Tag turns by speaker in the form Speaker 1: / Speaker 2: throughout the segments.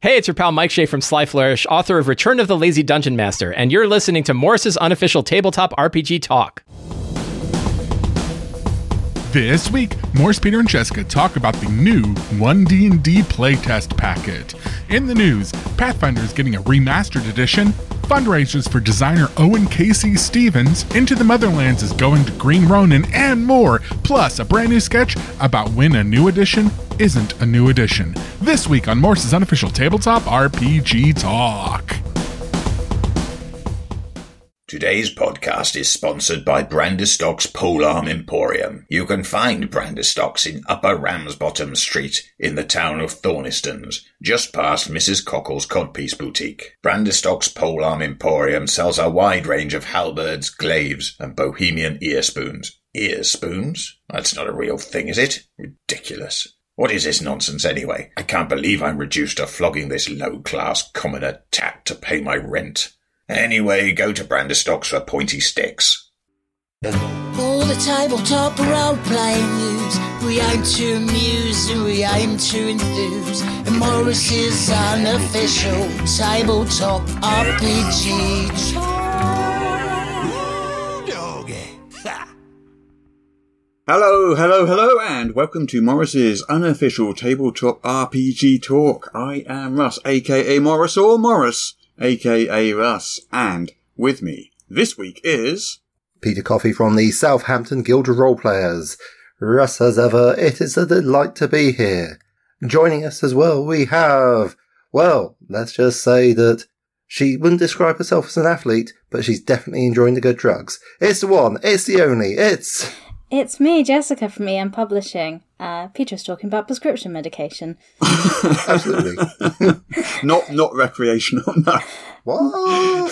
Speaker 1: Hey, it's your pal Mike Shea from Sly Flourish, author of Return of the Lazy Dungeon Master, and you're listening to Morris's unofficial tabletop RPG talk.
Speaker 2: This week, Morse, Peter, and Jessica talk about the new 1D&D playtest packet. In the news, Pathfinder is getting a remastered edition, fundraisers for designer Owen Casey Stevens, Into the Motherlands is going to Green Ronin, and more, plus a brand new sketch about when a new edition isn't a new edition. This week on Morse's unofficial tabletop RPG Talk.
Speaker 3: Today's podcast is sponsored by Brandestock's Polearm Emporium. You can find Brandestock's in Upper Ramsbottom Street in the town of Thornistons, just past Mrs. Cockle's Codpiece Boutique. Brandestock's Polearm Emporium sells a wide range of halberds, glaives, and bohemian ear spoons. Ear spoons? That's not a real thing, is it? Ridiculous. What is this nonsense anyway? I can't believe I'm reduced to flogging this low-class commoner tat to pay my rent. Anyway, go to Brandestock's for pointy sticks.
Speaker 4: All the tabletop role playing news. We aim to amuse and we aim to enthuse. And Morris's unofficial tabletop RPG.
Speaker 5: Hello, hello, hello, and welcome to Morris's unofficial tabletop RPG talk. I am Russ, aka Morris, or Morris, aka Russ, and with me this week is.
Speaker 6: Peter Coffey from the Southampton Guild of Roleplayers. Russ, as ever, it is a delight to be here. Joining us as well, we have, well, let's just say that she wouldn't describe herself as an athlete, but she's definitely enjoying the good drugs. It's the one, it's the only, it's.
Speaker 7: It's me, Jessica from EM Publishing. Uh, Peter's talking about prescription medication.
Speaker 6: Absolutely.
Speaker 5: Not not recreational, no.
Speaker 6: what?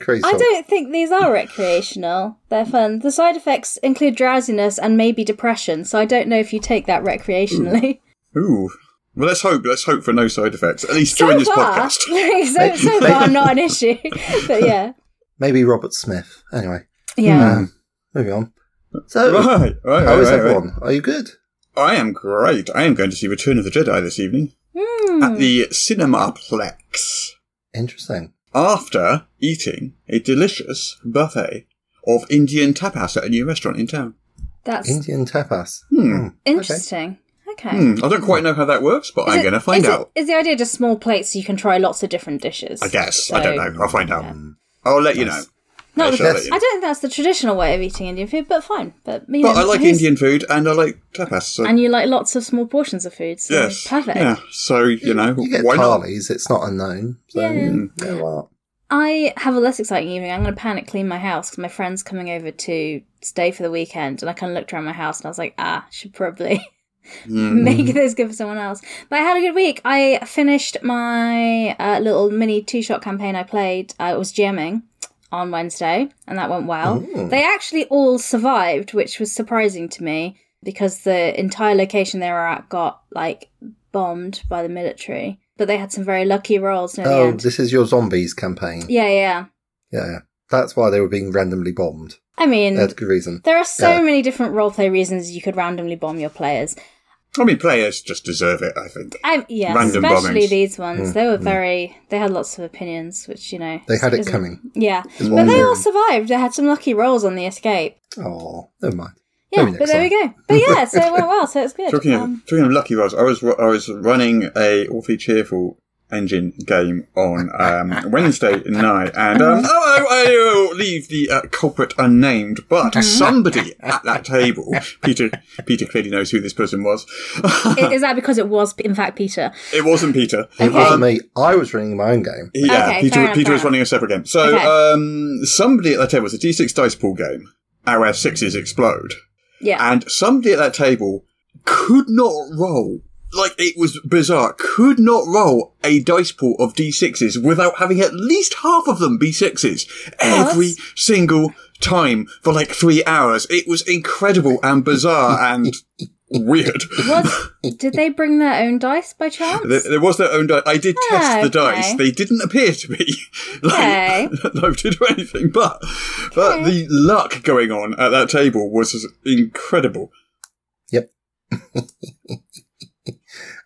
Speaker 6: Crazy.
Speaker 7: I
Speaker 6: song.
Speaker 7: don't think these are recreational. They're fun. The side effects include drowsiness and maybe depression, so I don't know if you take that recreationally.
Speaker 5: Ooh. Well, let's hope, let's hope for no side effects, at least
Speaker 7: so
Speaker 5: during this
Speaker 7: far,
Speaker 5: podcast.
Speaker 7: so, so far, not an issue. But yeah,
Speaker 6: Maybe Robert Smith. Anyway,
Speaker 7: yeah.
Speaker 5: Hmm.
Speaker 6: um, moving on. So,
Speaker 5: Right, right,
Speaker 6: how
Speaker 5: right,
Speaker 6: is
Speaker 5: right, right.
Speaker 6: everyone? Are you good?
Speaker 5: I am great. I am going to see Return of the Jedi this evening
Speaker 7: Hmm.
Speaker 5: at the Cinemaplex
Speaker 6: Interesting.
Speaker 5: after eating a delicious buffet of Indian tapas at a new restaurant in town.
Speaker 7: That's
Speaker 6: Indian tapas.
Speaker 5: Hmm.
Speaker 7: interesting. Okay.
Speaker 5: Hmm, I don't quite know how that works, but
Speaker 7: Is
Speaker 5: I'm
Speaker 7: it-
Speaker 5: going to find
Speaker 7: is it-
Speaker 5: out.
Speaker 7: Is the idea just small plates so you can try lots of different dishes?
Speaker 5: I guess. I don't
Speaker 7: So-
Speaker 5: know. I'll find out. I'll let you know.
Speaker 7: Not
Speaker 5: I
Speaker 7: the-
Speaker 5: shall let
Speaker 6: that's-
Speaker 5: you know.
Speaker 7: I don't think that's the traditional way of eating Indian food, but fine. But, you
Speaker 5: But
Speaker 7: know,
Speaker 5: I like
Speaker 7: who's-
Speaker 5: Indian food and I like tapas. So
Speaker 7: And you like lots of small portions of food. So
Speaker 5: yes,
Speaker 7: Perfect.
Speaker 5: Yeah. So you know
Speaker 6: You get
Speaker 5: why not?
Speaker 6: Tarleys, it's not unknown. So,
Speaker 7: Yeah.
Speaker 5: mm.
Speaker 6: you know what?
Speaker 7: I have a less exciting evening. I'm going to panic clean my house because my friend's coming over to stay for the weekend. And I kind of looked around my house and I was like, ah, should probably
Speaker 6: mm-hmm.
Speaker 7: make this good for someone else. But I had a good week. I finished my uh, little mini two shot campaign I played. I was GMing on Wednesday and that went well.
Speaker 6: Oh.
Speaker 7: They actually all survived, which was surprising to me because the entire location they were at got like bombed by the military. But they had some very lucky rolls near the
Speaker 6: Oh,
Speaker 7: end.
Speaker 6: this is your zombies campaign.
Speaker 7: Yeah, yeah.
Speaker 6: Yeah, that's why they were being randomly bombed.
Speaker 7: I mean,
Speaker 6: That's a good reason.
Speaker 7: there are so
Speaker 6: Yeah.
Speaker 7: many different roleplay reasons you could randomly bomb your players.
Speaker 5: I mean, players just deserve it. I think.
Speaker 7: I, yeah,
Speaker 5: Random
Speaker 7: especially
Speaker 5: bombings. Mm,
Speaker 7: these ones. They were very. They had lots of opinions, which you know
Speaker 6: They had it
Speaker 7: isn't-
Speaker 6: coming.
Speaker 7: Yeah,
Speaker 6: It's
Speaker 7: but they
Speaker 6: wandering.
Speaker 7: all survived. They had some lucky rolls on the escape.
Speaker 6: Oh, never mind.
Speaker 7: Yeah,
Speaker 6: Maybe
Speaker 7: but
Speaker 6: next
Speaker 7: there we go. But yeah, so it went well. So it's good.
Speaker 5: Talking of,
Speaker 7: Um,
Speaker 5: talking of lucky rolls, I was I was running a awfully cheerful engine game on um, Wednesday night, and
Speaker 7: Mm-hmm.
Speaker 5: um, oh, I, I will leave the uh, culprit unnamed, but
Speaker 7: Mm-hmm.
Speaker 5: somebody at that table, Peter Peter clearly knows who this person was.
Speaker 7: i- is that because it was in fact Peter?
Speaker 5: it wasn't Peter.
Speaker 6: It wasn't me. I was running my own game.
Speaker 5: Yeah,
Speaker 7: Okay,
Speaker 5: Peter,
Speaker 7: fair enough,
Speaker 5: Peter
Speaker 7: fair
Speaker 5: was running a separate game. So
Speaker 7: Okay.
Speaker 5: um, somebody at that table, it's a D6 dice pool game, and where sixes explode.
Speaker 7: Yeah,
Speaker 5: And somebody at that table could not roll, like it was bizarre, could not roll a dice pool of D6s without having at least half of them be sixes every single time for like three hours. It was incredible and bizarre and weird.
Speaker 7: was did they bring their own dice by chance?
Speaker 5: There, there was their own dice. I did
Speaker 7: Ah,
Speaker 5: test the
Speaker 7: okay.
Speaker 5: dice. They didn't appear to be
Speaker 7: Okay.
Speaker 5: like, loaded or anything, but but the luck going on at that table was incredible.
Speaker 6: Yep.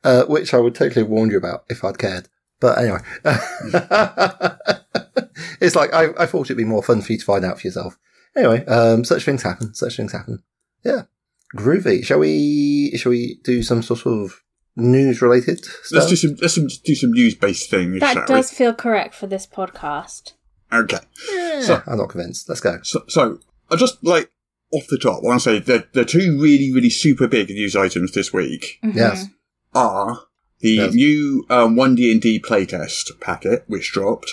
Speaker 6: uh, which I would totally have warned you about if I'd cared. But anyway, it's like I, I thought it'd be more fun for you to find out for yourself. Anyway, um, such things happen. Such things happen. Yeah, groovy. Shall we? Shall we do some sort of news related
Speaker 5: Let's
Speaker 6: stuff?
Speaker 5: do some let's some, do some news based things. shall
Speaker 7: That
Speaker 5: we?
Speaker 7: does feel correct for this podcast.
Speaker 5: Okay.
Speaker 6: Yeah, I'm not convinced. Let's go.
Speaker 5: So, so I just like off the top, I want to say the the two really really super big news items this week
Speaker 7: Mm-hmm.
Speaker 6: Yes.
Speaker 5: are the
Speaker 6: Yes.
Speaker 5: new um, one D and D playtest packet which dropped,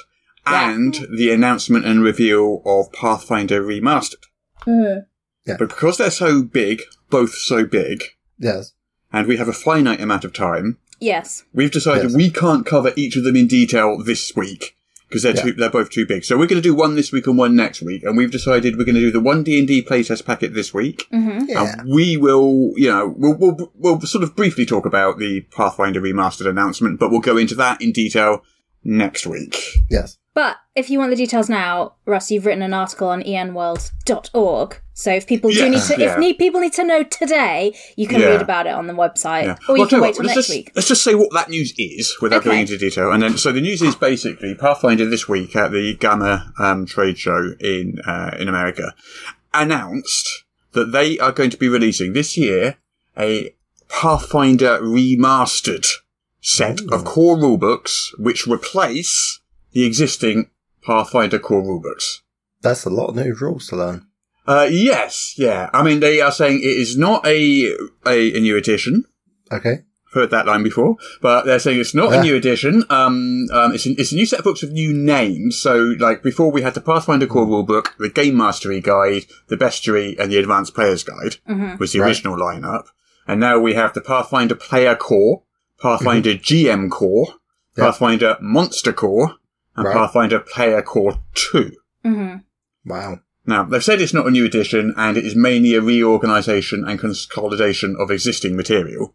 Speaker 7: Yeah.
Speaker 5: and the announcement and reveal of Pathfinder Remastered.
Speaker 7: Mhm.
Speaker 5: But because they're so big, both so big,
Speaker 6: Yes.
Speaker 5: and we have a finite amount of time,
Speaker 7: Yes.
Speaker 5: We've decided
Speaker 6: Yes.
Speaker 5: we can't cover each of them in detail this week because they're
Speaker 6: Yeah.
Speaker 5: too, they're both too big. So we're going to do one this week and one next week, and we've decided we're going to do the one D and D playtest packet this week,
Speaker 7: hmm
Speaker 6: Mm-hmm. Yeah.
Speaker 5: and we will, you know, we'll, we'll we'll sort of briefly talk about the Pathfinder remastered announcement, but we'll go into that in detail next week.
Speaker 6: Yes.
Speaker 7: But if you want the details now, Russ, you've written an article on enworld.org. So if people do need
Speaker 5: Yes,
Speaker 7: to,
Speaker 5: yeah.
Speaker 7: if need, people need to know today, you can
Speaker 5: Yeah.
Speaker 7: read about it on the website,
Speaker 5: Yeah.
Speaker 7: or you
Speaker 5: Well,
Speaker 7: can
Speaker 5: tell
Speaker 7: wait
Speaker 5: you
Speaker 7: till
Speaker 5: what, let's
Speaker 7: next
Speaker 5: just,
Speaker 7: week.
Speaker 5: Let's just say what that news is without
Speaker 7: Okay.
Speaker 5: going into detail. And then, so the news is basically Pathfinder this week at the Gamma um, trade show in uh, in America announced that they are going to be releasing this year a Pathfinder remastered set of core rulebooks which replace the existing Pathfinder core rulebooks.
Speaker 6: That's a lot of new rules to learn.
Speaker 5: Uh, yes, yeah. I mean, they are saying it is not a, a, a new edition.
Speaker 6: Okay.
Speaker 5: Heard that line before, but they're saying it's not
Speaker 6: Yeah.
Speaker 5: a new edition. Um, um, it's, an, it's a new set of books with new names. So, like before, we had the Pathfinder Core
Speaker 6: Hmm.
Speaker 5: Rulebook, the Game Mastery Guide, the Bestiary, and the Advanced Players Guide was the
Speaker 6: Right.
Speaker 5: original lineup, and now we have the Pathfinder Player Core, Pathfinder GM Core,
Speaker 6: Mm-hmm. Yeah.
Speaker 5: Pathfinder Monster Core, and
Speaker 6: Right.
Speaker 5: Pathfinder Player Core Two.
Speaker 7: hmm
Speaker 6: Wow.
Speaker 5: Now, they've said it's not a new edition and it is mainly a reorganisation and consolidation of existing material.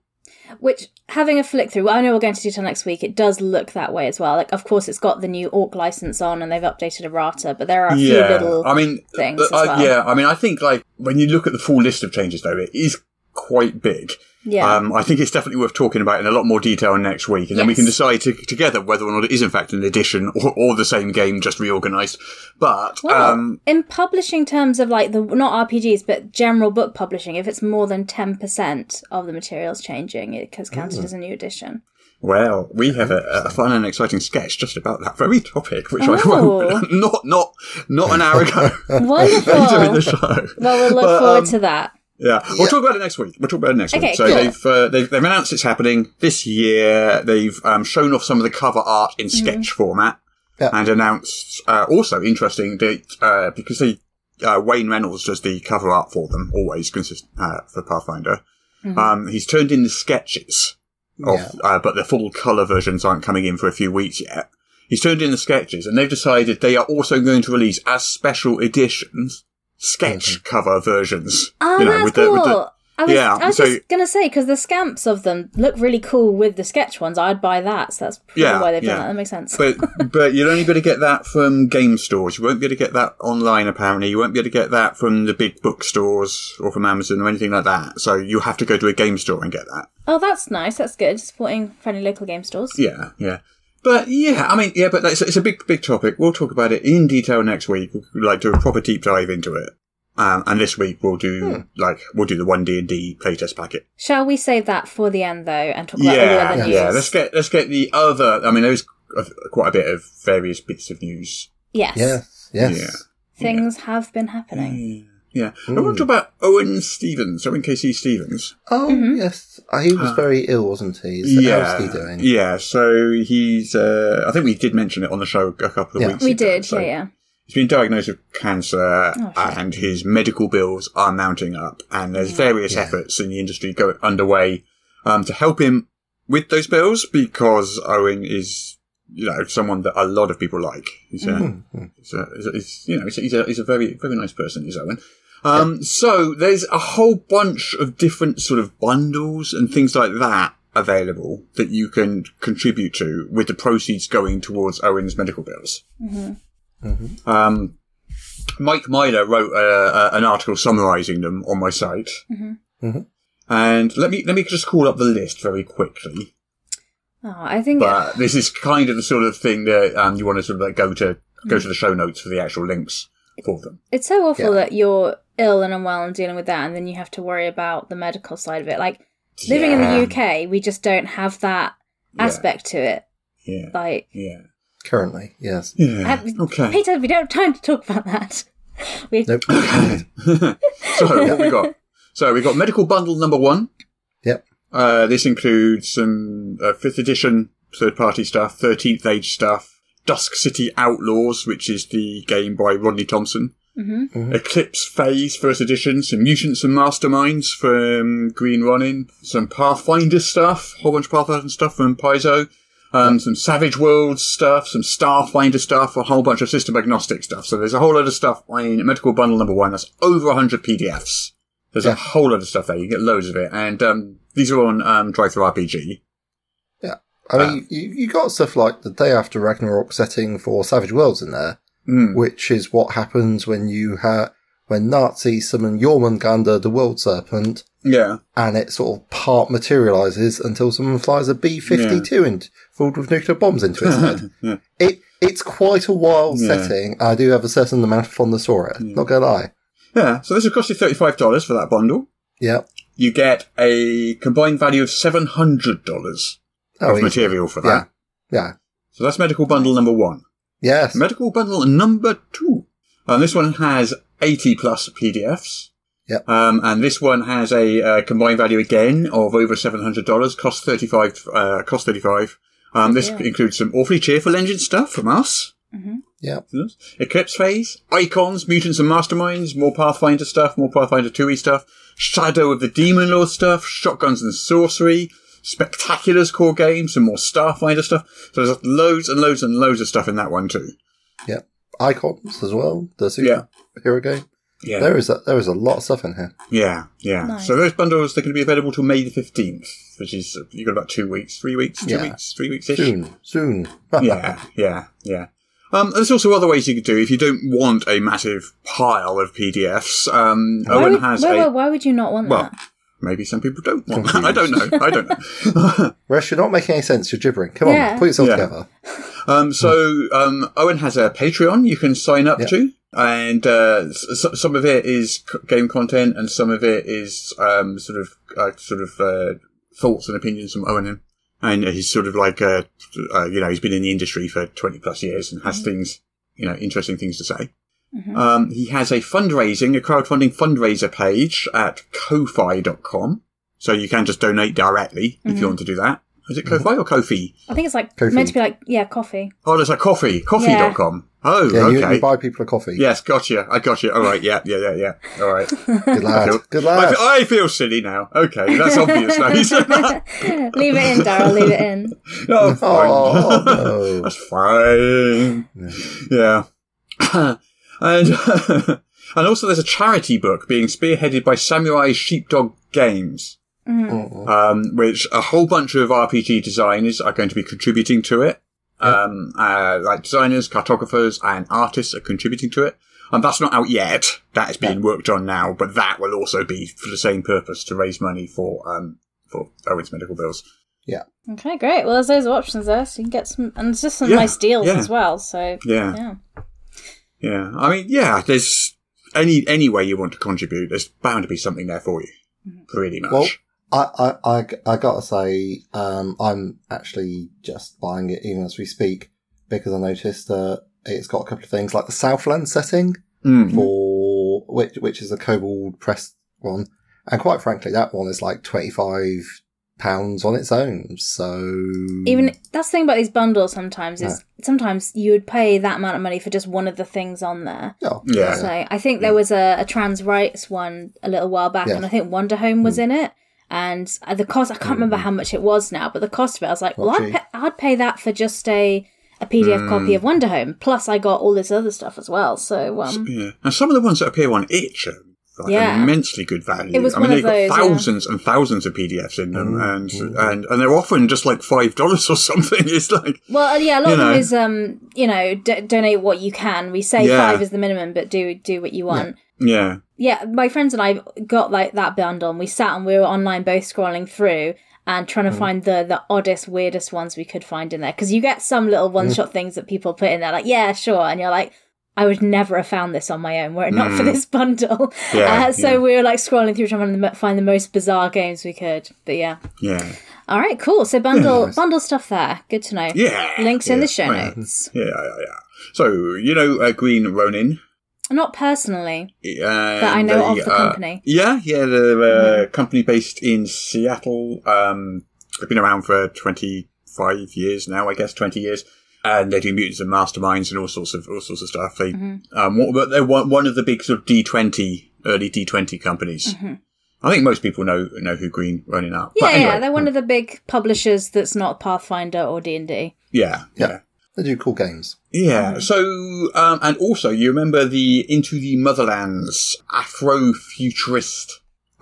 Speaker 7: Which, having a flick through, well, I know we're going to do till next week. It does look that way as well. Like, of course, it's got the new Orc license on, and they've updated Errata, but there are a few little.
Speaker 5: I mean,
Speaker 7: things
Speaker 5: uh,
Speaker 7: as
Speaker 5: I-
Speaker 7: well.
Speaker 5: yeah, I mean, I think like when you look at the full list of changes though, it is quite big.
Speaker 7: yeah.
Speaker 5: Um, I think it's definitely worth talking about in a lot more detail next week, and then we
Speaker 7: Yes.
Speaker 5: can decide to, together whether or not it is in fact an edition or, or the same game just reorganised. But
Speaker 7: Well,
Speaker 5: um,
Speaker 7: in publishing terms of like the not RPGs but general book publishing, if it's more than ten percent of the materials changing, it gets counted as a new edition.
Speaker 5: Well, we have a, a fun and exciting sketch just about that very topic, which I
Speaker 7: Oh.
Speaker 5: won't. not not not an hour ago. Later in the
Speaker 7: Wonderful.
Speaker 5: show.
Speaker 7: well, we'll look
Speaker 5: But,
Speaker 7: forward
Speaker 5: um,
Speaker 7: to that.
Speaker 5: Yeah, we'll talk about it next week. We'll talk about it next
Speaker 7: Okay,
Speaker 5: week. So
Speaker 7: cool.
Speaker 5: they've, uh, they've they've announced it's happening this year. They've um, shown off some of the cover art in sketch format,
Speaker 6: Yeah.
Speaker 5: and announced uh, also interesting that uh, because they uh, Wayne Reynolds does the cover art for them always consist uh, for Pathfinder.
Speaker 7: Mm-hmm.
Speaker 5: Um, he's turned in the sketches of,
Speaker 6: Yeah.
Speaker 5: uh, but the full color versions aren't coming in for a few weeks yet. He's turned in the sketches, and they've decided they are also going to release as special editions sketch cover versions.
Speaker 7: Mm-hmm. Oh, that's
Speaker 5: the-
Speaker 7: cool.
Speaker 5: the-
Speaker 7: I was,
Speaker 5: yeah,
Speaker 7: I was
Speaker 5: so-
Speaker 7: just gonna say because the scamps of them look really cool with the sketch ones. I'd buy that. So that's probably
Speaker 5: Yeah,
Speaker 7: why they've done
Speaker 5: yeah.
Speaker 7: that. That makes sense.
Speaker 5: but but you'll only be able to get that from game stores. You won't be able to get that online. Apparently, you won't be able to get that from the big bookstores or from Amazon or anything like that. So you have to go to a game store and get that.
Speaker 7: oh, that's nice. That's good. Supporting friendly local game stores.
Speaker 5: Yeah, yeah. But yeah, I mean, yeah, but it's, it's a big, big topic. We'll talk about it in detail next week. We'll like do a proper deep dive into it. Um, and this week we'll do
Speaker 6: Hmm.
Speaker 5: like we'll do the one D and D playtest packet.
Speaker 7: Shall we save that for the end though and talk about all the
Speaker 5: Yeah,
Speaker 7: other news?
Speaker 5: yeah. Let's get let's get the other. I mean, there's quite a bit of various bits of news.
Speaker 7: yes.
Speaker 6: Yes. Yes.
Speaker 5: Yeah.
Speaker 7: Things have been happening.
Speaker 5: Mm, Yeah. I
Speaker 6: Hmm.
Speaker 5: want to talk about Owen Stevens, Owen Casey Stevens.
Speaker 6: Oh yes, Uh, he was very ill, wasn't he? So How's he doing?
Speaker 5: Yeah, so he's, uh, I think we did mention it on the show a couple of
Speaker 6: Yeah.
Speaker 5: weeks
Speaker 7: We
Speaker 5: ago.
Speaker 7: did,
Speaker 5: So
Speaker 7: yeah, yeah.
Speaker 5: He's been diagnosed with cancer and his medical bills are mounting up and there's various efforts in the industry go underway, um, to help him with those bills because Owen is, you know, someone that a lot of people like. He's a, he's, a, he's, a- he's, you know, he's a, he's a, he's a very, very nice person, is Owen. Um, so there's a whole bunch of different sort of bundles and things like that available that you can contribute to with the proceeds going towards Owen's medical bills. Um, Mike Myler wrote uh, uh, an article summarizing them on my site.
Speaker 6: Mhm.
Speaker 5: And let me, let me just call up the list very quickly.
Speaker 7: Oh, I think
Speaker 5: But this is kind of the sort of thing that um, you want to sort of like go to go to the show notes for the actual links for them.
Speaker 7: it's so awful
Speaker 6: Yeah.
Speaker 7: that you're ill and unwell and dealing with that, and then you have to worry about the medical side of it. Like living in the UK, we just don't have that
Speaker 5: Yeah.
Speaker 7: aspect to it.
Speaker 5: Yeah.
Speaker 7: Like,
Speaker 5: Yeah.
Speaker 6: Currently, yes.
Speaker 5: Yeah.
Speaker 7: I-
Speaker 5: Okay.
Speaker 7: Peter, we don't have time to talk about that. We,
Speaker 6: Nope.
Speaker 5: So what we got? So we got medical bundle number one.
Speaker 6: yep.
Speaker 5: Uh, this includes some uh, fifth edition third party stuff, thirteenth age stuff, Dusk City Outlaws, which is the game by Rodney Thompson, Eclipse Phase first edition, some Mutants and Masterminds from Green Running, some Pathfinder stuff, whole bunch of Pathfinder stuff from Paizo. Um, some Savage Worlds stuff, some Starfinder stuff, a whole bunch of system agnostic stuff. So there's a whole load of stuff in Medical Bundle number one. That's over 100 PDFs. There's a
Speaker 6: Yeah.
Speaker 5: whole lot of stuff there. You get loads of it, and um, these are on um, Drive Through RPG.
Speaker 6: Yeah. I mean,
Speaker 5: Uh.
Speaker 6: you, you got stuff like the day after Ragnarok setting for Savage Worlds in there,
Speaker 5: Mm.
Speaker 6: which is what happens when you ha- when Nazis summon Jormungandr, the World Serpent,
Speaker 5: Yeah,
Speaker 6: and it sort of part materializes until someone flies a B fifty two and filled with nuclear bombs into its head. It it's quite a wild setting. I do have a certain amount of fondness for it. Not gonna lie.
Speaker 5: yeah. So this will cost you thirty-five dollars for that bundle.
Speaker 6: Yeah.
Speaker 5: You get a combined value of seven hundred dollars of
Speaker 6: easy.
Speaker 5: material for that.
Speaker 6: Yeah. Oh, Yeah.
Speaker 5: So that's Medical Bundle number one.
Speaker 6: Yes.
Speaker 5: Medical Bundle number two. Um, this one has eighty plus PDFs.
Speaker 6: Yep.
Speaker 5: Um, and this one has a uh, combined value again of over seven hundred dollars. Cost thirty-five. Uh, cost thirty-five. Um, this includes some awfully cheerful engine stuff from us.
Speaker 6: yeah.
Speaker 5: Yes. Eclipse phase, icons, mutants and masterminds, more Pathfinder stuff, more Pathfinder 2e stuff, Shadow of the Demon Lord stuff, shotguns and sorcery, Spectacular's core game, some more Starfinder stuff. So there's loads and loads and loads of stuff in that one too.
Speaker 6: Yeah. Icons as well. The
Speaker 5: Yeah.
Speaker 6: super hero game.
Speaker 5: Yeah.
Speaker 6: There is a, there is a lot of stuff in here.
Speaker 5: yeah, yeah.
Speaker 7: Nice.
Speaker 5: So those bundles, they're going to be available till May the 15th, which is, you've got about two weeks, three weeks, two
Speaker 6: Yeah.
Speaker 5: weeks, three weeks-ish.
Speaker 6: Soon. Soon.
Speaker 5: yeah, yeah, yeah. Um, there's also other ways you could do if you don't want a massive pile of PDFs. Um,
Speaker 7: why,
Speaker 5: Owen
Speaker 7: would,
Speaker 5: has
Speaker 7: why,
Speaker 5: a
Speaker 7: why, why would you not want
Speaker 5: Well,
Speaker 7: that?
Speaker 5: maybe some people don't want that. I don't know. I don't know.
Speaker 6: Rush, you're not making any sense, you're gibbering. Come on,
Speaker 7: Yeah.
Speaker 6: put yourself
Speaker 5: Yeah.
Speaker 6: together.
Speaker 5: um, so um, Owen has a Patreon you can sign up
Speaker 6: Yeah.
Speaker 5: to, and uh, s- s- some of it is c- game content, and some of it is um, sort of uh, sort of uh, thoughts and opinions from Owen. and- And he's sort of like, uh, uh, you know, he's been in the industry for 20 plus years and has things, you know, interesting things to say. Um, he has a fundraising, a crowdfunding fundraiser page at kofi.com. So you can just donate directly if you want to do that. Is it Kofi or Kofi?
Speaker 7: I think it's like
Speaker 6: Coffee.
Speaker 7: meant to be like yeah, coffee.
Speaker 5: Oh, there's a coffee, coffee.com. Oh,
Speaker 6: Yeah, you,
Speaker 5: okay.
Speaker 6: you buy people a coffee.
Speaker 5: yes, gotcha. I gotcha. All right. Yeah, yeah, yeah, yeah. All right.
Speaker 6: Good lad.
Speaker 5: Cool.
Speaker 6: Good
Speaker 5: I,
Speaker 6: lad.
Speaker 5: feel, I feel silly now. Okay. That's obvious now.
Speaker 7: leave it in, Daryl. Leave it in.
Speaker 5: No, I'm fine.
Speaker 6: Oh, no.
Speaker 5: That's fine. Yeah. and and also there's a charity book being spearheaded by Samurai Sheepdog Games. Um, which a whole bunch of RPG designers are going to be contributing to it. Um, uh, like designers, cartographers, and artists are contributing to it. And that's not out yet. That is being worked on now, but that will also be for the same purpose to raise money for um for Owen's medical bills.
Speaker 6: Yeah.
Speaker 7: Okay, great. Well, there's those options there, so you can get some, and there's just some
Speaker 5: Yeah,
Speaker 7: nice deals
Speaker 5: yeah.
Speaker 7: as well. So
Speaker 5: Yeah.
Speaker 7: yeah.
Speaker 5: Yeah, I mean, yeah. There's any any way you want to contribute. There's bound to be something there for you.
Speaker 7: Mm-hmm.
Speaker 5: Pretty much.
Speaker 6: Well, I, I, I, I gotta say, um, I'm actually just buying it even as we speak because I noticed that it's got a couple of things like the Southland setting
Speaker 5: Mm.
Speaker 6: for which which is a Kobold press one, and quite frankly, that one is like twenty five pounds on its own. So
Speaker 7: Even
Speaker 5: Mm.
Speaker 7: that's the thing about these bundles. Sometimes is sometimes you would pay that amount of money for just one of the things on there.
Speaker 6: Oh,
Speaker 5: Yeah. Mm.
Speaker 7: So I think there was a, a trans rights one a little while back,
Speaker 6: Yeah.
Speaker 7: and I think Wonder Home was
Speaker 5: Mm.
Speaker 7: in it. And uh, the cost, I can't remember how much it was now, but the cost of it, I was like, well, I'd,
Speaker 6: cheap.
Speaker 7: pay, I'd pay that for just a, a PDF copy of
Speaker 5: Mm.
Speaker 7: Wonder Home. Plus, I got all this other stuff as well. So um,
Speaker 5: yeah. And some of the ones that appear on itch are like
Speaker 7: Yeah.
Speaker 5: immensely good value.
Speaker 7: It was
Speaker 5: I mean,
Speaker 7: one of
Speaker 5: they've got
Speaker 7: those, yeah.
Speaker 5: thousands and thousands of PDFs in them, and and and they're often just like five dollars or something. It's like
Speaker 7: Well, uh, yeah, a lot
Speaker 5: You
Speaker 7: of them
Speaker 5: know.
Speaker 7: is um, you know, d- donate what you can. We say
Speaker 5: Yeah.
Speaker 7: five is the minimum, but do do what you want.
Speaker 5: yeah,
Speaker 7: Yeah. my friends and I got like that bundle, and we sat and we were online both scrolling through, and trying to
Speaker 5: Mm.
Speaker 7: find the the oddest, weirdest ones we could find in there. Because you get some
Speaker 5: Mm.
Speaker 7: little one shot things that people put in there, like yeah, sure, and you're like. I would never have found this on my own were it not for this bundle.
Speaker 5: Mm. Yeah,
Speaker 7: uh, so
Speaker 5: yeah.
Speaker 7: we were like scrolling through trying to mo- find the most bizarre games we could. But yeah,
Speaker 5: Yeah.
Speaker 7: all right, cool. So bundle bundle stuff there. Good to know.
Speaker 5: Yeah.
Speaker 7: Links in
Speaker 5: Yeah.
Speaker 7: the show
Speaker 5: Yeah.
Speaker 7: notes.
Speaker 5: Yeah, yeah, yeah. So, you know, uh, Green Ronin.
Speaker 7: Not personally.
Speaker 5: Uh,
Speaker 7: I know
Speaker 5: they,
Speaker 7: of the
Speaker 5: uh,
Speaker 7: company.
Speaker 5: Yeah, yeah, the uh, company based in Seattle. Um, they've been around for 25 years now, I guess, 20 years. And they do mutants and masterminds and all sorts of all sorts of stuff. They,
Speaker 7: Mm-hmm.
Speaker 5: um, what, but they're one, one of the big sort of D20 early D20 companies. I think most people know know who Green Ronin are.
Speaker 7: Mm-hmm. Yeah,
Speaker 5: But anyway,
Speaker 7: yeah, they're one of the big publishers that's not Pathfinder or D and D.
Speaker 5: yeah, yeah.
Speaker 6: They do cool games.
Speaker 5: Yeah. So, um, and also, you remember the Into the Motherlands Afrofuturist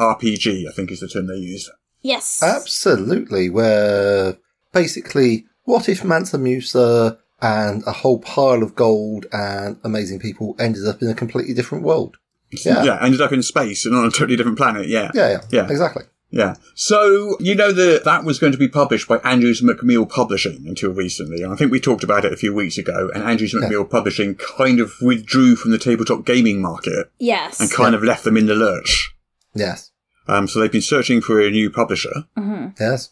Speaker 5: RPG? I think is the term they use.
Speaker 7: Yes.
Speaker 6: Absolutely, where basically, what if Mansa Musa and a whole pile of gold and amazing people ended up in a completely different world? Yeah, yeah,
Speaker 5: yeah. Ended up in space and on a totally different planet. Yeah.
Speaker 6: yeah,
Speaker 5: Yeah.
Speaker 6: exactly.
Speaker 5: Yeah. So, you know that that was going to be published by Andrews McMill Publishing until recently. And I think we talked about it a few weeks ago. And Andrews McMill Publishing kind of withdrew from the tabletop gaming market
Speaker 7: Yes.
Speaker 5: and kind of left them in the lurch.
Speaker 6: Yes,
Speaker 5: Um, so they've been searching for a new publisher.
Speaker 6: yes.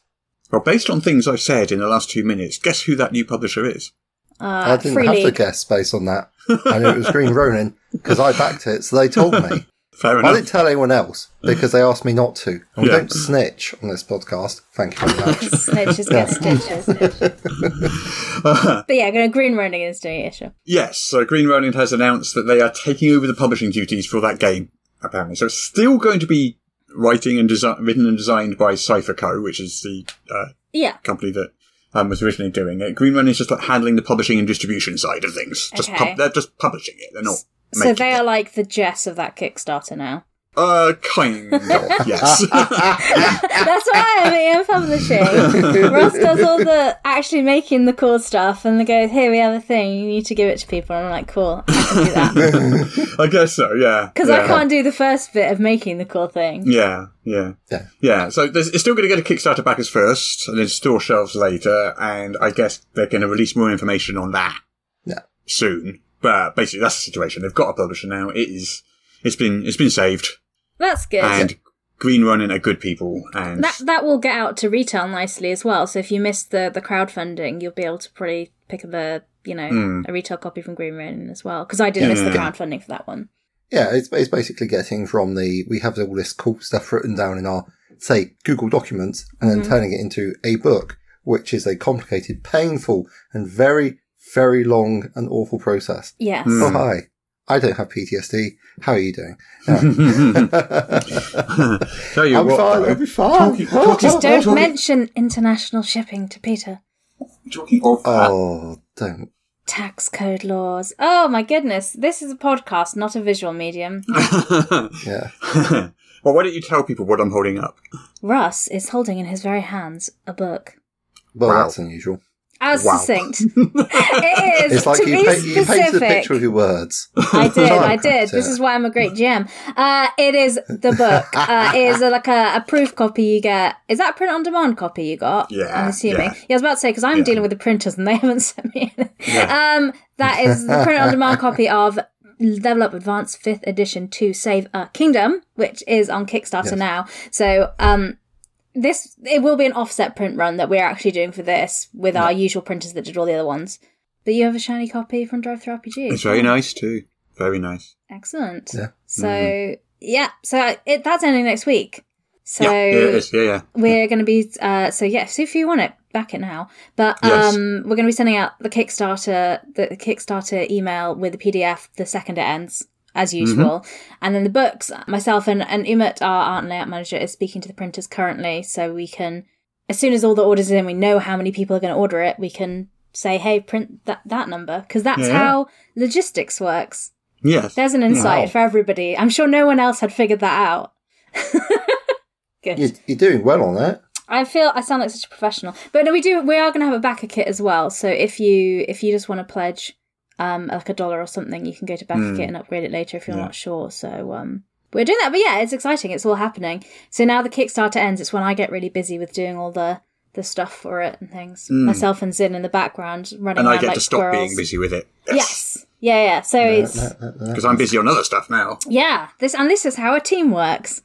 Speaker 5: Well, based on things I've said in the last two minutes, guess who that new publisher is?
Speaker 7: Uh,
Speaker 6: I didn't
Speaker 7: Free
Speaker 6: have to
Speaker 7: League.
Speaker 6: guess based on that. I knew it was Green Ronin because I backed it, so they told me.
Speaker 5: Fair
Speaker 6: I didn't
Speaker 5: enough.
Speaker 6: tell anyone else because they asked me not to. And we
Speaker 5: Yeah.
Speaker 6: don't snitch on this podcast. Thank you very much.
Speaker 7: Snitches get stitches. but yeah, gonna Green Running is doing it, sure.
Speaker 5: yes, so Green Ronin has announced that they are taking over the publishing duties for that game, apparently. So it's still going to be writing and desi- written and designed by Cypher Co., which is the uh,
Speaker 7: Yeah.
Speaker 5: company that um, was originally doing it. Green Ronin is just like handling the publishing and distribution side of things. Just
Speaker 7: Okay.
Speaker 5: pub- they're just publishing it. They're not.
Speaker 7: So
Speaker 5: making
Speaker 7: they
Speaker 5: it.
Speaker 7: are like the Jess of that Kickstarter now.
Speaker 5: Uh, kind of, yes.
Speaker 7: That's why I'm in publishing. Ross does all the actually making the cool stuff and they go, Here we have a thing, you need to give it to people and I'm like, Cool, I can do that.
Speaker 5: I guess so, yeah.
Speaker 7: Because
Speaker 5: yeah.
Speaker 7: I can't do the first bit of making the cool thing.
Speaker 5: Yeah, yeah.
Speaker 6: Yeah.
Speaker 5: Yeah, so there's, it's still going to go to Kickstarter backers first, and then store shelves later, and I guess they're going to release more information on that
Speaker 6: Yeah.
Speaker 5: soon. But basically, that's the situation. They've got a publisher now. It is, it's been, it's been saved,
Speaker 7: That's good.
Speaker 5: and Green Running are good people, and
Speaker 7: That that will get out to retail nicely as well. So if you missed the the crowdfunding, you'll be able to probably pick up a you know
Speaker 6: Hmm.
Speaker 7: a retail copy from Green Ronin as well. Because I did miss the crowdfunding for that one.
Speaker 6: Yeah, it's, it's basically getting from the, we have all this cool stuff written down in our, say, Google documents and
Speaker 7: Mm-hmm.
Speaker 6: then turning it into a book, which is a complicated, painful and very, very long and awful process.
Speaker 7: Yes.
Speaker 5: Mm.
Speaker 6: Oh, hi. I don't have PTSD. How are you doing?
Speaker 5: tell you
Speaker 6: I'll be
Speaker 5: what,
Speaker 6: fine.
Speaker 5: though,
Speaker 6: I'll be fine.
Speaker 7: Just
Speaker 6: oh,
Speaker 7: don't mention international shipping to Peter.
Speaker 5: talking of that,
Speaker 6: Oh, don't.
Speaker 7: Tax code laws. Oh my goodness. This is a podcast, not a visual medium.
Speaker 6: Yeah.
Speaker 5: well, why don't you tell people what I'm holding up?
Speaker 7: Russ is holding in his very hands a book.
Speaker 6: Well,
Speaker 5: Wow.
Speaker 6: that's unusual.
Speaker 7: As
Speaker 5: Wow.
Speaker 7: succinct. it is.
Speaker 6: It's like
Speaker 7: to
Speaker 6: you,
Speaker 7: be
Speaker 6: pa- you painted a
Speaker 7: specific.
Speaker 6: picture with your words.
Speaker 7: I did,
Speaker 6: Sorry.
Speaker 7: I did. This is why I'm a great GM. Uh, it is the book. Uh, it is a, like a, a proof copy you get. Is that a print on demand copy you got?
Speaker 5: Yeah,
Speaker 7: I'm assuming.
Speaker 5: yeah.
Speaker 7: Yeah, I was about to say, because I'm dealing with the printers and they haven't sent me anything. Um, that is the print on demand copy of Level Up Advanced 5th Edition to Save a Kingdom, which is on Kickstarter now. So, um, this it will be an offset print run that we're actually doing for this with our usual printers that did all the other ones. But you have a shiny copy from Drive Through RPG.
Speaker 5: It's
Speaker 6: Mm-hmm.
Speaker 5: very nice too. Very nice.
Speaker 7: Excellent.
Speaker 6: Yeah.
Speaker 7: So yeah, so it, that's ending next week. So
Speaker 5: Mm. yeah, yeah, it is. Yeah, yeah.
Speaker 7: we're going to be uh, so yeah. So if you want it, back it now. But um,
Speaker 5: Yes.
Speaker 7: we're going to be sending out the Kickstarter the Kickstarter email with the PDF the second it ends. As
Speaker 5: Mm-hmm.
Speaker 7: usual, and then the books. Myself and and Umut, our art and layout manager, is speaking to the printers currently, so we can, as soon as all the orders are in, we know how many people are going to order it. We can say, "Hey, print that that number," because that's
Speaker 5: Yeah.
Speaker 7: how logistics works.
Speaker 5: Yes.
Speaker 7: There's an insight for everybody. I'm sure no one else had figured that out. Good.
Speaker 6: You're, you're doing well on that.
Speaker 7: I feel I sound like such a professional, but no, we do. We are going to have a backer kit as well. So if you if you just want to
Speaker 5: Hmm.
Speaker 7: pledge, um, like a dollar or something, you can go to backer kit and upgrade it later if you're not sure. So um, we're doing that. But yeah, it's exciting. It's all happening. So now the Kickstarter ends. It's when I get really busy with doing all the the stuff for it and things. Myself and Zin in the background running
Speaker 5: Hmm. and
Speaker 7: around
Speaker 5: I get
Speaker 7: like
Speaker 5: to stop
Speaker 7: squirrels.
Speaker 5: being busy with it.
Speaker 7: Yes. Yeah, yeah. So it's
Speaker 5: Because I'm busy on other stuff now.
Speaker 7: yeah. This and this is how a team works.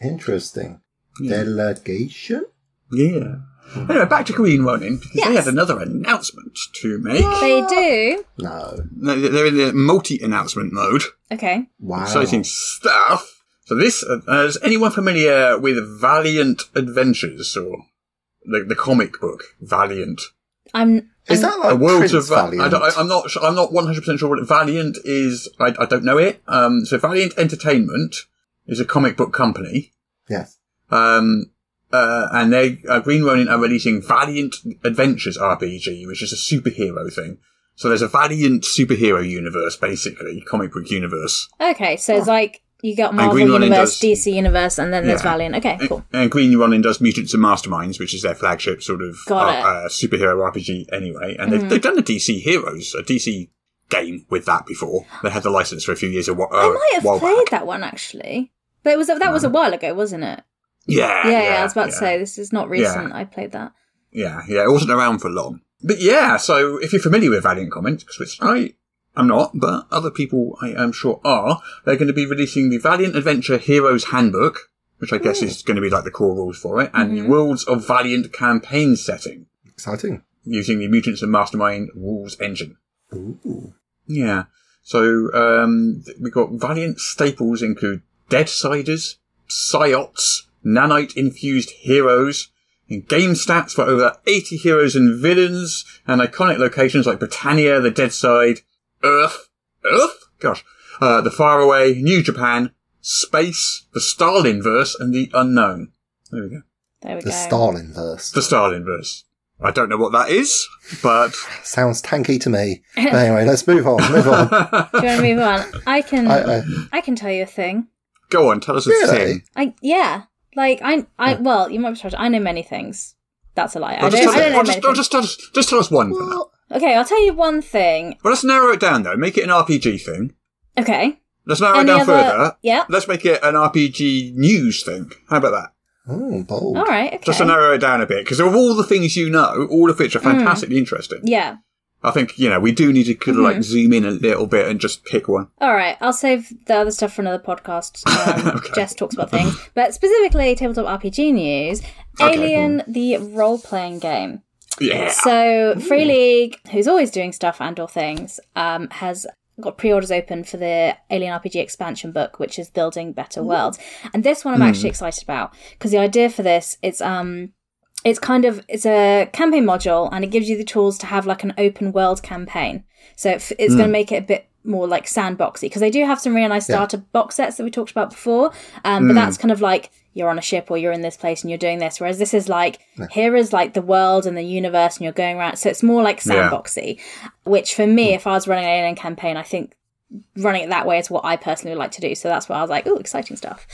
Speaker 6: Interesting. Delegation?
Speaker 5: Yeah. Anyway, back to Queen Ronin, because they
Speaker 7: Yes.
Speaker 5: had another announcement to make.
Speaker 7: They do.
Speaker 6: No.
Speaker 5: No, They're in the multi announcement mode.
Speaker 7: Okay.
Speaker 6: Wow.
Speaker 5: Exciting stuff. So this, uh, is anyone familiar with Valiant Adventures or the, the comic book Valiant?
Speaker 7: I'm.
Speaker 6: Is
Speaker 7: I'm-
Speaker 6: that like Prince
Speaker 5: Worlds of Va- I
Speaker 6: Valiant?
Speaker 5: don't, I, am not. su- I'm not 100 percent sure what Valiant is. I, I don't know it. Um, so Valiant Entertainment is a comic book company,
Speaker 6: Yes.
Speaker 5: um, uh, and they uh, Green Ronin are releasing Valiant Adventures RPG, which is a superhero thing. So there's a Valiant superhero universe, basically comic book universe.
Speaker 7: Okay, so it's like you got Marvel
Speaker 5: Green Lantern
Speaker 7: Universe,
Speaker 5: does-
Speaker 7: DC Universe, and then there's
Speaker 5: Yeah.
Speaker 7: Valiant. Okay, cool.
Speaker 5: And Green Ronin does Mutants and Masterminds, which is their flagship sort of uh,
Speaker 7: Got it. Mm-hmm.
Speaker 5: uh, superhero RPG anyway. And they've, they've done a DC Heroes, a DC game with that before. They had the license for a few years. A, wa- uh,
Speaker 7: I might have
Speaker 5: while
Speaker 7: played
Speaker 5: back.
Speaker 7: that one actually, but it was that was a while ago, wasn't it?
Speaker 5: Yeah,
Speaker 7: Yeah, yeah. I was about to
Speaker 5: yeah.
Speaker 7: say this is not recent. I played that.
Speaker 5: Yeah, yeah. It wasn't around for long. But yeah, so if you're familiar with Valiant Comics, which I am not, but other people I am sure are, they're going to be releasing the Valiant Adventure Heroes Handbook, which I guess is going to be like the core rules for it, and the Worlds of Valiant campaign setting.
Speaker 6: Exciting.
Speaker 5: using the Mutants and Mastermind Wolves engine.
Speaker 6: Ooh.
Speaker 5: Yeah. So um, th- we've got Valiant staples include Deadsiders, Psyops, Nanite infused heroes, and game stats for over 80 heroes and villains, and iconic locations like Britannia, the Deadside, Earth, Earth? Gosh. Uh, the Faraway, New Japan, Space, the Stalinverse, and the Unknown. There we go.
Speaker 7: There we
Speaker 6: The
Speaker 7: go.
Speaker 6: Stalin verse.
Speaker 5: The Stalinverse. I don't know what that is, but
Speaker 6: Sounds tanky to me. But anyway, let's move on. Move on.
Speaker 7: Do you want to move on? I can. I,
Speaker 6: I, I,
Speaker 7: can tell you a thing.
Speaker 5: Go on, tell us a
Speaker 6: Really?
Speaker 5: thing.
Speaker 7: I yeah. Like I I well, you might be surprised. I know many things. That's a lie. I
Speaker 5: I'll just
Speaker 7: don't,
Speaker 5: tell
Speaker 7: I don't
Speaker 5: it-
Speaker 7: know
Speaker 5: I'll
Speaker 7: many
Speaker 5: just- I'll
Speaker 7: things.
Speaker 5: just tell us just tell us one. for now.
Speaker 7: Okay, I'll tell you one thing.
Speaker 5: Well, let's narrow it down though. Make it an RPG thing.
Speaker 7: Okay.
Speaker 5: Let's narrow
Speaker 7: Any
Speaker 5: it down
Speaker 7: other-
Speaker 5: further.
Speaker 7: yeah.
Speaker 5: Let's make it an RPG news thing. How about that?
Speaker 6: oh, bold.
Speaker 7: All right. Okay. Hmm.
Speaker 5: Just to narrow it down a bit, because of all the things you know, all of which are fantastically interesting.
Speaker 7: Yeah. Hmm.
Speaker 5: I think you know we do need to kind of like zoom in a little bit and just pick one.
Speaker 7: All right, I'll save the other stuff for another podcast. Um,
Speaker 5: Okay.
Speaker 7: Jess talks about things, but specifically tabletop RPG news.
Speaker 5: Okay.
Speaker 7: Alien, the role-playing game.
Speaker 5: Yeah.
Speaker 7: So Free League, who's always doing stuff and or things, um, has got pre-orders open for the Alien RPG expansion book, which is Building Better Worlds. And this one I'm
Speaker 5: Hmm.
Speaker 7: actually excited about because the idea for this it's um it's kind of it's a campaign module and it gives you the tools to have like an open world campaign. So it f- it's going to make it a bit more like sandboxy because they do have some really nice starter box sets that we talked about before, um, but that's kind of like you're on a ship or you're in this place and you're doing this. Whereas this is like here is like the world and the universe and you're going around. So it's more like
Speaker 5: Yeah.
Speaker 7: sandboxy, which for me, if I was running an alien campaign, I think running it that way is what I personally would like to do. So that's why I was like, oh, exciting stuff.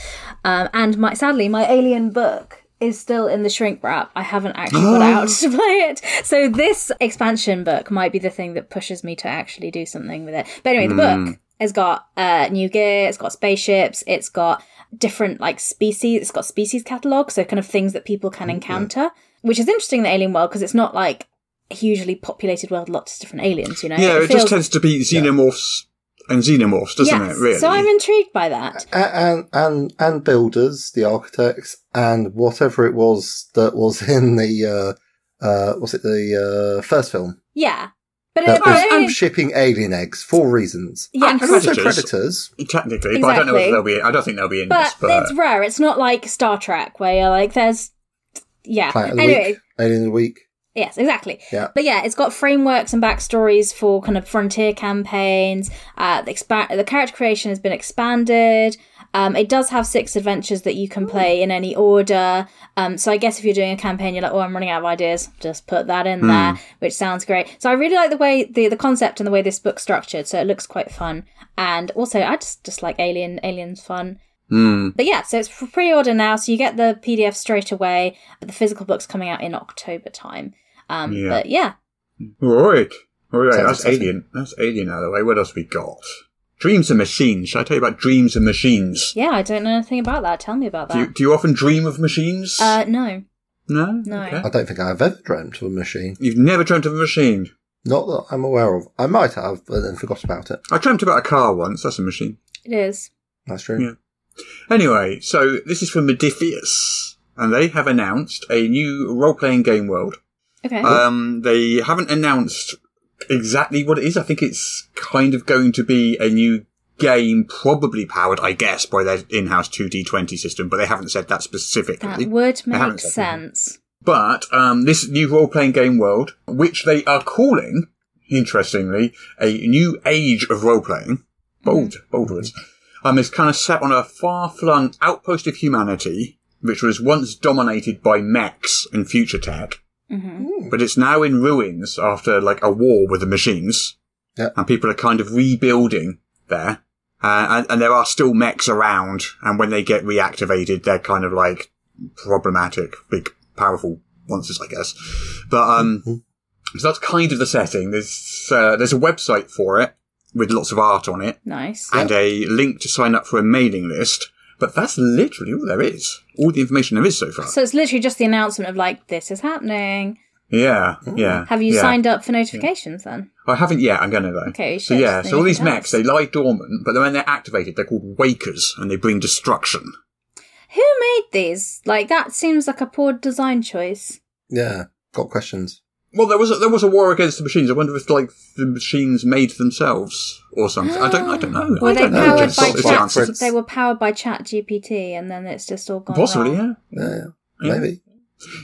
Speaker 7: Um, and my sadly, my alien book is still in the shrink wrap. I haven't actually got out to play it. So this expansion book might be the thing that pushes me to actually do something with it. But anyway, the
Speaker 5: Hmm.
Speaker 7: book has got uh, new gear, it's got spaceships, it's got different like species, it's got species catalogue, so kind of things that people can encounter, which is interesting in the alien world because it's not like a hugely populated world, lots of different aliens, you know?
Speaker 5: yeah, it,
Speaker 7: feels-
Speaker 5: just tends to be xenomorphs and xenomorphs, doesn't
Speaker 7: Yes,
Speaker 5: it? Really.
Speaker 7: So I'm intrigued by that.
Speaker 6: and and and builders, the architects, and whatever it was that was in the uh, uh, was it the uh, first film
Speaker 7: Yeah. But it,
Speaker 6: that
Speaker 7: but I mean,
Speaker 6: was shipping alien eggs for reasons,
Speaker 7: yes.
Speaker 6: and also
Speaker 5: Predators.
Speaker 6: predators.
Speaker 5: Technically, but I don't know if
Speaker 7: Exactly.
Speaker 5: they'll be. I don't think they'll be in
Speaker 7: But
Speaker 5: this. But
Speaker 7: it's rare. It's not like Star Trek where you're like, there's. Yeah.
Speaker 6: Planet of the
Speaker 7: Anyway,
Speaker 6: week, alien of the week.
Speaker 7: yes, exactly.
Speaker 6: Yeah.
Speaker 7: But yeah, it's got frameworks and backstories for kind of frontier campaigns. Uh, the, expa- the character creation has been expanded. Um, it does have six adventures that you can play in any order. Um, so I guess if you're doing a campaign, you're like, oh, I'm running out of ideas. Just put that in there, which sounds great. So I really like the way the the concept and the way this book's structured. So it looks quite fun. And also, I just just like Alien. Alien's fun.
Speaker 5: Hmm.
Speaker 7: But yeah, so it's for pre-order now, so you get the PDF straight away. But the physical book's coming out in October time. Um,
Speaker 5: Yeah.
Speaker 7: But yeah,
Speaker 5: All right. All right.
Speaker 6: Sounds
Speaker 5: That's
Speaker 6: exciting.
Speaker 5: alien. That's alien out of the way. What else we got? Dreams and machines. Should I tell you about dreams and machines?
Speaker 7: Yeah, I don't know anything about that. Tell me about
Speaker 5: Do you,
Speaker 7: that.
Speaker 5: do you often dream of machines?
Speaker 7: Uh, no.
Speaker 5: no?
Speaker 7: no.
Speaker 6: I don't think I've ever dreamt of a machine.
Speaker 5: You've never dreamt of a machine.
Speaker 6: Not that I'm aware of. I might have, but then forgot about it.
Speaker 5: I dreamt about a car once. That's a machine.
Speaker 7: It is.
Speaker 6: That's true.
Speaker 5: Yeah. Anyway, so this is from Modifius, and they have announced a new role-playing game world.
Speaker 7: Okay.
Speaker 5: Um, they haven't announced exactly what it is. I think it's kind of going to be a new game, probably powered, I guess, by their in-house 2D20 system, but they haven't said that
Speaker 7: that
Speaker 5: specifically.
Speaker 7: would
Speaker 5: They haven't
Speaker 7: make
Speaker 5: said that.
Speaker 7: sense.
Speaker 5: But um, this new role-playing game world, which they are calling, interestingly, a new age of role-playing, bold, bold words, um, is kind of set on a far-flung outpost of humanity, which was once dominated by mechs and future tech,
Speaker 7: hmm
Speaker 5: but it's now in ruins after like a war with the machines,
Speaker 6: Yeah.
Speaker 5: and people are kind of rebuilding there. Uh, and, and there are still mechs around, and when they get reactivated, they're kind of like problematic, big, powerful monsters, I guess. But um,
Speaker 7: Mm-hmm.
Speaker 5: so that's kind of the setting. There's uh, there's a website for it with lots of art on it,
Speaker 7: Nice.
Speaker 5: and a link to sign up for a mailing list. But that's literally all there is. All the information there is so far.
Speaker 7: So it's literally just the announcement of like this is happening.
Speaker 5: yeah, yeah.
Speaker 7: Mm. Have you
Speaker 5: yeah.
Speaker 7: signed up for notifications then?
Speaker 5: I haven't yet. I'm going to though.
Speaker 7: Okay, you
Speaker 5: so
Speaker 7: should,
Speaker 5: yeah,
Speaker 7: then
Speaker 5: so
Speaker 7: you
Speaker 5: all
Speaker 7: can
Speaker 5: these
Speaker 7: tell
Speaker 5: mechs
Speaker 7: us.
Speaker 5: they lie dormant, but then when they're activated, they're called wakers, and they bring destruction.
Speaker 7: Who made these? Like that seems like a poor design choice.
Speaker 6: Yeah. Got questions.
Speaker 5: Well, there was a, there was a war against the machines. I wonder if like the machines made themselves or something. I don't I don't know.
Speaker 7: Were
Speaker 5: I
Speaker 7: they
Speaker 5: don't
Speaker 6: know,
Speaker 7: powered
Speaker 5: Just
Speaker 7: by
Speaker 5: sort of
Speaker 6: Jack-
Speaker 7: chat?
Speaker 5: chances.
Speaker 7: They were powered by Chat GPT, and then it's just all gone.
Speaker 5: possibly
Speaker 7: wrong.
Speaker 5: yeah
Speaker 6: Yeah.
Speaker 5: Yeah.
Speaker 6: Maybe.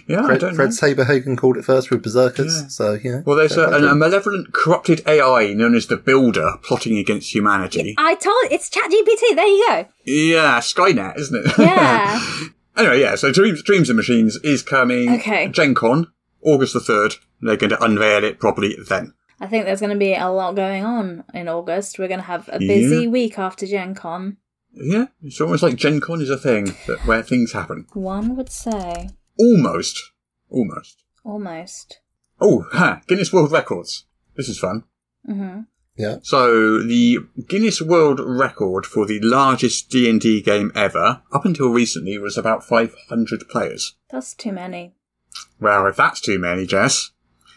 Speaker 5: yeah Oh, I
Speaker 6: Fred,
Speaker 5: don't
Speaker 6: Fred
Speaker 5: know.
Speaker 6: Saberhagen called it first with Berserkers,
Speaker 5: Yeah.
Speaker 6: so, you know.
Speaker 5: Well, there's a,
Speaker 6: don't
Speaker 5: an,
Speaker 6: know.
Speaker 5: a malevolent, corrupted AI known as the Builder plotting against humanity.
Speaker 7: I told it's Chat GPT. There you go.
Speaker 5: Yeah, Skynet, isn't it?
Speaker 7: Yeah.
Speaker 5: Anyway, yeah, so Dreams, Dreams and Machines is coming
Speaker 7: Okay.
Speaker 5: Gen Con, August the 3rd. They're going to unveil it properly then.
Speaker 7: I think there's going to be a lot going on in August. We're going to have a busy
Speaker 5: Yeah.
Speaker 7: week after Gen Con.
Speaker 5: Yeah, it's almost like Gen Con is a thing that, where things happen.
Speaker 7: One would say
Speaker 5: Almost. Almost.
Speaker 7: almost.
Speaker 5: Oh, ha, Guinness World Records. This is fun.
Speaker 7: hmm
Speaker 6: Yeah.
Speaker 5: So the Guinness World Record for the largest D&D game ever, up until recently, was about 500 players.
Speaker 7: That's too many.
Speaker 5: Well, if that's too many, Jess,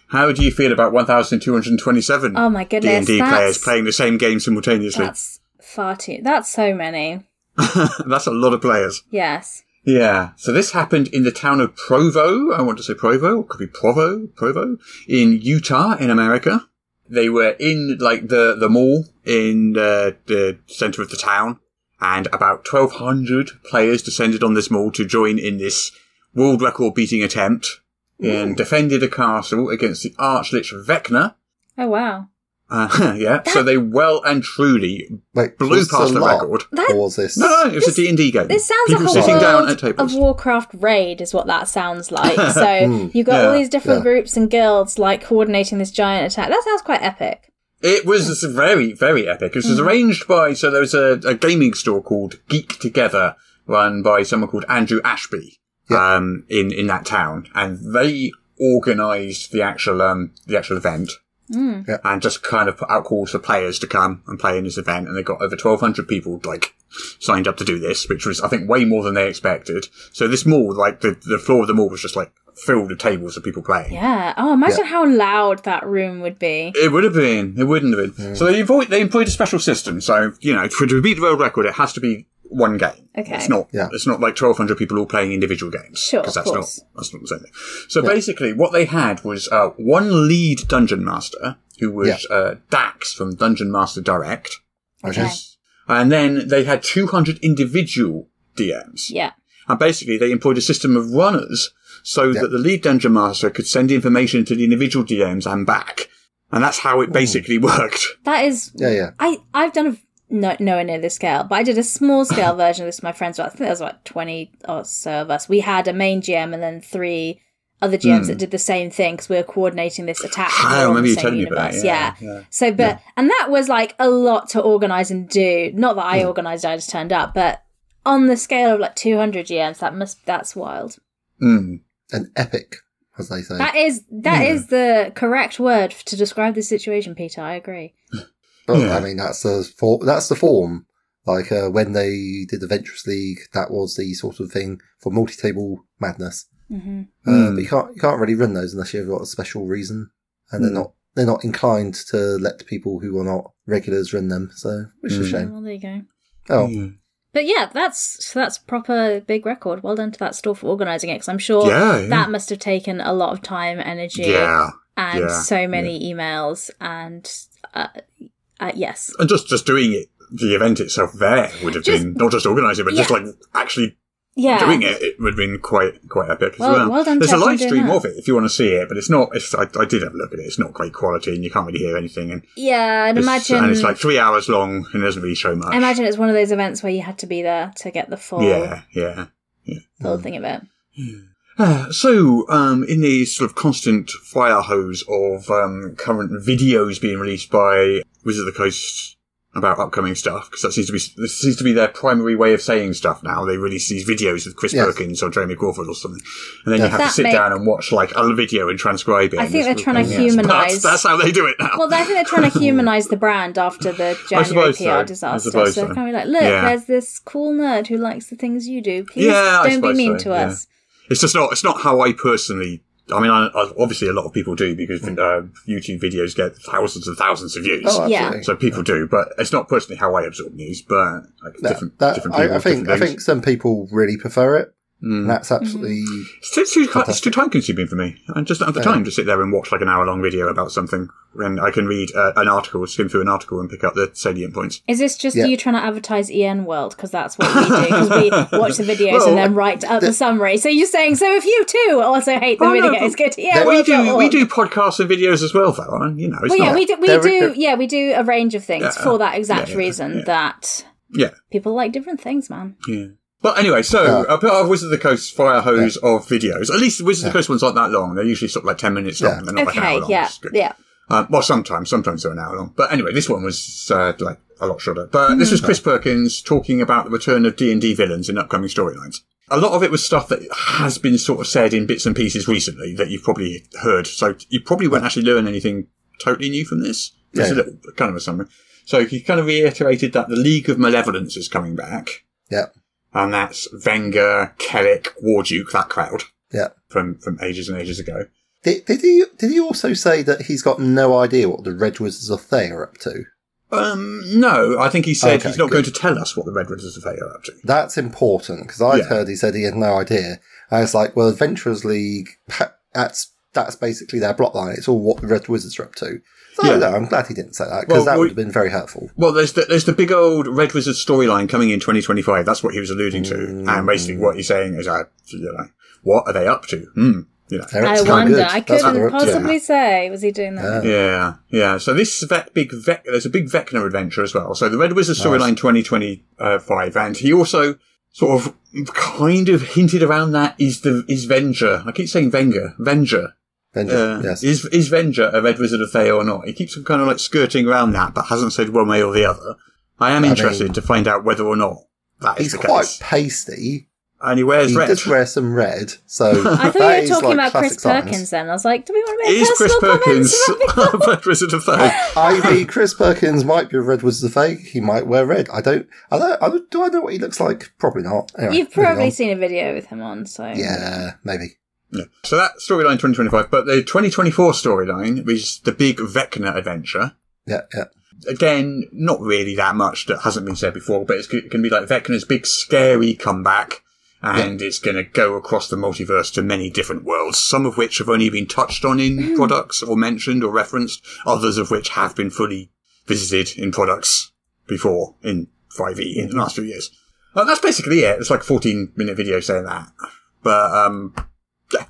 Speaker 5: how do you feel about 1,227
Speaker 7: Oh my goodness,
Speaker 5: D&D players
Speaker 7: that's-
Speaker 5: playing the same game simultaneously?
Speaker 7: That's far too. That's so many.
Speaker 5: That's a lot of players.
Speaker 7: Yes.
Speaker 5: Yeah. So this happened in the town of Provo. I want to say Provo. It could be Provo, Provo in Utah in America. They were in like the, the mall in uh, the center of the town and about 1200 players descended on this mall to join in this world record beating attempt and defended a castle against the Archlich Vecna.
Speaker 7: Oh wow.
Speaker 5: Uh, yeah. So they well and truly
Speaker 6: Wait,
Speaker 5: blew
Speaker 6: was this
Speaker 5: past
Speaker 6: a
Speaker 5: the
Speaker 6: lot,
Speaker 5: record.
Speaker 7: That-
Speaker 6: Or was this.
Speaker 5: No, no, it was
Speaker 7: This-
Speaker 5: a D&D game.
Speaker 7: This sounds
Speaker 5: People
Speaker 7: like a
Speaker 5: sitting
Speaker 7: world
Speaker 5: down at tables.
Speaker 7: of Warcraft raid is what that sounds like. So
Speaker 6: Mm.
Speaker 7: you've got all
Speaker 5: Yeah,
Speaker 7: these different
Speaker 6: yeah.
Speaker 7: groups and guilds like coordinating this giant attack. That sounds quite epic.
Speaker 5: It was very, very epic. It was arranged by, so there was a, a gaming store called Geek Together, run by someone called Andrew Ashby,
Speaker 6: Yeah.
Speaker 5: um, in, in that town. And they organized the actual, um, the actual event.
Speaker 7: Mm.
Speaker 6: Yeah.
Speaker 5: And just kind of put out calls for players to come and play in this event. And they got over 1200 people, like, signed up to do this, which was, I think, way more than they expected. So this mall, like, the, the floor of the mall was just, like, filled with tables of people playing.
Speaker 7: Yeah. Oh, imagine how loud that room would be.
Speaker 5: It would have been. It wouldn't have been. So they employed, they employed a special system. So you know, for to beat the world record, it has to be one game.
Speaker 7: Okay.
Speaker 5: It's not.
Speaker 6: Yeah.
Speaker 5: It's not like twelve hundred people all playing individual games.
Speaker 7: Sure, of
Speaker 5: that's
Speaker 7: course.
Speaker 5: not that's not the same thing. So basically, what they had was uh, one lead dungeon master who was uh, Dax from Dungeon Master Direct,
Speaker 6: Which
Speaker 7: Okay.
Speaker 6: is.
Speaker 5: and then they had two hundred individual DMs.
Speaker 7: Yeah.
Speaker 5: And basically, they employed a system of runners so
Speaker 6: Yeah.
Speaker 5: that the lead dungeon master could send information to the individual DMs and back. And that's how it basically worked.
Speaker 7: That is.
Speaker 6: Yeah, yeah.
Speaker 7: I I've done a no nowhere near this scale, but I did a small scale version of this with my friends. Well, I think there was like twenty or so of us. We had a main GM and then three other GMs that did the same thing because we were coordinating this attack.
Speaker 5: Hmm. Ah, I
Speaker 7: We were on
Speaker 5: remember
Speaker 7: the
Speaker 5: you
Speaker 7: same
Speaker 5: telling me about
Speaker 7: universe.
Speaker 5: it, yeah,
Speaker 7: So, but and that was like a lot to organize and do. Not that I
Speaker 5: Hmm.
Speaker 7: organized; I just turned up. But on the scale of like two hundred GMs, that must that's wild.
Speaker 5: Mm.
Speaker 6: An epic, as they say.
Speaker 7: That is that is the correct word f- to describe this situation, Peter. I agree.
Speaker 6: But
Speaker 5: Yeah.
Speaker 6: I mean, that's the for- that's the form. Like uh, when they did the Ventress League, that was the sort of thing for multi-table madness.
Speaker 7: Mm-hmm.
Speaker 6: Uh,
Speaker 5: Hmm.
Speaker 6: but you can't you can't really run those unless you've got a special reason, and
Speaker 5: Hmm.
Speaker 6: they're not they're not inclined to let people who are not regulars run them. So, which
Speaker 5: Hmm.
Speaker 6: is a shame.
Speaker 7: Well, there you go.
Speaker 6: Oh,
Speaker 5: Yeah.
Speaker 7: But yeah, that's so that's proper big record. Well done to that store for organising it, because I'm sure
Speaker 5: Yeah, yeah.
Speaker 7: that must have taken a lot of time, energy,
Speaker 5: Yeah.
Speaker 7: and
Speaker 5: yeah,
Speaker 7: so many emails, and uh, uh, yes,
Speaker 5: And just just doing it, the event itself there would have
Speaker 7: Just-
Speaker 5: been not just organising, but just
Speaker 7: Yeah.
Speaker 5: like actually
Speaker 7: yeah,
Speaker 5: doing it. It would have been quite quite epic
Speaker 7: Well-
Speaker 5: as well.
Speaker 7: well done,
Speaker 5: There's
Speaker 7: Ted,
Speaker 5: a
Speaker 7: for
Speaker 5: live
Speaker 7: doing
Speaker 5: stream
Speaker 7: that.
Speaker 5: of it if you want to see it, but it's not. It's, I, I did have a look at it. It's not great quality, and you can't really hear anything. And
Speaker 7: Yeah, I'd
Speaker 5: it's,
Speaker 7: imagine.
Speaker 5: and it's like three hours long, and it doesn't really show much.
Speaker 7: I imagine it's one of those events where you had to be there to get the full,
Speaker 5: Yeah, Mm. yeah.
Speaker 7: full thing of it.
Speaker 5: Uh, so, um, in the sort of constant fire hose of um, current videos being released by Wizard of the Coast about upcoming stuff, because that seems to be this seems to be their primary way of saying stuff now. They release these videos with Chris
Speaker 6: Yes.
Speaker 5: Perkins or Jeremy Crawford or something, and then
Speaker 6: Yeah.
Speaker 5: you have to
Speaker 7: That
Speaker 5: sit
Speaker 7: make-
Speaker 5: down and watch like a video and transcribe it.
Speaker 7: I
Speaker 5: and
Speaker 7: think
Speaker 5: this
Speaker 7: they're trying to
Speaker 5: sort of thing. Yes, but
Speaker 7: humanise-
Speaker 5: That's, that's how they do it now.
Speaker 7: Well, I think they're trying to humanize the brand after the January PR
Speaker 5: suppose so. I
Speaker 7: disaster. So,
Speaker 5: suppose so.
Speaker 7: kind of like, look,
Speaker 5: Yeah.
Speaker 7: there's this cool nerd who likes the things you do. Please
Speaker 5: Yeah,
Speaker 7: don't
Speaker 5: I
Speaker 7: be
Speaker 5: suppose
Speaker 7: mean
Speaker 5: so,
Speaker 7: to
Speaker 5: yeah.
Speaker 7: us.
Speaker 5: It's just not. It's not how I personally. I mean, I, I, obviously, a lot of people do because uh, YouTube videos get thousands and thousands of views.
Speaker 6: Mm. oh,
Speaker 7: Yeah.
Speaker 6: absolutely.
Speaker 5: So people do, but it's not personally how I absorb news, but like
Speaker 6: That-
Speaker 5: different,
Speaker 6: that-
Speaker 5: different people.
Speaker 6: I, I think I
Speaker 5: different Mm.
Speaker 6: think some people really prefer it. And that's
Speaker 7: Mm-hmm.
Speaker 6: absolutely
Speaker 5: it's too, too- it's too time consuming for me. I just don't have the time to sit there and watch like an hour long video about something when I can read uh, an article, skim through an article and pick up the salient points.
Speaker 7: Is this just
Speaker 6: Yeah.
Speaker 7: you trying to advertise EN World? Because that's what we do. Because we watch the videos
Speaker 5: Well,
Speaker 7: and then write up the summary. So you're saying, so if you too also hate the
Speaker 5: Oh, no,
Speaker 7: videos,
Speaker 5: but
Speaker 7: go to EN
Speaker 5: we
Speaker 7: World.
Speaker 5: do, we do podcasts and videos as well, though. aren't- You know, it's
Speaker 7: Well, yeah,
Speaker 5: not,
Speaker 7: we do. We
Speaker 6: They're-
Speaker 7: do. Yeah, we do a range of things
Speaker 5: Yeah.
Speaker 7: for that exact
Speaker 5: Yeah, yeah,
Speaker 7: reason
Speaker 5: yeah.
Speaker 7: that
Speaker 5: yeah.
Speaker 7: people like different things, man.
Speaker 5: Yeah. Well, anyway, so a bit of Wizard of the Coast fire hose of videos. At least Wizard of the Coast ones aren't that long. They're usually sort of like 10 minutes long.
Speaker 6: Yeah.
Speaker 5: They're not like an
Speaker 7: okay,
Speaker 5: hour long.
Speaker 7: yeah,
Speaker 5: It's good.
Speaker 7: yeah.
Speaker 5: Um, well, sometimes, sometimes they're an hour long. But anyway, this one was uh, like a lot shorter. But this
Speaker 7: Mm.
Speaker 5: was Chris Perkins talking about the return of D and D villains in upcoming storylines. A lot of it was stuff that has been sort of said in bits and pieces recently that you've probably heard. So you probably won't actually learn anything totally new from this. It's a
Speaker 6: Yeah.
Speaker 5: little kind of a summary. So he kind of reiterated that the League of Malevolence is coming back,
Speaker 6: yeah,
Speaker 5: and that's Venga, Kellic, Warduke, that crowd
Speaker 6: yeah.
Speaker 5: from from ages and ages ago.
Speaker 6: Did, did he did he also say that he's got no idea what the Red Wizards of Thay are up to?
Speaker 5: Um, no, I think he said
Speaker 6: Okay,
Speaker 5: he's not
Speaker 6: good.
Speaker 5: going to tell us what the Red Wizards of Hay are up to.
Speaker 6: That's important because I'd
Speaker 5: Yeah.
Speaker 6: heard he said he had no idea. I was like, well, Adventurers League, ha- that's that's basically their block line. It's all what the Red Wizards are up to. So
Speaker 5: Yeah.
Speaker 6: no, I'm glad he didn't say that
Speaker 5: Well,
Speaker 6: because that
Speaker 5: we-
Speaker 6: would have been very hurtful.
Speaker 5: Well, there's the, there's the big old Red Wizard storyline coming in 2025. That's what he was alluding to, and basically
Speaker 6: Mm.
Speaker 5: what he's saying is, uh, you know, what are they up to? Hmm. You know.
Speaker 6: They're up
Speaker 7: I
Speaker 6: to no
Speaker 7: wonder.
Speaker 6: good.
Speaker 7: I
Speaker 6: That's what they're up
Speaker 7: couldn't
Speaker 6: to.
Speaker 7: possibly say. Was he doing that?
Speaker 5: Yeah, yeah. So this Vec, big Vec, there's a big Vecna adventure as well. So the Red Wizard storyline 2025, and he also sort of kind of hinted around that is the is Venger. I keep saying Venger, Venger.
Speaker 6: Avenger,
Speaker 5: Uh,
Speaker 6: yes.
Speaker 5: Is is Venger a Red Wizard of Thay or not? He keeps kind of like skirting around that, but hasn't said one way or the other. I am
Speaker 6: I
Speaker 5: interested
Speaker 6: mean-
Speaker 5: to find out whether or not that
Speaker 6: He's
Speaker 5: is the
Speaker 6: quite
Speaker 5: case.
Speaker 6: pasty.
Speaker 5: And he wears
Speaker 6: He
Speaker 5: red.
Speaker 6: does wear some red, so
Speaker 7: I thought
Speaker 6: that
Speaker 7: you
Speaker 6: is,
Speaker 7: were talking
Speaker 6: like,
Speaker 7: about Chris
Speaker 6: classic signs.
Speaker 7: Perkins then. I was like, do we want to make
Speaker 5: Is Chris
Speaker 7: personal
Speaker 5: Perkins
Speaker 7: comments? about-
Speaker 5: a Red Wizard of Thay?
Speaker 6: Ivy Chris Perkins might be a red wizard of fake. He might wear red. I don't. I don't. I don't do I know what he looks like? Probably not. Anyway,
Speaker 7: You've
Speaker 6: moving
Speaker 7: probably
Speaker 6: on.
Speaker 7: seen a video with him on, so
Speaker 6: Yeah, maybe.
Speaker 5: No. So that storyline 2025, but the 2024 storyline, which is the big Vecna adventure,
Speaker 6: Yeah, yeah.
Speaker 5: again, not really that much that hasn't been said before, but it's going to be like Vecna's big scary comeback. And it's going to go across the multiverse to many different worlds, some of which have only been touched on in products or mentioned or referenced, others of which have been fully visited in products before in 5e in the last few years. Uh, that's basically it. It's like a 14 minute video saying that. But, um, yeah.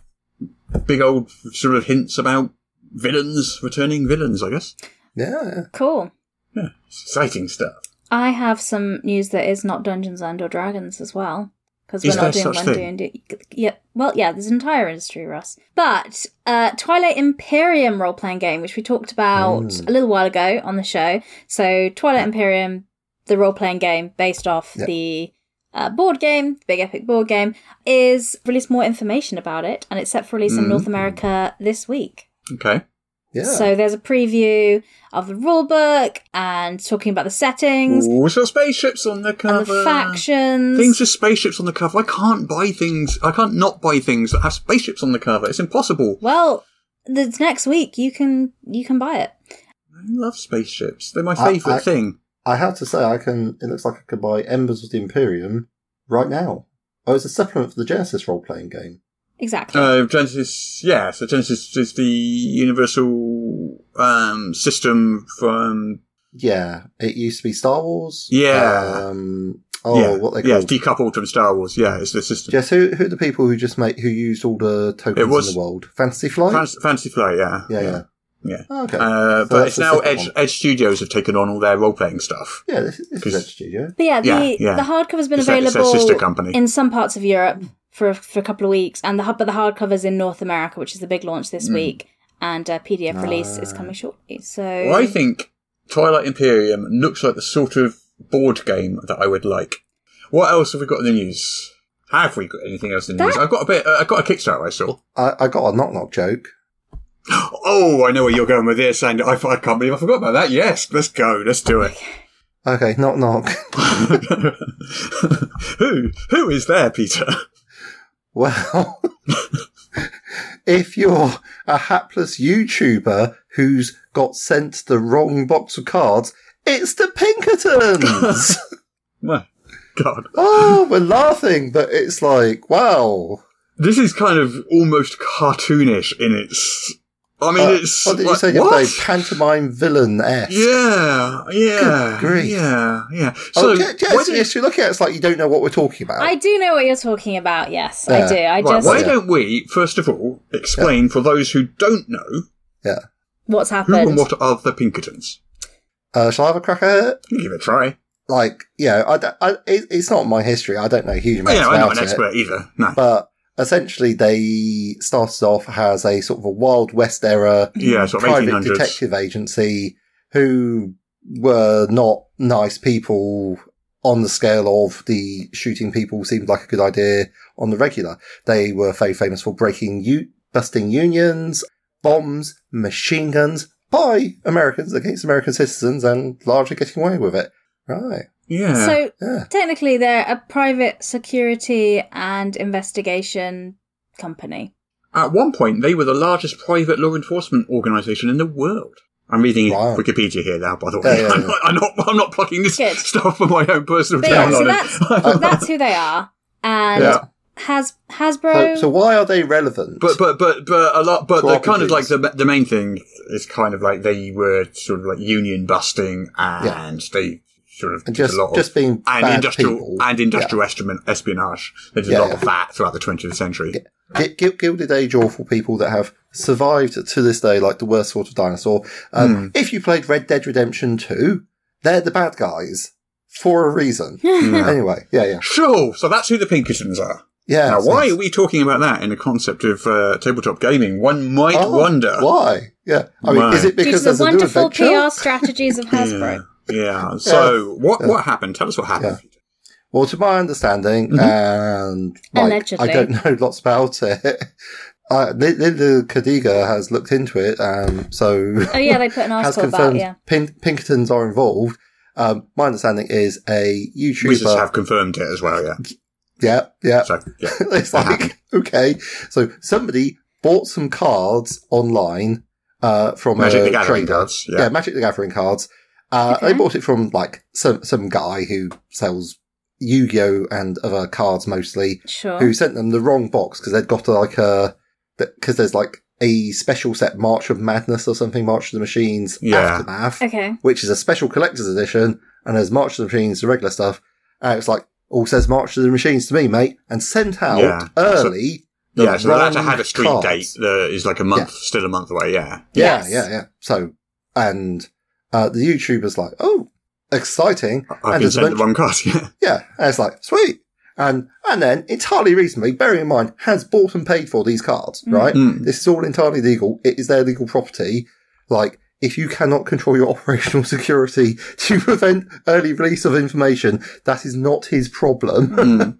Speaker 5: big old sort of hints about villains, returning villains, I guess.
Speaker 6: Yeah, yeah.
Speaker 7: cool.
Speaker 5: Yeah, it's exciting stuff.
Speaker 7: I have some news that is not Dungeons and or Dragons as well because we're
Speaker 5: Is
Speaker 7: not
Speaker 5: there
Speaker 7: doing
Speaker 5: such
Speaker 7: one
Speaker 5: thing?
Speaker 7: D&D. Yeah, well, yeah, there's an entire industry, Russ. But uh, Twilight Imperium role playing game, which we talked about
Speaker 5: Hmm.
Speaker 7: a little while ago on the show. So Twilight Imperium, the role playing game based off
Speaker 6: Yep.
Speaker 7: the uh, board game, the Big Epic board game,
Speaker 5: Hmm.
Speaker 7: is released more information about it, and it's set for release in North America this week.
Speaker 5: Okay.
Speaker 6: Yeah.
Speaker 7: So there's a preview of the rulebook and talking about the settings
Speaker 5: Ooh, so spaceships on the cover.
Speaker 7: and the factions.
Speaker 5: Things with spaceships on the cover. I can't buy things. I can't not buy things that have spaceships on the cover. It's impossible.
Speaker 7: well, the next week you can you can buy it.
Speaker 5: I love spaceships. They're my
Speaker 6: I-
Speaker 5: favourite
Speaker 6: I-
Speaker 5: thing.
Speaker 6: I have to say, I can. It looks like I could buy Embers of the Imperium right now. Oh, it's a supplement for the Genesis role playing game.
Speaker 7: Exactly.
Speaker 5: Uh, Genesis, yeah. So Genesis is the universal um, system from
Speaker 6: Yeah, it used to be Star Wars.
Speaker 5: Yeah.
Speaker 6: Um, oh,
Speaker 5: yeah,
Speaker 6: what they
Speaker 5: yeah,
Speaker 6: call?
Speaker 5: it's decoupled from Star Wars. Yeah, it's the system.
Speaker 6: Jess, who who are the people who just make who used all the tokens
Speaker 5: It was-
Speaker 6: in the world? Fantasy Flight.
Speaker 5: Fancy, Fantasy Flight, yeah,
Speaker 6: yeah, yeah.
Speaker 5: yeah.
Speaker 6: Oh, okay.
Speaker 5: Uh,
Speaker 6: So
Speaker 5: but
Speaker 6: that's
Speaker 5: it's
Speaker 6: the
Speaker 5: now
Speaker 6: second
Speaker 5: Edge.
Speaker 6: one.
Speaker 5: Edge Studios have taken on all their role playing stuff.
Speaker 6: Yeah, this, this is
Speaker 5: 'Cause-
Speaker 6: Edge Studio.
Speaker 7: But yeah, the,
Speaker 5: Yeah, yeah.
Speaker 7: the hardcover has been
Speaker 5: It's like- it's
Speaker 7: available
Speaker 5: their sister company.
Speaker 7: in some parts of Europe for for a couple of weeks, and the hub- but the hardcover's in North America, which is the big launch
Speaker 5: Mm.
Speaker 7: this week, and uh, a PDF release is coming shortly. So
Speaker 5: Uh, Well, I think Twilight Imperium looks like the sort of board game that I would like. What else have we got in the news? Have we got anything else in the
Speaker 7: That-
Speaker 5: news? I've got a bit. Uh, I've got a Kickstarter I saw.
Speaker 6: I, I got a knock knock joke.
Speaker 5: Oh, I know where you're going with this, and I, I can't believe I forgot about that. Yes, let's go. Let's do it.
Speaker 6: Okay, knock knock.
Speaker 5: who who is there, Peter?
Speaker 6: Well, if you're a hapless YouTuber who's got sent the wrong box of cards, it's the Pinkertons.
Speaker 5: My God,
Speaker 6: oh, we're laughing, but it's like, wow.
Speaker 5: this is kind of almost cartoonish in its. I mean,
Speaker 6: Uh,
Speaker 5: it's
Speaker 6: what did you
Speaker 5: like,
Speaker 6: say the other
Speaker 5: what?
Speaker 6: day? Pantomime villain esque.
Speaker 5: Yeah, yeah,
Speaker 6: Good grief.
Speaker 5: yeah, yeah.
Speaker 6: So,
Speaker 5: So,
Speaker 6: oh, yes,
Speaker 5: why
Speaker 6: yes,
Speaker 5: did-
Speaker 6: yes, you look at it, it's like you don't know what we're talking about.
Speaker 7: I do know what you're talking about. Yes, I
Speaker 6: Yeah.
Speaker 7: do. I
Speaker 5: uh, Right,
Speaker 7: just
Speaker 5: why
Speaker 6: Yeah.
Speaker 5: don't we, first of all, explain for those who don't know
Speaker 6: yeah.
Speaker 7: what's
Speaker 5: who and
Speaker 7: happened.
Speaker 5: what are the Pinkertons?
Speaker 6: Uh, shall I have a crack at it?
Speaker 5: You Give it a try.
Speaker 6: Like, you know, I, don't- I, it, it's not my history. I don't know a huge
Speaker 5: Well,
Speaker 6: amounts
Speaker 5: you Oh, know, I'm
Speaker 6: about
Speaker 5: not an
Speaker 6: it.
Speaker 5: expert either. No.
Speaker 6: But essentially, they started off as a sort of a Wild West era
Speaker 5: yeah, sort of
Speaker 6: private
Speaker 5: 1800s.
Speaker 6: detective agency who were not nice people on the scale of the shooting people seemed like a good idea on the regular. They were very famous for breaking, u- busting unions, bombs, machine guns by Americans against American citizens and largely getting away with it. Right.
Speaker 5: Yeah.
Speaker 7: so
Speaker 6: Yeah.
Speaker 7: technically, they're a private security and investigation company.
Speaker 5: At one point, they were the largest private law enforcement organisation in the world. I'm reading
Speaker 6: Wow.
Speaker 5: Wikipedia here now, by the way.
Speaker 6: Yeah, yeah,
Speaker 5: I'm,
Speaker 6: yeah.
Speaker 5: Not, I'm not. I'm not plugging this
Speaker 7: Good.
Speaker 5: stuff for my own personal
Speaker 7: But yeah,
Speaker 5: download.
Speaker 7: so
Speaker 6: Uh,
Speaker 7: that's that's who they are, and
Speaker 5: Yeah.
Speaker 7: has
Speaker 6: So,
Speaker 7: Hasbro.
Speaker 6: so why are they relevant?
Speaker 5: But but but but a lot. But
Speaker 6: To
Speaker 5: the kind of
Speaker 6: RPGs.
Speaker 5: like the the main thing is kind of like they were sort of like union busting and they sort of
Speaker 6: And
Speaker 5: did
Speaker 6: just-
Speaker 5: a lot of
Speaker 6: just being
Speaker 5: and
Speaker 6: bad
Speaker 5: industrial
Speaker 6: people.
Speaker 5: and industrial espionage- espionage. They did
Speaker 6: Yeah,
Speaker 5: a lot
Speaker 6: yeah.
Speaker 5: of that throughout the 20th century.
Speaker 6: Gu- gu- gilded age awful people that have survived to this day like the worst sort of dinosaur.
Speaker 5: Hmm.
Speaker 6: Um, If you played Red Dead Redemption 2, they're the bad guys for a reason. Anyway, yeah, yeah.
Speaker 5: Sure. So that's who the Pinkertons are.
Speaker 6: Yeah.
Speaker 5: now,
Speaker 6: so-
Speaker 5: why are we talking about that in the concept of uh, tabletop gaming? One might
Speaker 6: Oh,
Speaker 5: wonder.
Speaker 6: Why? Yeah. I mean,
Speaker 5: Why?
Speaker 6: is it
Speaker 7: Due to
Speaker 6: because
Speaker 7: the
Speaker 6: there's a new
Speaker 7: wonderful
Speaker 6: adventure?
Speaker 7: PR strategies of Hasbro.
Speaker 5: Yeah. yeah. So what what happened? Tell us what happened.
Speaker 6: Well, to my understanding,
Speaker 5: Mm-hmm.
Speaker 6: and like,
Speaker 7: Allegedly.
Speaker 6: I don't know lots about it. Uh, Lin- Linda Cadiga has looked into it, um, so
Speaker 7: Oh yeah, they put an
Speaker 6: has
Speaker 7: article about
Speaker 6: confirmed
Speaker 7: yeah.
Speaker 6: Pin- Pinkertons are involved. Um, my understanding is a YouTuber.
Speaker 5: Wizards have confirmed it as well. Yeah.
Speaker 6: yeah, yeah.
Speaker 5: So yeah.
Speaker 6: it's like okay, so somebody bought some cards online uh, from
Speaker 5: Magic
Speaker 6: a
Speaker 5: the Gathering
Speaker 6: trader.
Speaker 5: cards, yeah.
Speaker 6: yeah. Magic the Gathering cards. Uh, They bought it from like some some guy who sells Yu-Gi-Oh and other cards mostly,
Speaker 7: Sure.
Speaker 6: who sent them the wrong box because they'd got like a because there's like a special set March of Madness or something, March of the Machines
Speaker 5: Yeah.
Speaker 6: aftermath
Speaker 7: Okay.
Speaker 6: which is a special collector's edition, and there's March of the Machines, the regular stuff. And it's like, all says March of the Machines to me, mate, and sent out
Speaker 5: Yeah.
Speaker 6: early. the
Speaker 5: Yeah, so the latter
Speaker 6: wrong
Speaker 5: had a street
Speaker 6: cards.
Speaker 5: date that is like a month, still a month away. Yeah,
Speaker 6: Yeah,
Speaker 7: Yes.
Speaker 6: yeah, yeah. So, and uh, the YouTuber's like, oh, exciting.
Speaker 5: I've
Speaker 6: and
Speaker 5: been
Speaker 6: there's a
Speaker 5: sent the
Speaker 6: bunch-
Speaker 5: wrong card. Yeah,
Speaker 6: Yeah, and it's like, sweet. And and then entirely reasonably, bearing in mind, has bought and paid for these cards, right?
Speaker 5: Mm.
Speaker 6: This is all entirely legal. It is their legal property. Like, if you cannot control your operational security to prevent early release of information, that is not his problem.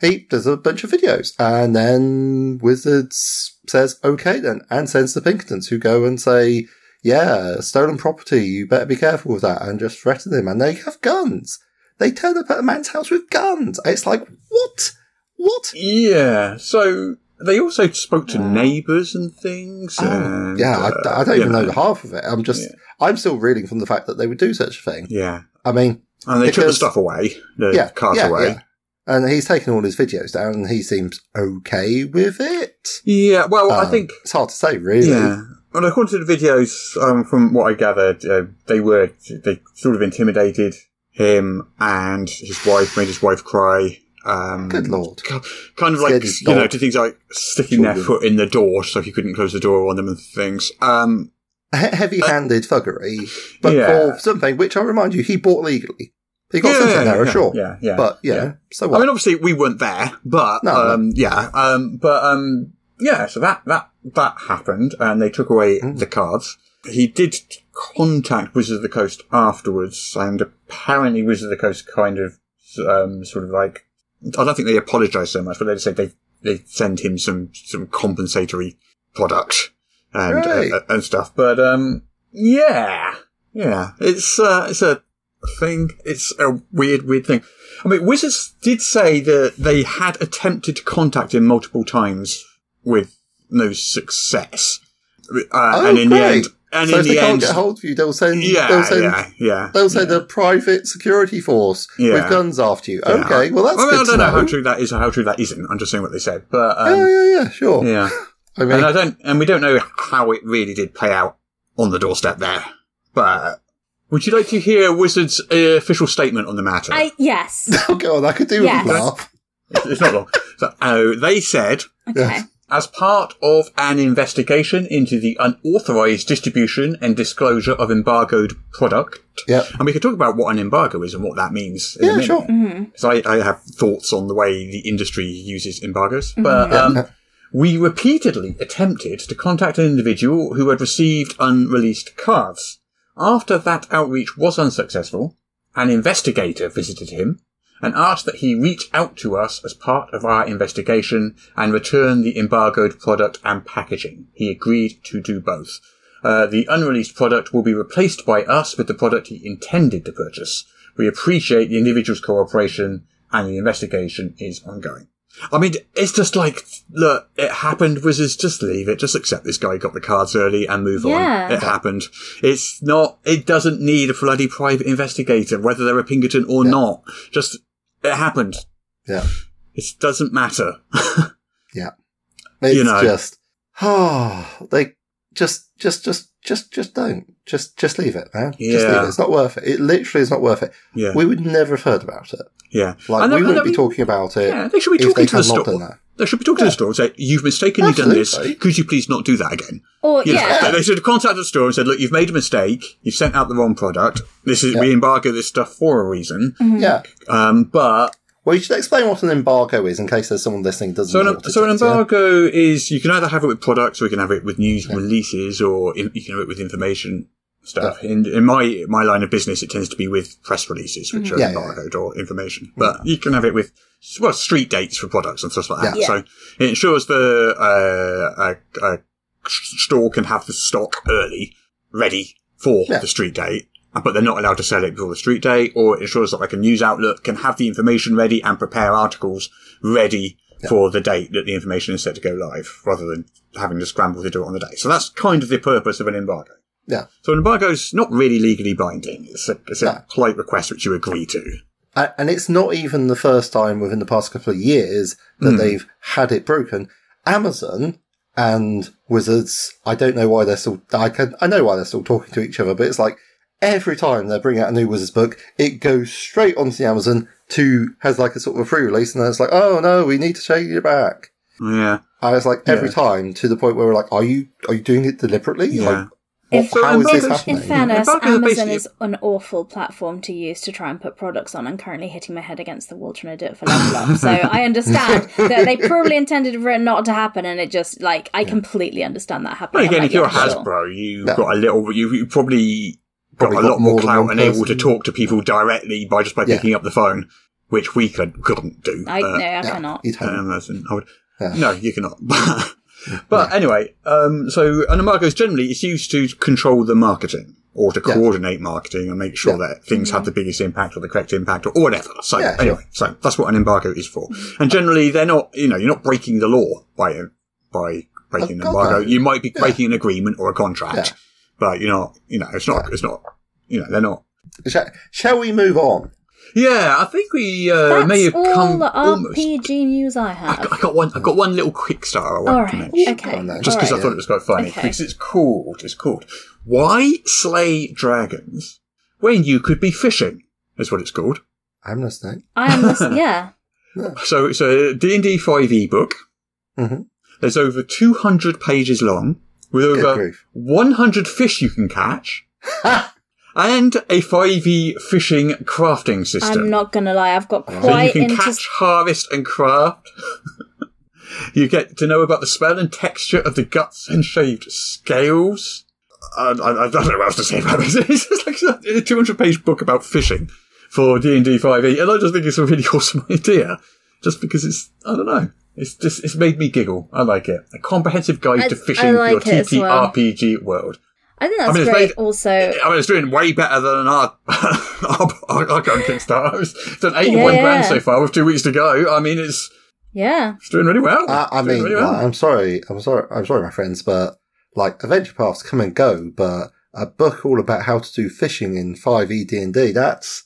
Speaker 6: he does a bunch of videos, and then Wizards says, okay then, and sends the Pinkertons who go and say, yeah, stolen property, you better be careful with that, and just threaten them. And they have guns. They turn up at a man's house with guns. It's like, what? What?
Speaker 5: Yeah. So they also spoke to neighbours and things. and,
Speaker 6: Oh, yeah,
Speaker 5: uh,
Speaker 6: I, I don't
Speaker 5: you
Speaker 6: even know the half of it. I'm just, I'm still reeling from the fact that they would do such a thing.
Speaker 5: Yeah.
Speaker 6: I mean,
Speaker 5: And they took the
Speaker 6: Because-
Speaker 5: stuff away, the
Speaker 6: yeah,
Speaker 5: cart
Speaker 6: yeah,
Speaker 5: away.
Speaker 6: yeah. And he's taken all his videos down, and he seems okay with it.
Speaker 5: Yeah, well, I
Speaker 6: Um,
Speaker 5: think.
Speaker 6: it's hard to say, really.
Speaker 5: Yeah. Well, according to the videos, um, from what I gathered, uh, they were they sort of intimidated him and his wife, made his wife cry. Um,
Speaker 6: Good lord.
Speaker 5: ki- Kind of like
Speaker 6: Scared
Speaker 5: you
Speaker 6: his
Speaker 5: know,
Speaker 6: dog.
Speaker 5: to things like sticking their
Speaker 6: Children.
Speaker 5: foot in the door so he couldn't close the door on them and things. Um,
Speaker 6: He- heavy-handed thuggery, but
Speaker 5: Yeah.
Speaker 6: for something which I remind you, he bought legally. He got
Speaker 5: Yeah,
Speaker 6: something
Speaker 5: yeah,
Speaker 6: there,
Speaker 5: yeah,
Speaker 6: sure.
Speaker 5: yeah, yeah,
Speaker 6: but you
Speaker 5: yeah.
Speaker 6: know, so
Speaker 5: I
Speaker 6: what?
Speaker 5: mean, obviously we weren't there, but
Speaker 6: No, no.
Speaker 5: um, yeah, um, but um, yeah. So that that that happened, and they took away
Speaker 6: Hmm.
Speaker 5: the cards. He did contact Wizard of the Coast afterwards, and apparently Wizard of the Coast kind of um, sort of like I don't think they apologised so much, but they just said they they send him some some compensatory product and
Speaker 6: Right.
Speaker 5: uh, and stuff. But um, yeah, yeah, it's uh, it's a thing. It's a weird, weird thing. I mean, Wizards did say that they had attempted to contact him multiple times with no success. Uh,
Speaker 6: Oh,
Speaker 5: and in the
Speaker 6: great.
Speaker 5: end, and
Speaker 6: so
Speaker 5: in
Speaker 6: if
Speaker 5: the
Speaker 6: they
Speaker 5: end,
Speaker 6: can't get hold of you, they'll send.
Speaker 5: yeah,
Speaker 6: they'll send
Speaker 5: yeah, yeah.
Speaker 6: They'll send a private security force
Speaker 5: Yeah.
Speaker 6: with guns after you.
Speaker 5: yeah.
Speaker 6: Okay, well that's
Speaker 5: I, mean,
Speaker 6: good
Speaker 5: I don't
Speaker 6: to
Speaker 5: know,
Speaker 6: know.
Speaker 5: how true that is or how true that isn't. I'm just saying what they said, but
Speaker 6: yeah,
Speaker 5: um,
Speaker 6: yeah, yeah, sure.
Speaker 5: yeah.
Speaker 6: I mean,
Speaker 5: And I don't, and we don't know how it really did play out on the doorstep there. But would you like to hear Wizards' uh, official statement on the matter?
Speaker 7: I yes.
Speaker 6: oh god, I could do with
Speaker 7: Yes.
Speaker 6: a laugh.
Speaker 5: It's it's not long. So, oh, they said
Speaker 7: Okay.
Speaker 5: As part of an investigation into the unauthorized distribution and disclosure of embargoed product,
Speaker 6: Yep.
Speaker 5: and we could talk about what an embargo is and what that means. In a
Speaker 6: Yeah,
Speaker 5: minute.
Speaker 6: sure.
Speaker 5: So I, I have thoughts on the way the industry uses embargoes, but um, we repeatedly attempted to contact an individual who had received unreleased cards. After that outreach was unsuccessful, an investigator visited him and asked that he reach out to us as part of our investigation and return the embargoed product and packaging. He agreed to do both. Uh, the unreleased product will be replaced by us with the product he intended to purchase. We appreciate the individual's cooperation and the investigation is ongoing. I mean, it's just like, look, it happened, wizards, just leave it, just accept this guy got the cards early and move on.
Speaker 7: Yeah.
Speaker 5: It happened. It's not, it doesn't need a bloody private investigator, whether they're a Pinkerton or not. Just, it happened.
Speaker 6: Yeah,
Speaker 5: It doesn't matter.
Speaker 6: yeah. It's
Speaker 5: know.
Speaker 6: just, ah, they just, just, just, just, just don't. Just, just leave it, man. Just leave
Speaker 5: Yeah.
Speaker 6: it. It's not worth it. It literally is not worth it.
Speaker 5: Yeah.
Speaker 6: We would never have heard about it.
Speaker 5: yeah.
Speaker 6: Like
Speaker 5: And
Speaker 6: we
Speaker 5: they- and
Speaker 6: wouldn't
Speaker 5: they-
Speaker 6: be talking about it.
Speaker 5: Yeah, they should be
Speaker 6: if
Speaker 5: talking
Speaker 6: they
Speaker 5: to the
Speaker 6: had not done
Speaker 5: store.
Speaker 6: that.
Speaker 5: They should be talking to the store and say, "You've mistakenly done
Speaker 6: Absolutely.
Speaker 5: this. Could you please not do that again?"
Speaker 7: Or
Speaker 5: You know,
Speaker 7: yeah.
Speaker 5: they- They should have contacted the store and said, "Look, you've made a mistake. You've sent out the wrong product. This is we embargo this stuff for a reason.
Speaker 6: Yeah.
Speaker 5: Um, but
Speaker 6: Well, you should explain what an embargo is in case there's someone listening who doesn't
Speaker 5: so
Speaker 6: know
Speaker 5: an,
Speaker 6: what it
Speaker 5: so an
Speaker 6: is, yeah?
Speaker 5: embargo is you can either have it with products, or you can have it with news releases, or in, you can have it with information stuff. In, in my my line of business, it tends to be with press releases, which are
Speaker 6: Mm-hmm. Yeah, yeah, yeah.
Speaker 5: embargoed or information. But you can have it with well street dates for products and stuff like that.
Speaker 7: Yeah.
Speaker 5: So it ensures the uh, uh, uh, store can have the stock early, ready for
Speaker 6: Yeah.
Speaker 5: the street date. But they're not allowed to sell it before the street date, or it ensures that like a news outlet can have the information ready and prepare articles ready for the date that the information is set to go live, rather than having to scramble to do it on the day. So that's kind of the purpose of an embargo.
Speaker 6: Yeah.
Speaker 5: So an embargo is not really legally binding. It's a, it's a
Speaker 6: No.
Speaker 5: polite request which you agree to.
Speaker 6: A- And it's not even the first time within the past couple of years that
Speaker 5: Hmm.
Speaker 6: they've had it broken. Amazon and Wizards, I don't know why they're still, I can, I know why they're still talking to each other, but it's like every time they bring out a new Wizards book, it goes straight onto the Amazon to, has like a sort of a free release and then it's like, oh no, we need to change it back.
Speaker 5: Yeah.
Speaker 6: I was like every time to the point where we're like, are you, are you doing it deliberately?
Speaker 5: Yeah.
Speaker 6: Like,
Speaker 7: If-
Speaker 6: what- how is this
Speaker 5: Embargo's-
Speaker 7: In
Speaker 6: happening?
Speaker 7: fairness,
Speaker 5: Embargo is
Speaker 7: Amazon
Speaker 5: basically-
Speaker 7: is an awful platform to use to try and put products on. I'm currently hitting my head against the wall trying to do it for level up. So I understand that they probably intended for it not to happen, and it just like I completely understand that
Speaker 5: But
Speaker 7: happening.
Speaker 5: again,
Speaker 7: I'm
Speaker 5: if you're a
Speaker 7: like, yeah, sure.
Speaker 5: Hasbro, you've
Speaker 6: Yeah.
Speaker 5: got a little, you've, you probably,
Speaker 6: Probably
Speaker 5: got a
Speaker 6: got
Speaker 5: lot more
Speaker 6: more than
Speaker 5: clout
Speaker 6: one
Speaker 5: and able to
Speaker 6: person.
Speaker 5: talk to people directly by just by
Speaker 6: Yeah.
Speaker 5: picking up the phone, which we could, couldn't do.
Speaker 7: I
Speaker 5: Uh,
Speaker 7: no, I
Speaker 6: Yeah,
Speaker 7: cannot.
Speaker 6: you'd hope.
Speaker 5: um, as in, I would,
Speaker 6: Yeah.
Speaker 5: No, you cannot. But anyway, um, so an embargo is generally it's used to control the marketing or to
Speaker 6: Yeah.
Speaker 5: coordinate marketing and make sure
Speaker 6: Yeah.
Speaker 5: that things have the biggest impact or the correct impact or, or whatever. So
Speaker 6: Yeah,
Speaker 5: anyway, so that's what an embargo is for. And generally, they're not you know you're not breaking the law by by breaking an
Speaker 6: Oh, God,
Speaker 5: embargo.
Speaker 6: no.
Speaker 5: You might be
Speaker 6: Yeah.
Speaker 5: breaking an agreement or a contract,
Speaker 6: Yeah.
Speaker 5: but you're not you know it's not it's not you know they're not.
Speaker 6: Shall, shall we move on?
Speaker 5: Yeah, I think we uh,
Speaker 7: That's
Speaker 5: may have
Speaker 7: all
Speaker 5: come
Speaker 7: the RPG
Speaker 5: almost.
Speaker 7: news I
Speaker 5: I
Speaker 7: have.
Speaker 5: got, I got one. I got one little quick star. I wanted
Speaker 7: all
Speaker 5: to
Speaker 7: right.
Speaker 5: mention.
Speaker 7: Okay.
Speaker 6: on then.
Speaker 5: just because
Speaker 7: all
Speaker 5: I
Speaker 7: right.
Speaker 5: thought it was quite funny.
Speaker 7: Okay.
Speaker 5: Because it's called, it's called, Why Slay Dragons When You Could Be Fishing, is what it's called.
Speaker 6: I'm listening.
Speaker 7: I am listening. Yeah.
Speaker 5: So it's a D&D 5e book.
Speaker 6: Mhm.
Speaker 5: That's over 200 pages long, with over
Speaker 6: grief.
Speaker 5: 100 fish you can catch, and a 5e fishing crafting system.
Speaker 7: I'm not gonna lie. I've got
Speaker 5: So uh, you
Speaker 7: quite
Speaker 5: can
Speaker 7: into.
Speaker 5: catch, harvest, and craft. you get to know about the smell and texture of the guts and shaved scales. I, I, I don't know what else to say about this. It's just like a 200 page book about fishing for D&D 5e. And I just think it's a really awesome idea. Just because it's, I don't know. It's just, it's made me giggle. I like it. A comprehensive guide
Speaker 7: I-
Speaker 5: to
Speaker 7: I
Speaker 5: fishing
Speaker 7: like
Speaker 5: for
Speaker 7: it
Speaker 5: your
Speaker 7: as well.
Speaker 5: TTRPG world.
Speaker 7: I think that's
Speaker 5: I mean, it's
Speaker 7: great.
Speaker 5: made-
Speaker 7: also,
Speaker 5: I mean, it's doing way better than our our, our, our current Kickstarter. It's done eighty-one
Speaker 7: Yeah.
Speaker 5: grand so far with two weeks to go. I mean, it's,
Speaker 7: yeah.
Speaker 5: it's doing really well.
Speaker 6: I, I
Speaker 5: It's doing
Speaker 6: mean, uh,
Speaker 5: really well.
Speaker 6: like, I'm sorry, I'm sorry, I'm sorry, my friends, but like adventure paths come and go, but a book all about how to do fishing in E 5e D&D, that's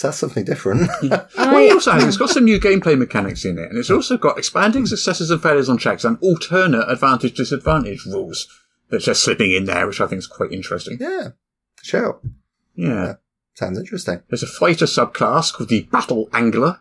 Speaker 6: that's something different.
Speaker 5: well, it
Speaker 7: I-
Speaker 5: also has, it's got some new gameplay mechanics in it, and it's also got expanding successes and failures on checks and alternate advantage disadvantage rules that's just slipping in there, which I think is quite interesting.
Speaker 6: yeah, sure,
Speaker 5: Yeah,
Speaker 6: sounds interesting.
Speaker 5: there's a fighter subclass called the Battle Angler.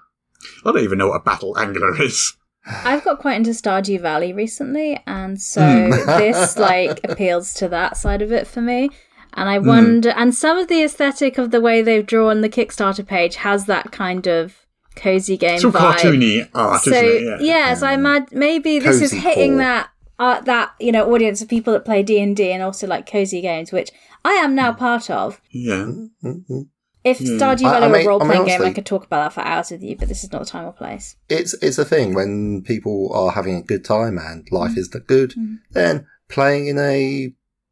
Speaker 5: I don't even know what a Battle Angler is.
Speaker 7: I've got quite into Stardew Valley recently,
Speaker 5: Hmm.
Speaker 7: and so this like appeals to that side of it for me. And
Speaker 5: Hmm.
Speaker 7: I wonder, and some of the aesthetic of the way they've drawn the Kickstarter page has that kind of cozy game
Speaker 5: It's all
Speaker 7: vibe.
Speaker 5: cartoony art,
Speaker 7: so
Speaker 5: isn't it? Yeah.
Speaker 7: so I imagine maybe this is
Speaker 6: Cozy
Speaker 7: hitting
Speaker 6: core.
Speaker 7: that uh, that you know audience of people that play D and D and also like cozy games, which I am now part of.
Speaker 5: yeah.
Speaker 6: Mhm.
Speaker 7: If Stardew
Speaker 6: I- I
Speaker 7: Valley were
Speaker 6: mean-
Speaker 7: a role playing
Speaker 6: I mean,
Speaker 7: game, I
Speaker 6: honestly-
Speaker 7: could talk about that for hours with you, but this is not the time or place.
Speaker 6: It's it's a thing when people are having a good time and life is not good, then playing in a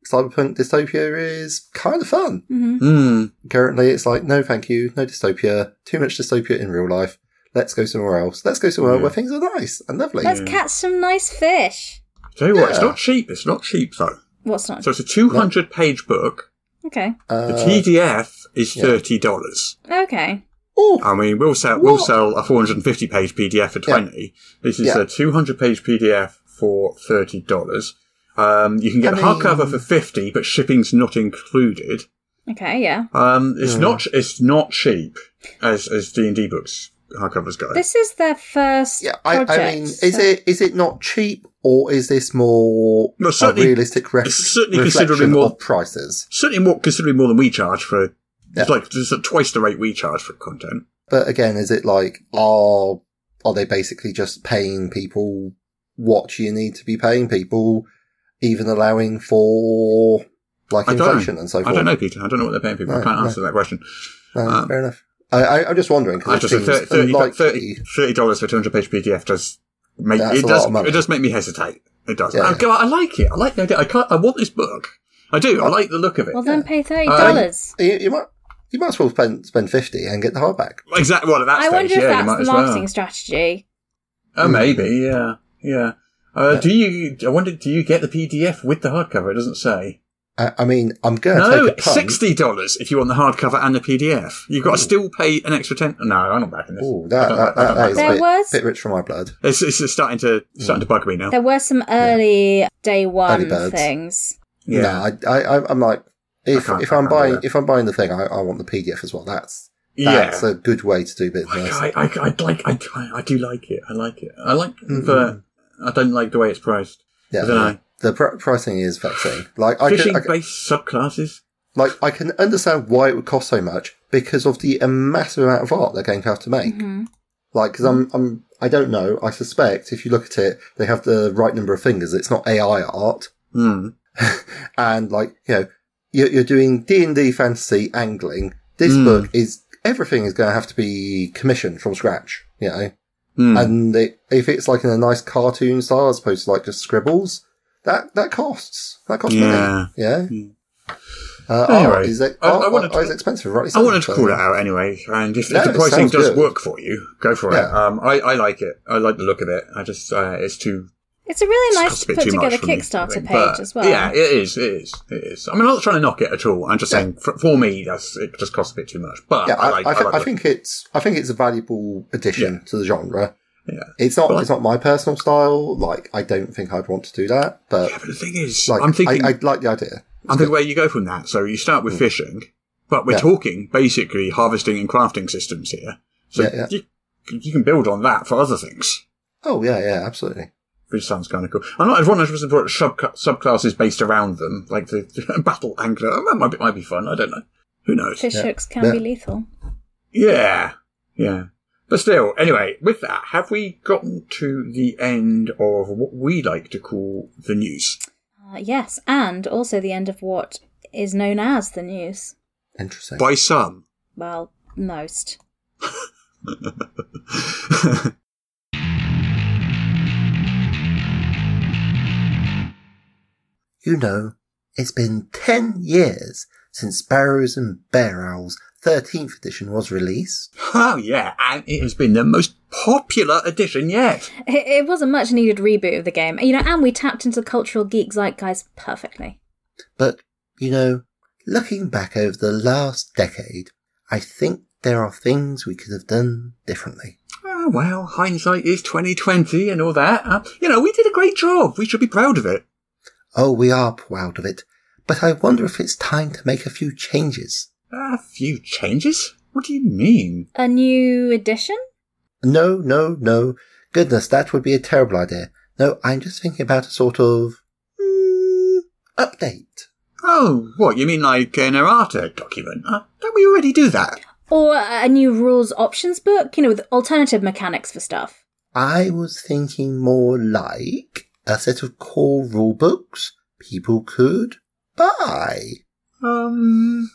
Speaker 6: cyberpunk dystopia is kind of fun.
Speaker 7: Mm-hmm.
Speaker 5: Hmm.
Speaker 6: currently it's like no thank you no dystopia too much dystopia in real life let's go somewhere else let's go somewhere where things are nice and lovely
Speaker 7: Let's catch some nice fish.
Speaker 5: Tell you what, it's
Speaker 6: Yeah.
Speaker 5: not cheap. It's not cheap though.
Speaker 7: What's not
Speaker 5: So it's a 200 page book.
Speaker 7: Okay.
Speaker 5: The
Speaker 6: Uh,
Speaker 5: TDF is $30.
Speaker 7: Okay.
Speaker 6: oh,
Speaker 5: I mean, we'll sell, we'll
Speaker 6: What?
Speaker 5: sell a 450 page PDF for
Speaker 6: Yeah.
Speaker 5: 20. This is
Speaker 6: Yeah.
Speaker 5: a 200 page PDF for $30. Um, you can get
Speaker 6: I
Speaker 5: hardcover
Speaker 6: mean-
Speaker 5: for 50, but shipping's not included.
Speaker 7: Okay, yeah.
Speaker 5: Um, it's not, it's not cheap as, as D&D books hardcovers go.
Speaker 7: This is their first
Speaker 6: yeah I,
Speaker 7: project.
Speaker 6: I mean is
Speaker 7: so-
Speaker 6: it is it not cheap or is this more
Speaker 5: No,
Speaker 6: a
Speaker 5: certainly-
Speaker 6: realistic ref-
Speaker 5: it's certainly
Speaker 6: reflection
Speaker 5: considerably more-
Speaker 6: of prices
Speaker 5: Certainly more, considerably more than we charge for,
Speaker 6: Yeah.
Speaker 5: it's like, it's like twice the rate we charge for content.
Speaker 6: but again is it like are are they basically just paying people what you need to be paying people even allowing for like
Speaker 5: I don't know.
Speaker 6: inflation and so forth
Speaker 5: I don't know, Peter. I don't know what they're paying people. I
Speaker 6: No,
Speaker 5: can't
Speaker 6: no.
Speaker 5: answer that question.
Speaker 6: No,
Speaker 5: Um,
Speaker 6: fair enough. I, I, I'm just wondering
Speaker 5: I
Speaker 6: because it
Speaker 5: just think
Speaker 6: seems
Speaker 5: 30, 30,
Speaker 6: unlikely.
Speaker 5: 30 dollars for 200 page PDF does make
Speaker 6: That's
Speaker 5: it
Speaker 6: a
Speaker 5: does
Speaker 6: lot of money.
Speaker 5: it does make me hesitate. It does.
Speaker 6: Yeah,
Speaker 5: I,
Speaker 6: yeah.
Speaker 5: God, I like it. I like the idea. I can't. I want this book. I do. I like the look of it.
Speaker 7: Well, then pay $30.
Speaker 6: You, you might you might as well spend spend fifty and get the hardback.
Speaker 5: exactly. Well, at that
Speaker 7: I
Speaker 5: stage,
Speaker 7: wonder
Speaker 5: yeah, you
Speaker 7: if
Speaker 5: might
Speaker 7: that's
Speaker 5: as
Speaker 7: the marketing
Speaker 5: well.
Speaker 7: strategy.
Speaker 5: Oh, maybe. Yeah. Yeah. Uh, Do you? I wonder. Do you get the PDF with the hardcover? It doesn't say.
Speaker 6: I, I mean, I'm going to
Speaker 5: No,
Speaker 6: take a pun.
Speaker 5: sixty dollars if you want the hardcover and the PDF. You've got to still pay an extra ten. No, I'm not backing this.
Speaker 6: Ooh,
Speaker 5: I
Speaker 6: that,
Speaker 5: don't-
Speaker 6: that,
Speaker 5: I don't
Speaker 6: that, that
Speaker 5: like
Speaker 6: is
Speaker 7: There
Speaker 6: a bit,
Speaker 7: was-
Speaker 6: bit rich for my blood.
Speaker 5: It's, it's starting to starting to bug me now.
Speaker 7: There were some early day one
Speaker 6: birds.
Speaker 7: things.
Speaker 5: Yeah.
Speaker 6: No, I, I, I'm like, if
Speaker 5: can't-
Speaker 6: if
Speaker 5: I
Speaker 6: I'm
Speaker 5: can't do
Speaker 6: buying
Speaker 5: that.
Speaker 6: if I'm buying the thing, I, I want the PDF as well. That's
Speaker 5: yeah. Oh
Speaker 6: that's a good way to do business.
Speaker 5: I, I, I I'd like I, I do like it. I like it. I like,
Speaker 6: Mm-hmm.
Speaker 5: but I don't like the way it's priced.
Speaker 6: yeah,
Speaker 5: I don't know.
Speaker 6: the pr- pricing is vexing. Like I
Speaker 5: Fishing
Speaker 6: can, I can
Speaker 5: based subclasses.
Speaker 6: like I can understand why it would cost so much because of the uh, massive amount of art they're going to have to make. Like, because I'm, I'm, I don't know. I suspect if you look at it, they have the right number of fingers. It's not AI art,
Speaker 5: Hmm.
Speaker 6: and like you know, you're, you're doing D and D fantasy
Speaker 5: Hmm.
Speaker 6: angling. This book is everything is going to have to be commissioned from scratch. You know,
Speaker 5: Hmm.
Speaker 6: And it, if it's like in a nice cartoon style as opposed to like just scribbles, that that costs. That costs
Speaker 5: Yeah. Hmm.
Speaker 6: money. Yeah. Uh,
Speaker 5: Anyway,
Speaker 6: art is,
Speaker 5: I- I
Speaker 6: art-
Speaker 5: wanted to-
Speaker 6: art is expensive, right?
Speaker 5: I wanted to call it out anyway, and if,
Speaker 6: No,
Speaker 5: if the
Speaker 6: it
Speaker 5: pricing
Speaker 6: sounds
Speaker 5: does
Speaker 6: good.
Speaker 5: work for you, go for it.
Speaker 6: Yeah.
Speaker 5: Um, I, I like it. I like the look of it. I just uh, it's too
Speaker 7: It's a really
Speaker 5: it's
Speaker 7: nice
Speaker 5: cost
Speaker 7: to
Speaker 5: a bit
Speaker 7: put
Speaker 5: too much
Speaker 7: together
Speaker 5: for me, I
Speaker 7: Kickstarter
Speaker 5: think.
Speaker 7: page
Speaker 5: But,
Speaker 7: as well.
Speaker 5: Yeah, it is. It is. It is. I mean, I'm not trying to knock it at all. I'm just saying for, for me, that's it. Just costs a bit too much. But
Speaker 6: Yeah,
Speaker 5: I,
Speaker 6: I,
Speaker 5: like.
Speaker 6: I, thi-
Speaker 5: like
Speaker 6: I
Speaker 5: the-
Speaker 6: think it's I think it's a valuable addition to the genre.
Speaker 5: Yeah.
Speaker 6: It's not
Speaker 5: But I-
Speaker 6: it's not my personal style. Like I don't think I'd want to do that, but
Speaker 5: Yeah, but the thing is,
Speaker 6: like
Speaker 5: I'm thinking.
Speaker 6: I, I like the idea.
Speaker 5: I think where you go from that. So you start with fishing, but we're
Speaker 6: Yeah.
Speaker 5: talking basically harvesting and crafting systems here. So
Speaker 6: Yeah, yeah.
Speaker 5: You, you can build on that for other things,
Speaker 6: Oh yeah, yeah, absolutely.
Speaker 5: which sounds kind of cool. I'm not 100 percent sure sub subclasses based around them, like the, battle angler. That might be, might be fun. I don't know. Who knows?
Speaker 7: Fish
Speaker 6: Yeah.
Speaker 7: hooks can
Speaker 6: Yeah.
Speaker 7: be lethal.
Speaker 5: Yeah, yeah. But still, anyway, with that, have we gotten to the end of what we like to call the news?
Speaker 7: Uh, yes, and also the end of what is known as the news.
Speaker 6: Interesting.
Speaker 5: By some.
Speaker 7: Well, most.
Speaker 6: You know, it's been 10 years since Sparrows and Bear Owls 13th edition was released.
Speaker 5: Oh yeah, and it has been the most popular edition yet.
Speaker 7: It, it was a much needed reboot of the game, you know, and we tapped into the cultural geek zeitgeist perfectly.
Speaker 6: But, you know, looking back over the last decade, I think there are things we could have done differently.
Speaker 5: Oh, well, hindsight is twenty twenty and all that. Uh, you know, we did a great job. We should be proud of it.
Speaker 6: Oh, we are proud of it, but I wonder if it's time to make a few changes.
Speaker 5: A few changes? What do you mean?
Speaker 7: A new edition?
Speaker 6: No, no, no. Goodness, that would be a terrible idea. No, I'm just thinking about a sort of mm, update.
Speaker 5: Oh, what you mean, like an errata document? Uh, don't we already do that?
Speaker 7: Or a new rules options book, you know, with alternative mechanics for stuff.
Speaker 6: I was thinking more like a set of core rule books people could buy.
Speaker 5: Um,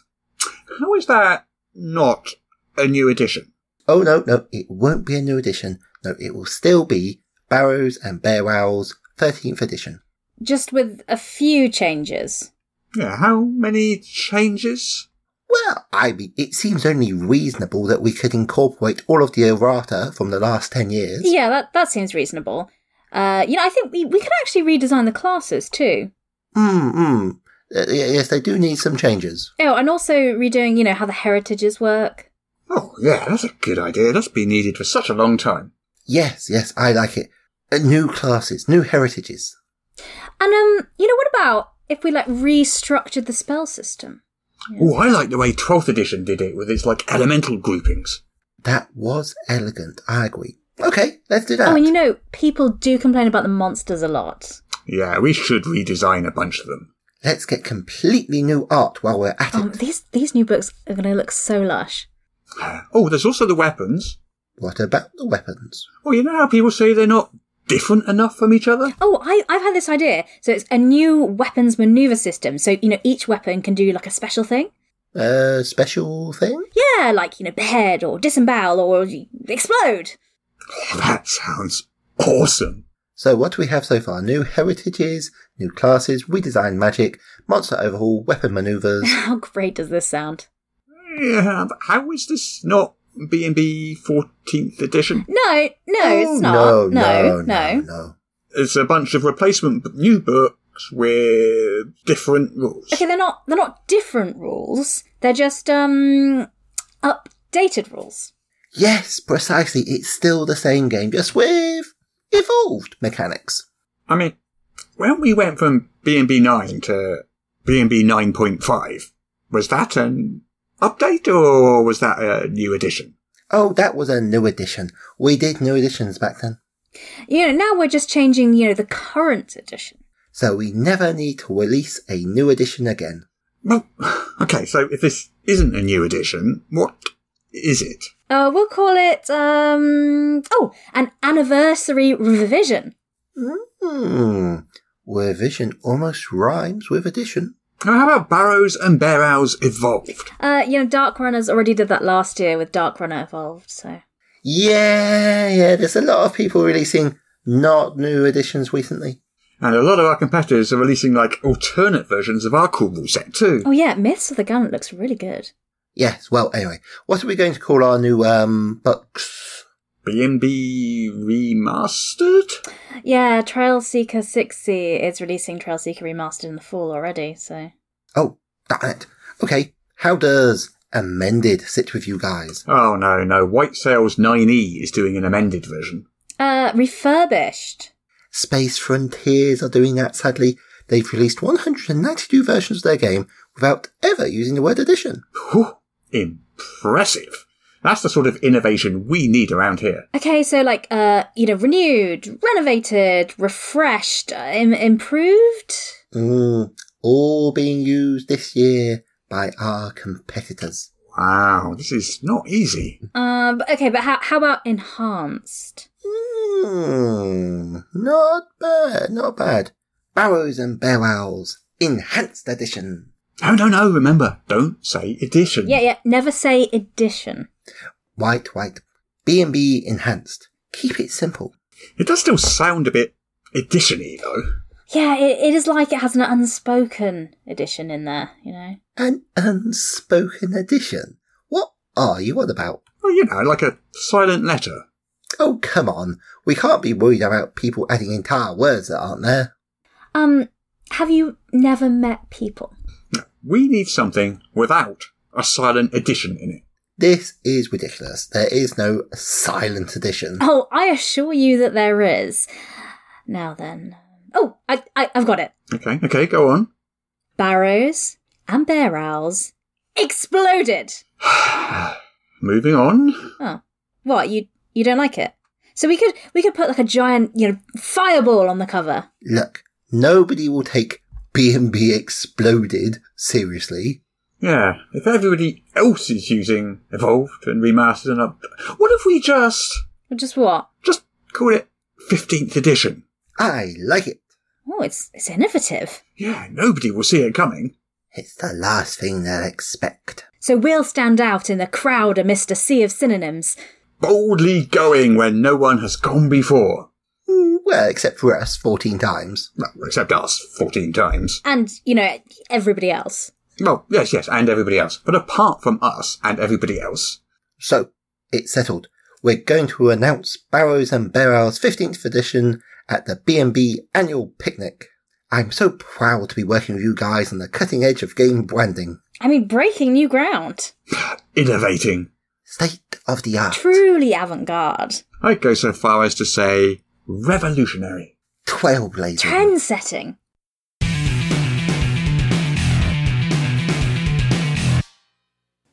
Speaker 5: how is that not a new edition?
Speaker 6: Oh no, no, it won't be a new edition. No, it will still be Barrows and Bear Owls 13th edition.
Speaker 7: Just with a few changes.
Speaker 5: Yeah, how many changes?
Speaker 6: Well, I mean, it seems only reasonable that we could incorporate all of the errata from the last 10 years.
Speaker 7: Yeah, that, that seems reasonable. Uh, you know, I think we, we could actually redesign the classes too.
Speaker 6: Mm, mm. Uh, y- yes, they do need some changes.
Speaker 7: Oh, and also redoing, you know, how the heritages work.
Speaker 5: Oh, yeah, that's a good idea. That's been needed for such a long time.
Speaker 6: Yes, yes, I like it. Uh, new classes, new heritages.
Speaker 7: And um, you know, what about if we like restructured the spell system?
Speaker 5: Oh, I like the way 12th edition did it with its like elemental groupings.
Speaker 6: That was elegant, I agree. Okay, let's do that.
Speaker 7: Oh, and you know, people do complain about the monsters a lot.
Speaker 5: Yeah, we should redesign a bunch of them.
Speaker 6: Let's get completely new art while we're at it.
Speaker 7: Um, these these new books are going to look so lush.
Speaker 5: Oh, there's also the weapons.
Speaker 6: what about the weapons?
Speaker 5: Oh, you know how people say they're not different enough from each other?
Speaker 7: Oh, I, I've had this idea. So it's a new weapons maneuver system. So you know, each weapon can do like a special thing.
Speaker 6: A special thing?
Speaker 7: Yeah, like you know, behead or disembowel or y- explode.
Speaker 5: Oh, that sounds awesome.
Speaker 6: So what do we have so far? New heritages, new classes, redesigned magic, monster overhaul, weapon maneuvers.
Speaker 7: How great does this sound?
Speaker 5: Yeah, but how is this not B&B 14th edition?
Speaker 7: No, no,
Speaker 6: Oh,
Speaker 7: it's not.
Speaker 6: No, no,
Speaker 7: no.
Speaker 6: no,
Speaker 5: It's a bunch of replacement b- new books with different rules.
Speaker 7: Okay, they're not they're not different rules. They're just um updated rules.
Speaker 6: Yes, precisely. It's still the same game, just with evolved mechanics.
Speaker 5: I mean, when we went from B&B 9 to B&B 9.5, was that an update or was that a new edition?
Speaker 6: Oh, that was a new edition. We did new editions back then.
Speaker 7: You know, now we're just changing, you know, the current edition.
Speaker 6: So we never need to release a new edition again.
Speaker 5: Well, okay, so if this isn't a new edition, what is it?
Speaker 7: Uh we'll call it um oh, an anniversary revision.
Speaker 6: Hmm. Revision almost rhymes with addition.
Speaker 5: Now, how about Barrows and Bear Owls Evolved?
Speaker 7: Uh you know, Dark Runners already did that last year with Dark Runner Evolved, so
Speaker 6: Yeah, yeah, there's a lot of people releasing not new editions recently.
Speaker 5: And a lot of our competitors are releasing like alternate versions of our cool rule set too.
Speaker 7: Oh yeah, Myths of the Gun looks really good.
Speaker 6: Yes, well, anyway, what are we going to call our new um books?
Speaker 5: BNB remastered?
Speaker 7: Yeah, Trail Seeker 6C is releasing Trail Seeker Remastered in the fall already, so
Speaker 6: Oh, darn it. Okay, how does amended sit with you guys?
Speaker 5: Oh no, no. White Sails 9E is doing an amended version.
Speaker 7: uh refurbished.
Speaker 6: Space Frontiers are doing that, sadly. They've released 192 versions of their game without ever using the word edition.
Speaker 5: Whew, impressive. That's the sort of innovation we need around here.
Speaker 7: Okay, so like uh you know, renewed, renovated, refreshed, uh, Im- improved.
Speaker 6: Mm, all being used this year by our competitors.
Speaker 5: Wow, this is not easy.
Speaker 7: Um okay, but how how about enhanced?
Speaker 6: Hmm, not bad, not bad. Barrows and Bear Owls, Enhanced Edition.
Speaker 5: No, no, no, remember, don't say edition.
Speaker 7: Yeah, yeah, never say edition.
Speaker 6: White, white. B&B Enhanced. Keep it simple.
Speaker 5: It does still sound a bit edition-y though.
Speaker 7: Yeah, it, it is like it has an unspoken edition in there, you know.
Speaker 6: An unspoken edition. What are you on about?
Speaker 5: Well, you know, like a silent letter.
Speaker 6: Oh, come on. We can't be worried about people adding entire words that aren't there.
Speaker 7: Um, have you never met people?
Speaker 5: We need something without a silent edition in it.
Speaker 6: This is ridiculous. There is no silent edition.
Speaker 7: Oh, I assure you that there is. Now then. Oh, I, I, I've got it.
Speaker 5: Okay, okay, go on.
Speaker 7: Barrows and bear owls exploded.
Speaker 5: Moving on.
Speaker 7: Oh, what you you don't like it? So we could we could put like a giant you know fireball on the cover.
Speaker 6: Look, nobody will take B&B Exploded seriously.
Speaker 5: Yeah, if everybody else is using evolved and remastered and up, what if we just
Speaker 7: Just what?
Speaker 5: just call it 15th edition?
Speaker 6: I like it.
Speaker 7: Oh, it's it's innovative.
Speaker 5: Yeah, nobody will see it coming.
Speaker 6: It's the last thing they'll expect.
Speaker 7: So we'll stand out in the crowd amidst a sea of synonyms.
Speaker 5: Boldly going where no one has gone before.
Speaker 6: Mm, Well, except for us 14 times.
Speaker 5: Well, except us, 14 times.
Speaker 7: And you know everybody else.
Speaker 5: Well, yes, yes, and everybody else. But apart from us and everybody else.
Speaker 6: So, it's settled. We're going to announce Barrows and Barrels 15th edition at the B&B annual picnic. I'm so proud to be working with you guys on the cutting edge of game branding.
Speaker 7: I mean, breaking new ground.
Speaker 5: Innovating.
Speaker 6: State of the art.
Speaker 7: Truly avant garde.
Speaker 5: I'd go so far as to say revolutionary.
Speaker 6: Trailblazing.
Speaker 7: Trend setting.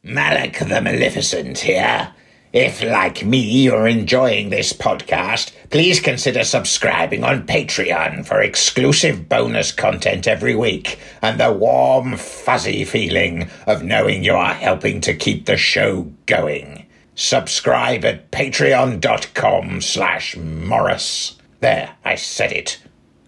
Speaker 3: Malak the Maleficent here. If, like me, you're enjoying this podcast, please consider subscribing on Patreon for exclusive bonus content every week and the warm, fuzzy feeling of knowing you are helping to keep the show going. Subscribe at patreon.com slash Morris. There, I said it.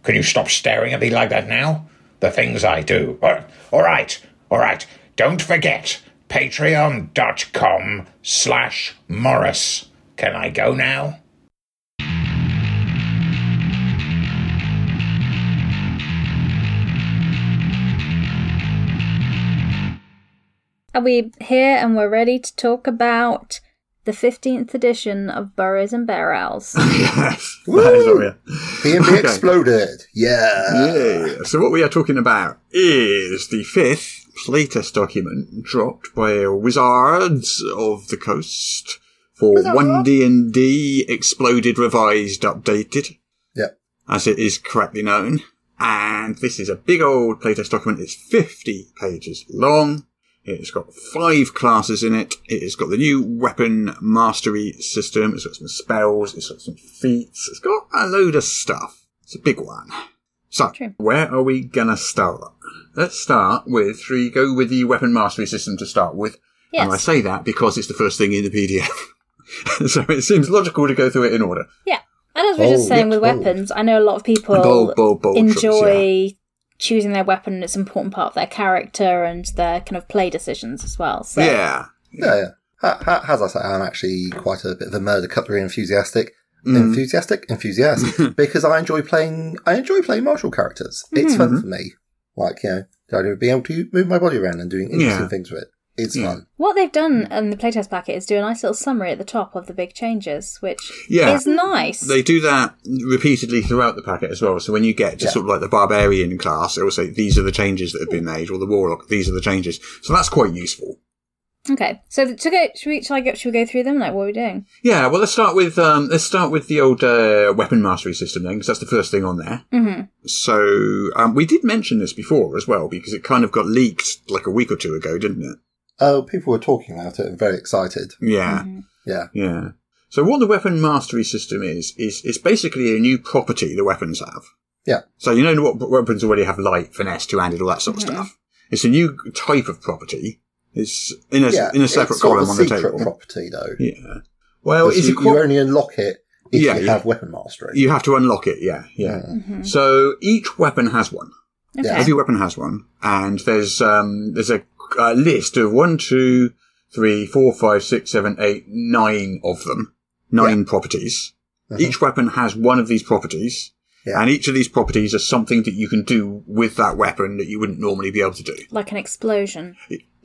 Speaker 3: Can you stop staring at me like that now? The things I do. All- all right, all right. Don't forget, patreon.com slash Morris. Can I go now?
Speaker 7: Are we here and we're ready to talk about the 15th edition of Burrows and Bear Owls?
Speaker 5: yes. That is what we are.
Speaker 6: B&B
Speaker 5: Okay.
Speaker 6: Exploded. Yeah.
Speaker 5: Yeah. So what we are talking about is the fifth playtest document dropped by Wizards of the Coast for one D and D exploded, revised, updated,
Speaker 6: Yeah.
Speaker 5: as it is correctly known. And this is a big old playtest document. It's fifty pages long. It's got five classes in it. It has got the new weapon mastery system. It's got some spells. It's got some feats. It's got a load of stuff. It's a big one. So,
Speaker 7: True.
Speaker 5: where are we gonna start? Let's start with, should we go with the weapon mastery system to start with?
Speaker 7: Yes.
Speaker 5: And I say that because it's the first thing in the PDF. so it seems logical to go through it in order.
Speaker 7: yeah. And as we we're just
Speaker 6: Bold,
Speaker 7: saying with
Speaker 6: bold.
Speaker 7: weapons, I know a lot of people
Speaker 5: Bold, bold, bold choice,
Speaker 7: enjoy choosing their weapon. It's an important part of their character and their kind of play decisions as well. So.
Speaker 5: Yeah.
Speaker 6: Yeah. ha- ha- as I say, I'm actually quite a bit of a murder cutlery enthusiastic.
Speaker 5: Mm.
Speaker 6: Enthusiastic? Enthusiastic. because I enjoy playing, I enjoy playing martial characters. It's
Speaker 5: Mm-hmm.
Speaker 6: fun for me. Like, you know, the idea of being able to move my body around and doing interesting
Speaker 5: Yeah.
Speaker 6: things with it. It's fun.
Speaker 7: What they've done in the playtest packet is do a nice little summary at the top of the big changes, which
Speaker 5: Yeah.
Speaker 7: is nice.
Speaker 5: They do that repeatedly throughout the packet as well. So when you get to sort of like the barbarian class, it will say these are the changes that have been made, or the warlock, these are the changes. So that's quite useful.
Speaker 7: okay, so the- to go, should we? Shall I go? Should we go through them? Like, what are we doing?
Speaker 5: Yeah, well, let's start with um, let's start with the old uh, weapon mastery system then, because that's the first thing on there. Mm-hmm. So um, we did mention this before as well, because it kind of got leaked like a week or two ago, didn't it?
Speaker 6: Oh, people were talking about it and very excited.
Speaker 5: Yeah.
Speaker 6: Yeah.
Speaker 5: Yeah. So what the weapon mastery system is is it's basically a new property the weapons have.
Speaker 6: Yeah.
Speaker 5: So you know what what weapons already have light, finesse, two-handed, all that sort of stuff. It's a new type of property. It's in a
Speaker 6: yeah.
Speaker 5: in a separate
Speaker 6: it's sort of
Speaker 5: column on the
Speaker 6: a secret
Speaker 5: table.
Speaker 6: property, though.
Speaker 5: yeah. Well,
Speaker 6: Because
Speaker 5: it's
Speaker 6: you,
Speaker 5: a
Speaker 6: you
Speaker 5: qual-
Speaker 6: only unlock it if
Speaker 5: Yeah,
Speaker 6: you
Speaker 5: yeah.
Speaker 6: have weapon mastery.
Speaker 5: you have to unlock it. Yeah, yeah. So each weapon has one.
Speaker 7: Okay.
Speaker 6: Yeah.
Speaker 5: Every weapon has one, and there's um there's a, uh list of one, two, three, four, five, six, seven, eight, nine of them. Nine properties.
Speaker 6: Uh-huh.
Speaker 5: Each weapon has one of these properties,
Speaker 6: Yeah.
Speaker 5: and each of these properties are something that you can do with that weapon that you wouldn't normally be able to do.
Speaker 7: Like an explosion.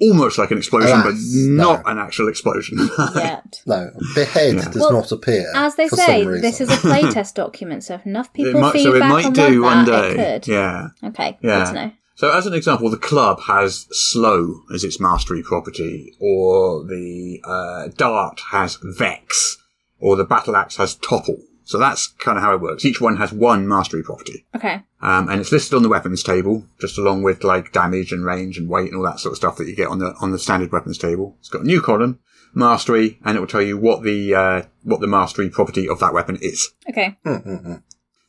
Speaker 5: Almost like an explosion, but
Speaker 6: Alas, no.
Speaker 5: not an actual explosion.
Speaker 7: Yet.
Speaker 6: No, behead does
Speaker 7: Well,
Speaker 6: not appear.
Speaker 7: As they
Speaker 6: for
Speaker 7: say,
Speaker 6: some reason.
Speaker 7: this is a playtest document, so if enough
Speaker 5: It
Speaker 7: people
Speaker 5: might-
Speaker 7: feedback
Speaker 5: so it might
Speaker 7: and
Speaker 5: do one
Speaker 7: want that,
Speaker 5: day.
Speaker 7: it could.
Speaker 5: Yeah.
Speaker 7: Okay,
Speaker 5: Yeah.
Speaker 7: good to know.
Speaker 5: So, as an example, the club has slow as its mastery property, or the uh, dart has vex, or the battle axe has topple. So that's kind of how it works. Each one has one mastery property,
Speaker 7: Okay,
Speaker 5: um, and it's listed on the weapons table, just along with like damage and range and weight and all that sort of stuff that you get on the on the standard weapons table. It's got a new column, mastery, and it will tell you what the uh, what the mastery property of that weapon is.
Speaker 7: okay.
Speaker 6: Mm-mm-mm.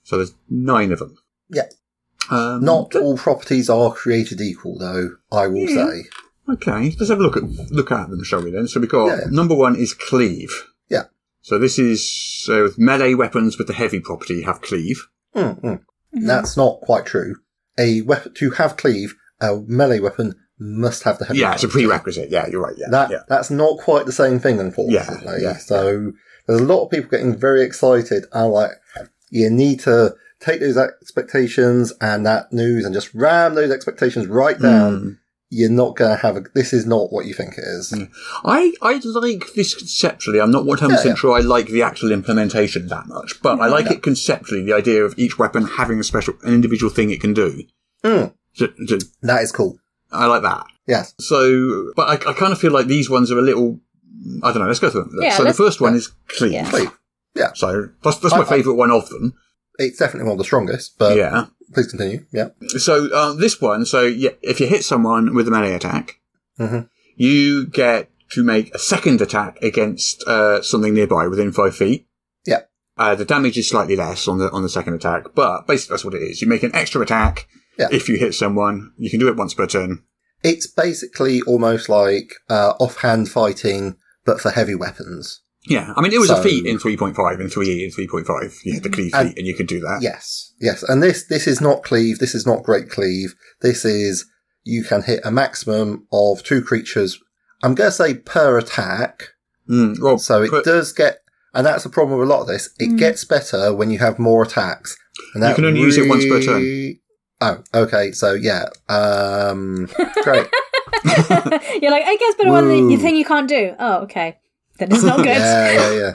Speaker 5: So there's nine of them.
Speaker 6: Yeah.
Speaker 5: Um,
Speaker 6: Not all properties are created equal, though, I
Speaker 5: Hmm.
Speaker 6: will say.
Speaker 5: Okay, let's have a look at look at them, shall we? Then, so we got
Speaker 6: Yeah.
Speaker 5: number one is cleave.
Speaker 6: Yeah.
Speaker 5: So this is so melee weapons with the heavy property have cleave.
Speaker 6: Mm-mm. That's not quite true. A weapon to have cleave, a melee weapon must have the heavy
Speaker 5: yeah, it's a
Speaker 6: property.
Speaker 5: prerequisite. Yeah, you're right. Yeah,
Speaker 6: That
Speaker 5: yeah.
Speaker 6: that's not quite the same thing, unfortunately.
Speaker 5: Yeah, yeah.
Speaker 6: So there's a lot of people getting very excited and like, you need to take those expectations and that news and just ram those expectations
Speaker 5: Hmm.
Speaker 6: right down. You're not going to have a, this is not what you think it is.
Speaker 5: Hmm. I I like this conceptually. I'm not 100
Speaker 6: Yeah, yeah.
Speaker 5: percent sure I like the actual implementation that much, but I like it conceptually. The idea of each weapon having a special, an individual thing it can do.
Speaker 6: Mm.
Speaker 5: So- so
Speaker 6: That is cool.
Speaker 5: I like that.
Speaker 6: Yes.
Speaker 5: So, but I, I kind of feel like these ones are a little. I don't know. Let's go through them.
Speaker 7: Yeah,
Speaker 5: so the
Speaker 7: let's-
Speaker 5: first one is cleave.
Speaker 7: Yeah.
Speaker 6: Cleave. Yeah.
Speaker 5: So that's, that's my
Speaker 6: I- Uh, I-
Speaker 5: favourite one of them.
Speaker 6: It's definitely one of the strongest, but
Speaker 5: yeah.
Speaker 6: please continue. Yeah.
Speaker 5: So um, this one. So yeah, if you hit someone with a melee attack,
Speaker 6: Mhm.
Speaker 5: you get to make a second attack against uh, something nearby within five feet.
Speaker 6: Yeah.
Speaker 5: Uh, the damage is slightly less on the on the second attack, but basically that's what it is. You make an extra attack
Speaker 6: Yeah.
Speaker 5: if you hit someone. You can do it once per turn.
Speaker 6: It's basically almost like uh, offhand fighting, but for heavy weapons.
Speaker 5: Yeah, I mean it was
Speaker 6: So- Mm.
Speaker 5: a feat in 3.5 and 3e and 3.5. You had the cleave feat,
Speaker 6: And-
Speaker 5: and, you could do that.
Speaker 6: Yes, yes. And this this is not cleave. This is not great cleave. This is you can hit a maximum of two creatures. I'm going to say per attack.
Speaker 5: Mm, well,
Speaker 6: So it
Speaker 5: but
Speaker 6: does get, and that's the problem with a lot of this. It gets better when you have more attacks. And
Speaker 5: You
Speaker 6: that
Speaker 5: can only use it once per turn.
Speaker 6: really- Oh, okay. So yeah, um, great.
Speaker 7: You're like, I guess, but one thing you
Speaker 6: Woo.
Speaker 7: think you can't do. Oh, okay. Then it's not good.
Speaker 6: yeah, yeah, yeah.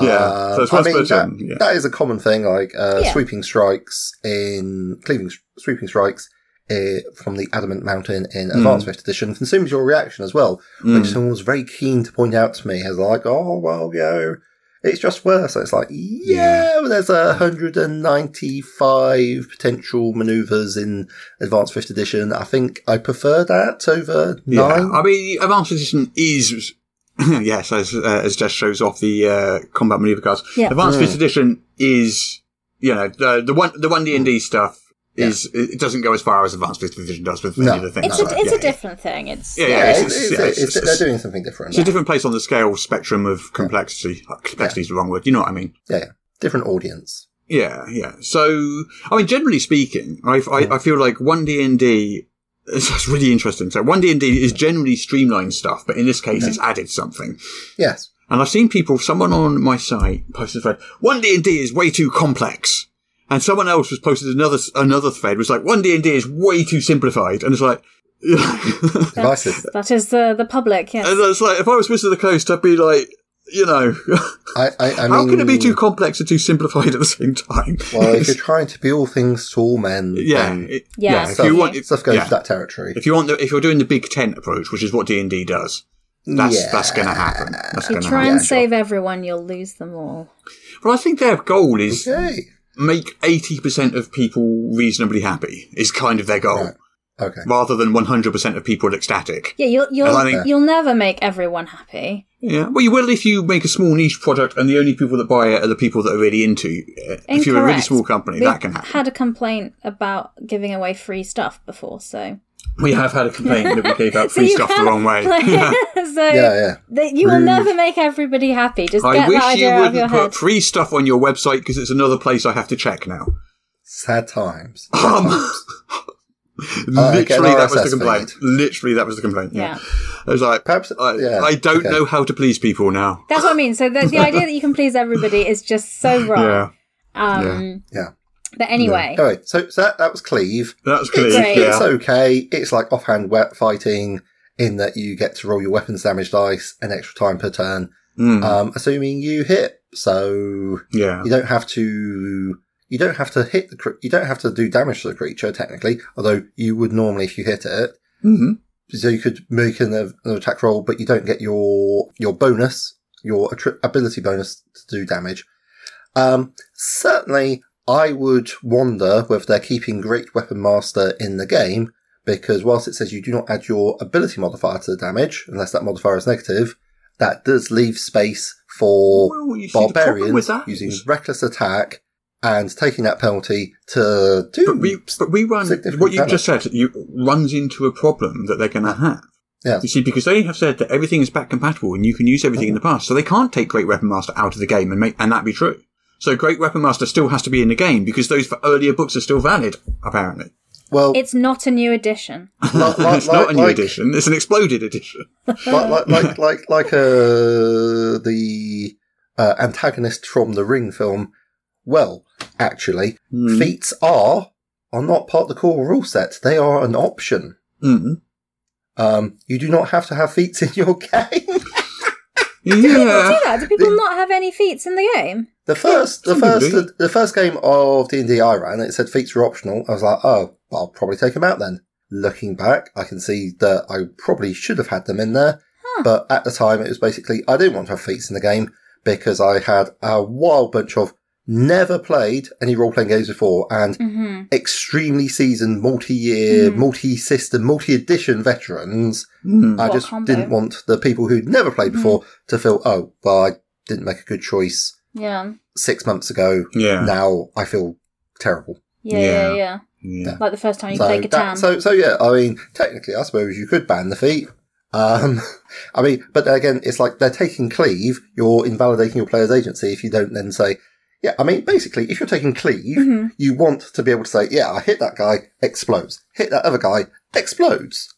Speaker 5: yeah,
Speaker 6: Um,
Speaker 5: so it's
Speaker 6: I
Speaker 5: once
Speaker 6: mean,
Speaker 5: per
Speaker 6: that,
Speaker 5: turn. yeah.
Speaker 6: that is a common thing, like uh,
Speaker 7: Yeah.
Speaker 6: sweeping strikes in cleaving, sweeping strikes uh, from the Adamant Mountain in
Speaker 5: Hmm.
Speaker 6: Advanced Fifth Edition consumes your reaction as well, which someone was very keen to point out to me as like, oh well, you know, it's just worse. So it's like, yeah, well, there's a hundred and ninety-five potential maneuvers in Advanced Fifth Edition. I think I prefer that over nine.
Speaker 5: I mean, advanced position is yes, as uh, as Jess shows off the uh, combat maneuver cards.
Speaker 7: Yeah.
Speaker 6: Mm.
Speaker 5: Advanced fifth edition is you know the the one the one D and
Speaker 6: Mm.
Speaker 5: D stuff is it it doesn't go as far as advanced fifth edition does with
Speaker 6: No.
Speaker 5: any of the things.
Speaker 7: It's a,
Speaker 5: like that.
Speaker 7: it's
Speaker 5: yeah,
Speaker 7: a different thing. It's
Speaker 5: Yeah, yeah,
Speaker 6: Yeah,
Speaker 5: it's-
Speaker 6: it's-
Speaker 5: it's-
Speaker 6: it's-
Speaker 5: yeah,
Speaker 6: it's-
Speaker 5: it's-
Speaker 6: they're doing something different.
Speaker 5: It's a different place on the scale spectrum of complexity. Uh, Complexity is the wrong word. You know what I mean?
Speaker 6: yeah, yeah. different audience.
Speaker 5: Yeah, yeah. So, I mean, generally speaking, I, I, I feel like one D and D it's just really interesting. So one D and D is generally streamlined stuff, but in this case, it's added something.
Speaker 6: Yes.
Speaker 5: And I've seen people, someone on my site posted a thread, one D and D is way too complex. And someone else was posted another, another thread was like, one D and D is way too simplified. And it's like,
Speaker 6: Divisive.
Speaker 7: That is the the public. Yes.
Speaker 5: and it's like, if I was Wizard of the Coast, I'd be like, you know,
Speaker 6: I, I, I mean,
Speaker 5: how can it be too complex and too simplified at the same time?
Speaker 6: Well, if you're trying to be all things to all men,
Speaker 5: yeah,
Speaker 6: then
Speaker 5: it-
Speaker 7: Yeah,
Speaker 5: yeah. If
Speaker 6: stuff,
Speaker 5: you want, if,
Speaker 6: stuff goes
Speaker 5: yeah.
Speaker 6: to that territory.
Speaker 5: if you want, the, if you're doing the big tent approach, which is what D and D does, that's
Speaker 6: Yeah.
Speaker 5: that's going to happen. That's
Speaker 7: you
Speaker 5: going to
Speaker 7: try
Speaker 5: happen.
Speaker 7: and save everyone, you'll lose them all.
Speaker 5: But I think their goal is
Speaker 6: Okay.
Speaker 5: make eighty percent of people reasonably happy. Is kind of their goal,
Speaker 6: Okay.
Speaker 5: rather than one hundred percent of people ecstatic.
Speaker 7: Yeah, you'll you'll
Speaker 5: I think-
Speaker 7: you'll never make everyone happy.
Speaker 5: Yeah. Well, you will if you make a small niche product, and the only people that buy it are the people that are really into. it. If you're a really
Speaker 7: Incorrect.
Speaker 5: small company,
Speaker 7: We've
Speaker 5: that can happen.
Speaker 7: Had a complaint about giving away free stuff before, so
Speaker 5: We have had a complaint that we gave out
Speaker 7: So
Speaker 5: free
Speaker 7: you
Speaker 5: stuff the
Speaker 7: can't
Speaker 5: wrong way.
Speaker 7: play- so
Speaker 6: Yeah, yeah.
Speaker 7: that you will
Speaker 6: Rude.
Speaker 7: never make everybody happy. Just
Speaker 5: I
Speaker 7: get that
Speaker 5: wish you
Speaker 7: idea out of your
Speaker 5: wouldn't
Speaker 7: head.
Speaker 5: put free stuff on your website because it's another place I have to check now.
Speaker 6: Sad times.
Speaker 5: Um,
Speaker 6: I get an
Speaker 5: literally, that was the
Speaker 6: RSS
Speaker 5: complaint.
Speaker 6: feed.
Speaker 5: Literally, that was the complaint. Yeah.
Speaker 7: yeah.
Speaker 5: I was like,
Speaker 6: Perhaps-
Speaker 5: I,
Speaker 6: yeah,
Speaker 5: I don't
Speaker 6: okay.
Speaker 5: know how to please people now.
Speaker 7: That's what I mean. So the, the idea that you can please everybody is just so wrong.
Speaker 5: Yeah.
Speaker 7: Um,
Speaker 6: Yeah.
Speaker 7: But anyway,
Speaker 6: Anyway, so, so that, that was Cleave.
Speaker 5: That's clear.
Speaker 7: Great.
Speaker 5: Yeah.
Speaker 6: It's okay. It's like offhand we- fighting in that you get to roll your weapons damage dice an extra time per turn,
Speaker 5: Mm,
Speaker 6: um, assuming you hit. So
Speaker 5: yeah.
Speaker 6: you don't have to. You don't have to hit the. cr- You don't have to do damage to the creature technically, although you would normally if you hit it.
Speaker 5: Mhm.
Speaker 6: So you could make an, an attack roll, but you don't get your your bonus, your attri- ability bonus to do damage. Um, certainly, I would wonder whether they're keeping Great Weapon Master in the game because whilst it says you do not add your ability modifier to the damage unless that modifier is negative, that does leave space for
Speaker 5: Well, you see, the problem
Speaker 6: barbarians
Speaker 5: with that
Speaker 6: using
Speaker 5: is-
Speaker 6: reckless attack and taking that penalty to do.
Speaker 5: But we, but we run,
Speaker 6: Significant
Speaker 5: what you
Speaker 6: damage.
Speaker 5: just said you, runs into a problem that they're going to have.
Speaker 6: Yeah.
Speaker 5: You see, because they have said that everything is back compatible and you can use everything in
Speaker 6: Uh-huh.
Speaker 5: the past, so they can't take Great Weapon Master out of the game and make and that be true. So Great Weapon Master still has to be in the game because those for earlier books are still valid, apparently.
Speaker 6: Well,
Speaker 7: it's not a new edition.
Speaker 6: like- like-
Speaker 5: it's not a new
Speaker 6: like-
Speaker 5: edition; it's an exploded edition.
Speaker 6: like like like like, like uh, the uh, antagonist from the Ring film. Well, actually,
Speaker 5: Hmm.
Speaker 6: feats are are not part of the core rule set. They are an option.
Speaker 7: Hmm.
Speaker 5: Mm.
Speaker 6: Um, you do not have to have feats in your game.
Speaker 7: Do
Speaker 5: Yeah,
Speaker 7: that? Do people not have any feats in the game?
Speaker 6: the first, the
Speaker 5: some
Speaker 6: first,
Speaker 5: people
Speaker 6: the, first game of D and D I ran, it said feats were optional. I was like, oh, I'll probably take them out then. Looking back, I can see that I probably should have had them in there, but at the time, it was basically I didn't want to have feats in the game because I had a wild bunch of never played any role playing games before and
Speaker 7: Mm-hmm.
Speaker 6: extremely seasoned, multi year,
Speaker 7: Hmm.
Speaker 6: multi system, multi edition veterans. I
Speaker 5: Hmm.
Speaker 7: What
Speaker 6: just
Speaker 7: combo. Hmm.
Speaker 6: didn't want the people who'd never played before to feel, oh, well, I didn't make a good choice
Speaker 7: Yeah.
Speaker 6: six months ago.
Speaker 5: Yeah.
Speaker 6: Now I feel terrible.
Speaker 7: Yeah, yeah,
Speaker 5: Yeah.
Speaker 7: yeah.
Speaker 5: yeah.
Speaker 7: Like the first time you
Speaker 6: So,
Speaker 7: play Catan.
Speaker 6: that- so so yeah, I mean, technically, I suppose you could ban the feat. Um, I mean, but then again, it's like they're taking cleave. You're invalidating your player's agency if you don't then say, yeah. I mean, basically, if you're taking cleave,
Speaker 7: Mm-hmm.
Speaker 6: you want to be able to say, yeah, I hit that guy, explodes. Hit that other guy, explodes.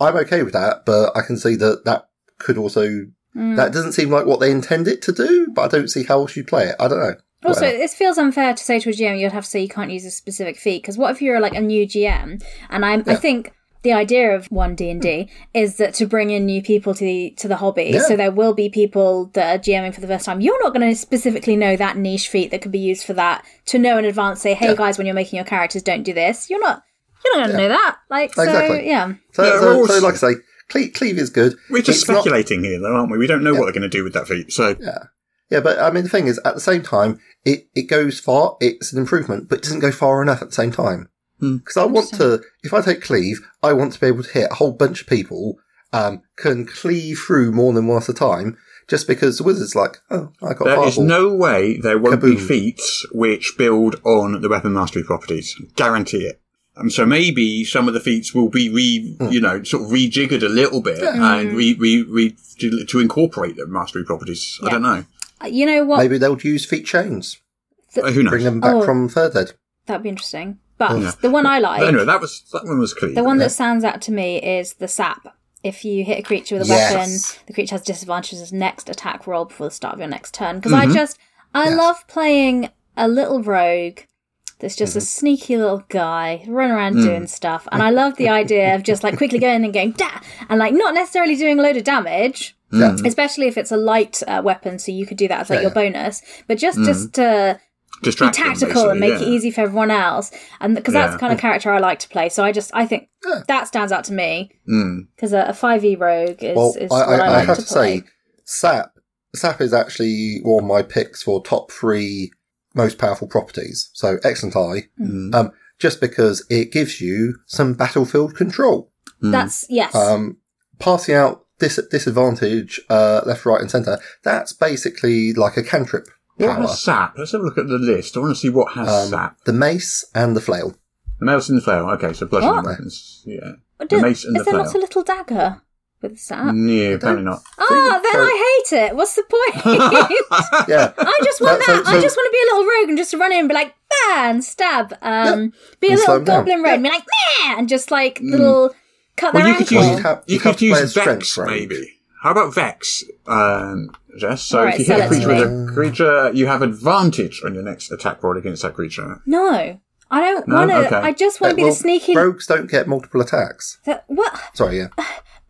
Speaker 6: I'm okay with that, but I can see that that could also
Speaker 7: Mm.
Speaker 6: that doesn't seem like what they intend it to do. But I don't see how else you play it. I don't know.
Speaker 7: Also,
Speaker 6: Whatever.
Speaker 7: this feels unfair to say to a GM you'd have to say you can't use a specific feat because what if you're like a new GM? And I, am I think the idea of one D and D is that to bring in new people to the to the hobby,
Speaker 6: Yeah.
Speaker 7: so there will be people that are GMing for the first time. You're not going to specifically know that niche feat that could be used for that to know in advance. Say, hey guys, when you're making your characters, don't do this. You're not you're not going to know that. Like so,
Speaker 6: Exactly.
Speaker 7: yeah.
Speaker 6: So,
Speaker 5: Yeah,
Speaker 6: so,
Speaker 5: we're all-
Speaker 6: so like I say, cleave, cleave is good.
Speaker 5: We're just
Speaker 6: It's not-
Speaker 5: speculating here, though, aren't we? We don't know what they're going to do with that feat. So,
Speaker 6: yeah, but I mean, the thing is, at the same time, it, it goes far. It's an improvement, but it doesn't go far enough at the same time.
Speaker 5: Hmm.
Speaker 6: Because I want to, if I take cleave, I want to be able to hit a whole bunch of people. Um, can cleave through more than once at a time, just because the wizard's like, oh, I got
Speaker 5: There
Speaker 6: fireball.
Speaker 5: is no way there won't be
Speaker 6: Kaboom.
Speaker 5: feats which build on the weapon mastery properties. Guarantee it. Um, so maybe some of the feats will be re,
Speaker 6: Hmm.
Speaker 5: you know, sort of rejiggered a little bit and re, re, re, to, to incorporate the mastery properties. I
Speaker 7: Yeah.
Speaker 5: don't know.
Speaker 7: You know what?
Speaker 6: Maybe they'll use feat chains,
Speaker 5: Uh, who knows?
Speaker 6: bring them back
Speaker 7: Oh.
Speaker 6: from third ed.
Speaker 7: That'd be interesting. But the one I like,
Speaker 5: Oh, But anyway, that was that one was clean.
Speaker 7: the one that stands out to me is the sap. If you hit a creature with a
Speaker 6: Yes.
Speaker 7: weapon, the creature has disadvantage on its next attack roll before the start of your next turn. Because
Speaker 5: Mm-hmm.
Speaker 7: I just, I love playing a little rogue that's just
Speaker 5: Mm-hmm.
Speaker 7: a sneaky little guy running around
Speaker 5: Mm.
Speaker 7: doing stuff. And I love the idea of just like quickly going and going, da! And like not necessarily doing a load of damage
Speaker 6: Yeah.
Speaker 7: especially if it's a light uh, weapon, so you could do that as like your bonus. But just
Speaker 5: Mm-hmm.
Speaker 7: just to be
Speaker 5: Distract them,
Speaker 7: tactical and
Speaker 5: basically,
Speaker 7: make it
Speaker 5: yeah.
Speaker 7: easy for everyone else, and because that's the
Speaker 5: Yeah.
Speaker 7: kind of character I like to play. So I just I think that stands out to me
Speaker 5: Hmm.
Speaker 7: because a five E rogue is,
Speaker 6: Well,
Speaker 7: is
Speaker 6: I,
Speaker 7: what I,
Speaker 6: I, I
Speaker 7: like
Speaker 6: have
Speaker 7: to
Speaker 6: to
Speaker 7: play.
Speaker 6: say, SAP SAP is actually one of my picks for top three most powerful properties. So excellent eye,
Speaker 5: Mm.
Speaker 6: um, just because it gives you some battlefield control,
Speaker 7: That's yes,
Speaker 6: mm, um, passing out dis- disadvantage uh, left, right, and centre. That's basically like a cantrip
Speaker 5: What
Speaker 6: power.
Speaker 5: has sap? Let's have a look at the list. I want to see what has
Speaker 6: Um,
Speaker 5: sap.
Speaker 6: the mace and the flail.
Speaker 5: The mace and the flail. Okay, so blushing
Speaker 7: What?
Speaker 5: weapons. Yeah.
Speaker 7: But
Speaker 5: The
Speaker 7: do-
Speaker 5: mace and
Speaker 7: is
Speaker 5: the
Speaker 7: there
Speaker 5: flail.
Speaker 7: not a little dagger with the
Speaker 6: Mm.
Speaker 7: sap?
Speaker 5: No, apparently not.
Speaker 7: Ah, then I hate it. What's the point?
Speaker 6: Yeah,
Speaker 7: I just want
Speaker 6: So-
Speaker 7: that.
Speaker 6: so-
Speaker 7: I just want to be a little rogue and just to run in and be like, bah, and stab. Um, Be a
Speaker 6: And slow
Speaker 7: little
Speaker 6: 'em down.
Speaker 7: goblin rogue and be like, meh, and just like
Speaker 6: Mm.
Speaker 7: little cut
Speaker 5: Well,
Speaker 7: their
Speaker 5: you could
Speaker 7: ankle.
Speaker 5: use
Speaker 6: You'd have-
Speaker 5: you
Speaker 6: you'd have
Speaker 5: could
Speaker 6: to play a
Speaker 5: use
Speaker 6: strength
Speaker 5: Vex
Speaker 6: round.
Speaker 5: maybe. How about Vex, um, Jess? So
Speaker 7: Alright,
Speaker 5: if you
Speaker 7: sell
Speaker 5: hit a
Speaker 7: it to
Speaker 5: creature with a creature, you have advantage on your next attack roll against that creature.
Speaker 7: no, I don't
Speaker 5: No?
Speaker 7: want to.
Speaker 5: Okay.
Speaker 7: I just want to be
Speaker 6: Well,
Speaker 7: the sneaky.
Speaker 6: rogues don't get multiple attacks.
Speaker 7: that- what?
Speaker 6: Sorry, yeah.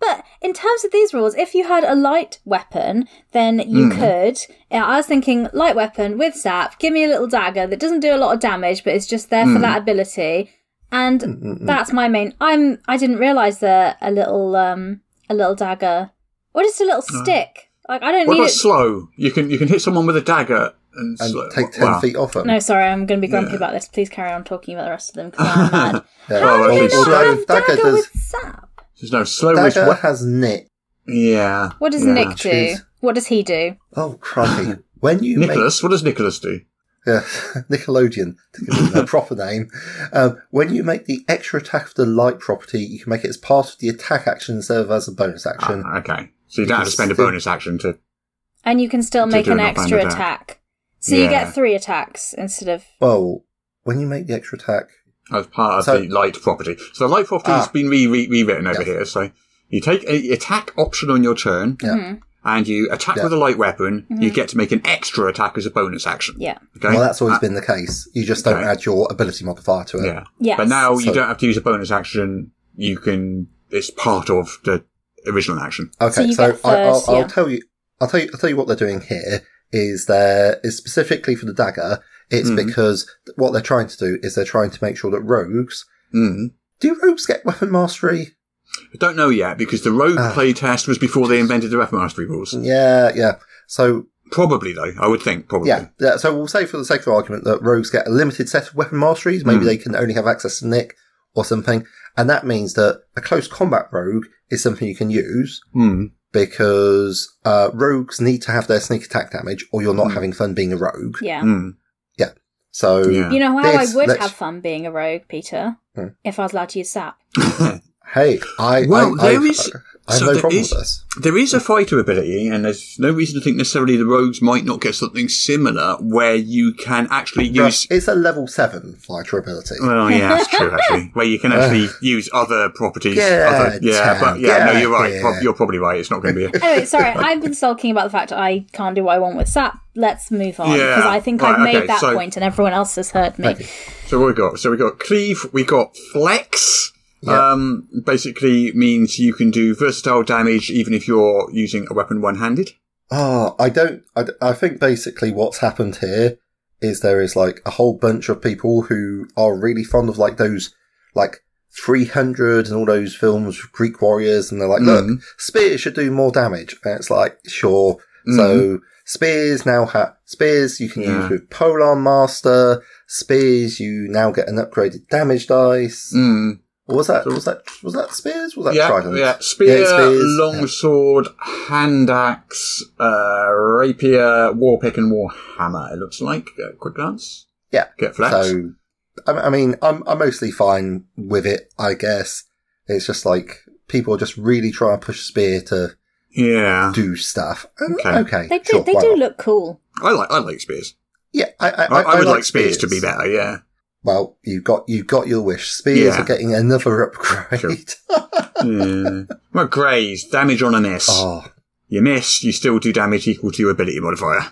Speaker 7: But in terms of these rules, if you had a light weapon, then you
Speaker 5: Hmm.
Speaker 7: could. Yeah, I was thinking light weapon with sap. Give me a little dagger that doesn't do a lot of damage, but is just there
Speaker 5: Hmm.
Speaker 7: for that ability. And
Speaker 5: Mm,
Speaker 7: that's my main. I'm. I didn't realize that a little um a little dagger or just a little stick. Like I don't
Speaker 5: What
Speaker 7: need
Speaker 5: about
Speaker 7: it.
Speaker 5: slow? You can you can hit someone with a dagger and,
Speaker 6: And
Speaker 5: slow.
Speaker 6: take ten
Speaker 5: Wow.
Speaker 6: feet off them.
Speaker 7: no, sorry, I'm going to be grumpy about this. Please carry on talking about the rest of them because I'm mad.
Speaker 6: Yeah.
Speaker 7: How
Speaker 5: Well,
Speaker 7: do you
Speaker 5: actually,
Speaker 7: not
Speaker 6: although
Speaker 7: have
Speaker 6: dagger
Speaker 7: dagger,
Speaker 6: does-
Speaker 7: with sap?
Speaker 5: There's no slow is
Speaker 6: Dagger
Speaker 5: what?
Speaker 6: has knit.
Speaker 5: Yeah.
Speaker 7: What does
Speaker 5: yeah.
Speaker 7: Nick do?
Speaker 6: choose.
Speaker 7: What does he do?
Speaker 6: Oh, crikey. when you make
Speaker 5: Nicholas, what does Nicholas do?
Speaker 6: Yeah, Nickelodeon, to give it a proper name. Um, when you make the extra attack of the light property, you can make it as part of the attack action instead of as a bonus action.
Speaker 5: Ah, okay. So you
Speaker 6: You
Speaker 5: don't
Speaker 6: can
Speaker 5: have to spend a
Speaker 6: still-
Speaker 5: bonus action to
Speaker 7: And you can still
Speaker 5: To
Speaker 7: make
Speaker 5: do
Speaker 7: an
Speaker 5: an up
Speaker 7: extra
Speaker 5: and
Speaker 7: attack.
Speaker 5: attack.
Speaker 7: So you
Speaker 5: Yeah.
Speaker 7: get three attacks instead of.
Speaker 6: Well, when you make the extra attack,
Speaker 5: as part of
Speaker 6: So-
Speaker 5: the light property. So the light property has
Speaker 6: Ah.
Speaker 5: been re- re- rewritten over
Speaker 6: Yes.
Speaker 5: here. So you take a attack option on your turn,
Speaker 6: Yeah.
Speaker 5: and you attack
Speaker 6: Yeah.
Speaker 5: with a light weapon. You get to make an extra attack as a bonus action.
Speaker 7: Mm-hmm. Yeah.
Speaker 5: Okay.
Speaker 6: well, that's always
Speaker 5: Uh,
Speaker 6: been the case. You just don't
Speaker 5: okay.
Speaker 6: add your ability modifier to it.
Speaker 5: yeah.
Speaker 7: Yes.
Speaker 5: But now you
Speaker 6: So-
Speaker 5: don't have to use a bonus action. You can. It's part of the original action.
Speaker 7: So
Speaker 6: Okay,
Speaker 7: you
Speaker 6: so,
Speaker 7: get
Speaker 6: I, I'll,
Speaker 7: first, yeah.
Speaker 6: I'll tell you, I'll tell you, I'll tell you what they're doing here is there is specifically for the dagger. It's because what they're trying to do is they're trying to make sure that rogues
Speaker 5: Mm.
Speaker 6: do rogues get weapon mastery.
Speaker 5: I don't know yet because the rogue
Speaker 6: Ah.
Speaker 5: playtest was before they invented the weapon mastery rules.
Speaker 6: Mm. Yeah, yeah. So
Speaker 5: Probably though, I would think. Probably.
Speaker 6: Yeah, yeah. So we'll say for the sake of argument that rogues get a limited set of weapon masteries. Maybe they can only have access to Nick or something. And that means that a close combat rogue is something you can use
Speaker 5: Mm.
Speaker 6: because uh, rogues need to have their sneak attack damage or you're not having fun being a rogue.
Speaker 7: Yeah.
Speaker 5: Mm.
Speaker 6: So,
Speaker 5: Yeah.
Speaker 7: You know how
Speaker 6: This-
Speaker 7: I would
Speaker 6: let's-
Speaker 7: have fun being a rogue, Peter,
Speaker 6: Hmm.
Speaker 7: if I was allowed to use sap.
Speaker 6: hey, I,
Speaker 5: Well,
Speaker 6: I,
Speaker 5: there
Speaker 6: I,
Speaker 5: is-
Speaker 6: I have
Speaker 5: so
Speaker 6: no
Speaker 5: there
Speaker 6: problem
Speaker 5: is-
Speaker 6: with this.
Speaker 5: There is a fighter ability, and there's no reason to think necessarily the rogues might not get something similar where you can actually use.
Speaker 6: Right, It's a level 7 fighter ability.
Speaker 5: Well, yeah, that's true, actually. Where you can actually use other properties.
Speaker 6: Yeah,
Speaker 5: other, yeah
Speaker 6: Tam,
Speaker 5: but yeah, no,
Speaker 6: yeah,
Speaker 5: you're right.
Speaker 6: yeah.
Speaker 5: Prob- you're probably right. It's not going to be a.
Speaker 7: Anyway, sorry, I've been sulking about the fact I can't do what I want with sap. Let's move on
Speaker 5: Yeah.
Speaker 7: because I think
Speaker 5: Right,
Speaker 7: I've made
Speaker 5: okay,
Speaker 7: that
Speaker 5: so-
Speaker 7: point and everyone else has heard me.
Speaker 5: So what we got? So we got cleave, we got flex. Um, basically means you can do versatile damage even if you're using a weapon one handed.
Speaker 6: Ah, I don't. I, d- I think basically what's happened here is there is like a whole bunch of people who are really fond of like those, like 300 and all those films, with Greek warriors, and they're like,
Speaker 5: Mm.
Speaker 6: look, spears should do more damage. And it's like, sure.
Speaker 5: Mm.
Speaker 6: So spears now have spears you can use with Polar Master. Spears you now get an upgraded damage dice.
Speaker 5: Mm.
Speaker 6: Or was that was that was that spears? Was that
Speaker 5: yeah,
Speaker 6: trident?
Speaker 5: yeah. Spear,
Speaker 6: it's
Speaker 5: longsword, hand axe, uh, rapier, war pick, and war hammer. It looks like. Uh, quick glance.
Speaker 6: Yeah.
Speaker 5: Get flex.
Speaker 6: So, I, I mean, I'm I'm mostly fine with it. I guess it's just like people are just really trying to push Spear to
Speaker 5: yeah,
Speaker 6: do stuff. And,
Speaker 5: Okay.
Speaker 6: okay,
Speaker 7: They do.
Speaker 6: sure,
Speaker 7: they
Speaker 6: why
Speaker 7: do
Speaker 6: not?
Speaker 7: look cool.
Speaker 5: I like I like spears.
Speaker 6: Yeah, I I,
Speaker 5: I, I, would like,
Speaker 6: Spears
Speaker 5: spears to be better. Yeah,
Speaker 6: Well, you got you got your wish. Spears
Speaker 5: Yeah.
Speaker 6: are getting another upgrade.
Speaker 5: Yeah. Well, Graze, damage on a miss.
Speaker 6: oh,
Speaker 5: You miss, you still do damage equal to your ability modifier.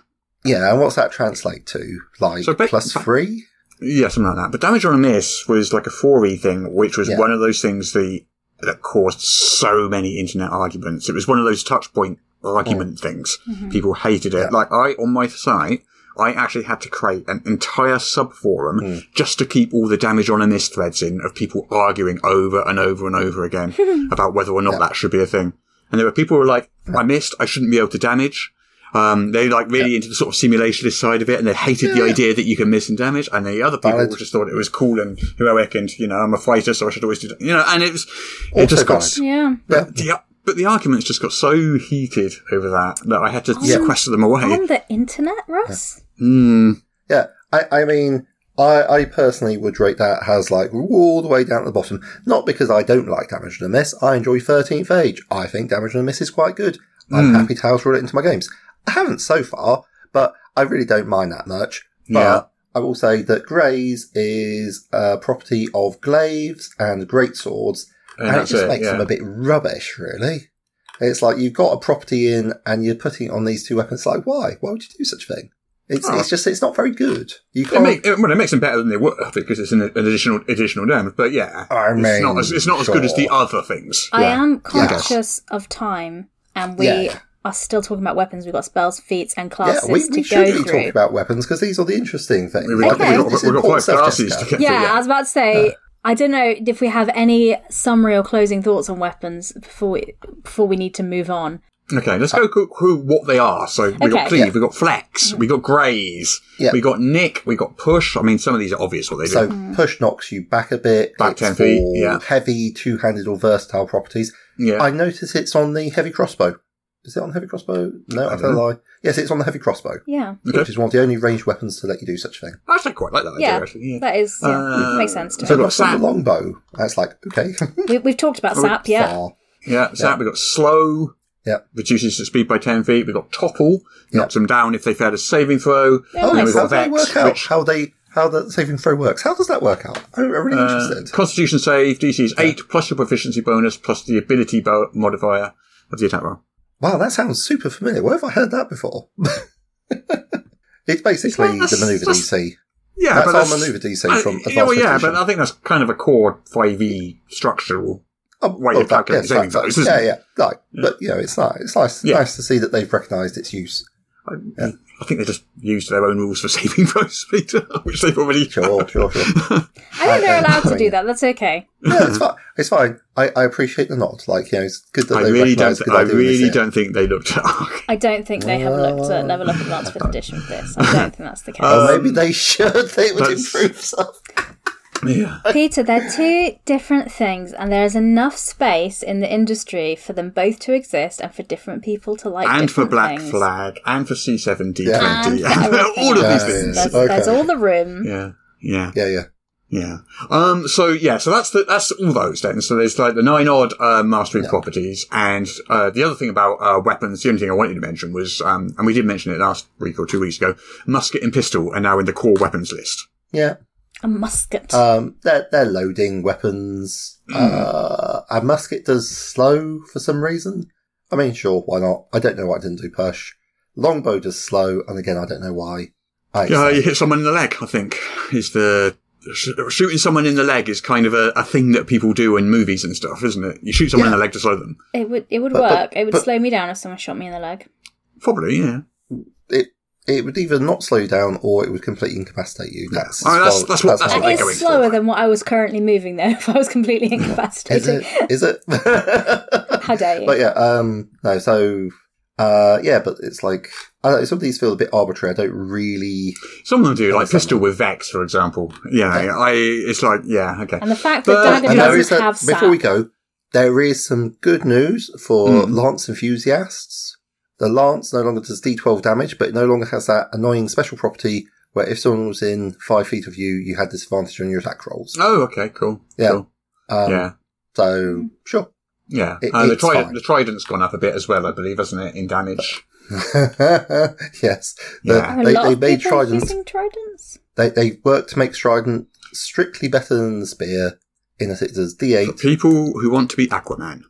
Speaker 6: yeah. And what's that translate to? Like
Speaker 5: So ba-
Speaker 6: plus
Speaker 5: ba-
Speaker 6: three?
Speaker 5: Yeah, something like that. But damage on a miss was like a 4e thing, which was
Speaker 6: Yeah.
Speaker 5: one of those things the, that caused so many internet arguments. It was one of those touch point argument things. People hated it.
Speaker 6: Mm-hmm. Yeah.
Speaker 5: Like I, on my site, I actually had to create an entire sub forum
Speaker 6: Hmm.
Speaker 5: just to keep all the damage on a miss threads in of people arguing over and over and over again about whether or not that should be a thing. And there were people who were like, I missed, I shouldn't be able to damage. Um, they like really into the sort of simulationist side of it, and they hated the idea that you can miss and damage. And the other people
Speaker 6: Valid.
Speaker 5: just thought it was cool and heroic, and you know, I'm a fighter, so I should always do. You know, and it was it
Speaker 6: Also
Speaker 5: just got
Speaker 6: valid.
Speaker 5: s-
Speaker 7: Yeah.
Speaker 5: but the, but the arguments just got so heated over that that I had to
Speaker 6: Oh.
Speaker 5: sequester them
Speaker 7: On
Speaker 5: away.
Speaker 7: the internet, Ross?
Speaker 5: Mm,
Speaker 6: Yeah, I, I mean, I, I personally would rate that as like all the way down to the bottom. Not because I don't like Damage and a Miss. I enjoy 13th Age. I think Damage and a Miss is quite good.
Speaker 5: Hmm.
Speaker 6: I'm happy to house rule it into my games. I haven't so far, but I really don't mind that much. But
Speaker 5: Yeah.
Speaker 6: I will say that Graze is a property of glaives and great swords,
Speaker 5: And
Speaker 6: and, it
Speaker 5: that's
Speaker 6: just
Speaker 5: it,
Speaker 6: makes
Speaker 5: yeah.
Speaker 6: them a bit rubbish, really. It's like you've got a property in and you're putting it on these two weapons. Like, why? Why would you do such a thing? It's,
Speaker 5: Oh.
Speaker 6: it's just it's not very good. You
Speaker 5: it,
Speaker 6: can't.
Speaker 5: make, it, well, it makes them better than they were because it's an, an additional additional damage. But yeah,
Speaker 6: I
Speaker 5: it's
Speaker 6: mean,
Speaker 5: not as, it's not as good as the
Speaker 6: sure.
Speaker 5: other things.
Speaker 7: I
Speaker 5: Yeah.
Speaker 7: am conscious of time, and we
Speaker 6: Yeah.
Speaker 7: are still talking about weapons. We've got spells, feats, and
Speaker 6: yeah,
Speaker 7: classes
Speaker 6: we, we
Speaker 7: to go
Speaker 6: should be
Speaker 7: through.
Speaker 6: talking about weapons because these are the interesting things.
Speaker 5: We've got,
Speaker 7: Okay.
Speaker 5: we've got,
Speaker 6: This is
Speaker 5: we've got
Speaker 6: important
Speaker 5: five
Speaker 6: stuff
Speaker 5: classes
Speaker 6: discuss.
Speaker 5: to get
Speaker 7: yeah,
Speaker 5: to.
Speaker 7: I was about to
Speaker 5: Uh.
Speaker 7: say. I don't know if we have any summary or closing thoughts on weapons before we, before we need to move on.
Speaker 5: Okay, let's go who, who what they are. So we got
Speaker 7: Okay.
Speaker 5: Cleve,
Speaker 6: Yeah.
Speaker 5: we got Flex, we got Graze,
Speaker 6: Yeah.
Speaker 5: we got Nick, we got Push. I mean, some of these are obvious what they do.
Speaker 6: So
Speaker 7: Hmm.
Speaker 6: push knocks you back a bit.
Speaker 5: Back
Speaker 6: it's
Speaker 5: 10 feet,
Speaker 6: for
Speaker 5: yeah.
Speaker 6: Heavy two-handed or versatile properties.
Speaker 5: yeah,
Speaker 6: I notice it's on the heavy crossbow. Is it on heavy crossbow? No, I
Speaker 5: don't
Speaker 6: don't lie. Yes, it's on the heavy crossbow,
Speaker 7: Yeah,
Speaker 5: Okay.
Speaker 6: which is one of the only ranged weapons to let you do such a thing.
Speaker 5: I actually quite like that
Speaker 7: yeah,
Speaker 5: idea. Actually, yeah.
Speaker 7: that is yeah,
Speaker 5: Uh,
Speaker 7: makes sense to
Speaker 5: so
Speaker 7: me.
Speaker 5: got
Speaker 6: That's on
Speaker 5: Sam.
Speaker 6: the longbow. That's like okay.
Speaker 7: We, we've talked about sap, yeah.
Speaker 6: Far.
Speaker 5: Yeah, so we got slow.
Speaker 6: Yeah.
Speaker 5: Reduces the speed by 10 feet. We've got topple.
Speaker 6: Yeah.
Speaker 5: Knocks them down if they fail a saving throw.
Speaker 7: Oh,
Speaker 5: then
Speaker 6: Oh,
Speaker 7: nice.
Speaker 5: we've
Speaker 6: how
Speaker 5: got
Speaker 6: do they
Speaker 5: vex,
Speaker 6: work out
Speaker 5: which,
Speaker 6: how they how the saving throw works? How does that work out? I'm I'm really
Speaker 5: uh,
Speaker 6: interested.
Speaker 5: constitution save, DC is 8, plus your proficiency bonus, plus the ability bo- modifier of the attack roll.
Speaker 6: Wow, that sounds super familiar. Where have I heard that before? it's basically
Speaker 5: Well, that's-
Speaker 6: the maneuver
Speaker 5: that's-
Speaker 6: DC.
Speaker 5: Yeah,
Speaker 6: That's
Speaker 5: but
Speaker 6: our maneuver DC
Speaker 5: I-
Speaker 6: from
Speaker 5: yeah,
Speaker 6: Advanced
Speaker 5: well, yeah,
Speaker 6: Edition.
Speaker 5: but I think that's kind of a core 5e structural.
Speaker 6: Oh,
Speaker 5: way of
Speaker 6: that-
Speaker 5: calculating saving
Speaker 6: that-
Speaker 5: throws, isn't
Speaker 6: yeah,
Speaker 5: it?
Speaker 6: yeah. Like, But you know, it's nice. It's nice.
Speaker 5: Yeah.
Speaker 6: Nice to see that they've recognised its use.
Speaker 5: I, I think they just used their own rules for saving throws, Peter, which they've already.
Speaker 6: Sure, sure, sure.
Speaker 7: I think they're allowed to
Speaker 6: Yeah.
Speaker 7: do that. That's okay.
Speaker 6: Yeah, it's fine. It's fine. I, I appreciate the nod. Like, you know, it's good that
Speaker 5: I
Speaker 6: they
Speaker 5: really don't.
Speaker 6: recognise
Speaker 5: Th-
Speaker 6: good
Speaker 5: I
Speaker 6: idea in this
Speaker 5: really
Speaker 6: area.
Speaker 5: don't think they looked at Arc.
Speaker 7: I don't think they have looked at level up advanced fifth edition for this. I don't think that's the case.
Speaker 5: Uh,
Speaker 6: Or maybe they should. They would
Speaker 5: that's-
Speaker 6: improve stuff.
Speaker 5: Yeah.
Speaker 7: Peter, they're two different things, and there is enough space in the industry for them both to exist and for different people to like
Speaker 5: and for
Speaker 7: different
Speaker 5: Black
Speaker 7: things.
Speaker 5: Flag, and for C7, D20,
Speaker 6: Yeah.
Speaker 7: And for
Speaker 5: and for
Speaker 7: everything
Speaker 5: all of
Speaker 7: else.
Speaker 5: these
Speaker 6: Yeah,
Speaker 5: things.
Speaker 7: There's,
Speaker 6: Okay.
Speaker 7: there's all the room.
Speaker 5: Yeah, yeah,
Speaker 6: Yeah, yeah.
Speaker 5: yeah. Um, so yeah, so that's the, that's all those then. So there's like the nine odd uh, mastery properties, and uh, the other thing about uh, weapons. The only thing I wanted to mention was, um, and we did mention it last week or two weeks ago, musket and pistol are now in the core weapons list.
Speaker 6: Yeah.
Speaker 7: A musket.
Speaker 6: Um, they're, they're loading weapons.
Speaker 5: Hmm.
Speaker 6: uh, a musket does slow for some reason. I mean, sure, why not? I don't know why I didn't do push. Longbow does slow, and again, I don't know why. I
Speaker 5: Yeah, you hit someone in the leg. I think is the sh- shooting someone in the leg is kind of a, a thing that people do in movies and stuff, isn't it? You shoot someone in the leg to slow them.
Speaker 7: it would it would
Speaker 6: but-
Speaker 7: work.
Speaker 6: but-
Speaker 7: it would
Speaker 6: but-
Speaker 7: slow me down if someone shot me in the leg.
Speaker 5: Probably, yeah.
Speaker 6: it it would either not slow you down or it would completely incapatate you. That's
Speaker 5: I mean, Oh, that's- that's what- that's
Speaker 6: how
Speaker 7: That
Speaker 5: what they're
Speaker 6: it
Speaker 7: is
Speaker 5: going
Speaker 6: works.
Speaker 5: for.
Speaker 7: slower than what I was currently moving though, if I was completely
Speaker 6: Is
Speaker 7: incapacitated.
Speaker 6: it? Is it?
Speaker 7: How dare you?
Speaker 6: but yeah, um, no. So, uh, yeah, but it's like I don't know, some of these feel a bit arbitrary. I don't really.
Speaker 5: Some of them do, like
Speaker 6: some
Speaker 5: pistol with Vex, for example. Yeah, I. It's like, yeah, okay.
Speaker 7: And the fact
Speaker 5: But-
Speaker 7: that
Speaker 5: It
Speaker 6: I
Speaker 7: Dagger
Speaker 6: know is
Speaker 7: doesn't
Speaker 6: that
Speaker 7: have sap.
Speaker 6: before we go, there is some good news for lance enthusiasts. The lance no longer does D12 damage, but it no longer has that annoying special property where if someone was in five feet of you, you had disadvantage on your attack rolls.
Speaker 5: Oh, okay, cool.
Speaker 6: Yeah.
Speaker 5: cool.
Speaker 6: Um,
Speaker 5: yeah,
Speaker 7: Hmm.
Speaker 6: So sure.
Speaker 5: yeah.
Speaker 6: it-
Speaker 5: Uh, the,
Speaker 6: it's
Speaker 5: trident,
Speaker 6: fine.
Speaker 5: the trident's gone up a bit as well, I believe, hasn't it, in damage?
Speaker 6: yes, The-
Speaker 5: Yeah.
Speaker 7: Are a
Speaker 6: they,
Speaker 7: lot
Speaker 6: they
Speaker 7: of
Speaker 6: made
Speaker 7: people
Speaker 6: trident.
Speaker 7: using tridents?
Speaker 6: They they worked to make trident strictly better than the spear in that it does
Speaker 5: For
Speaker 6: D8.
Speaker 5: people who want to be Aquaman.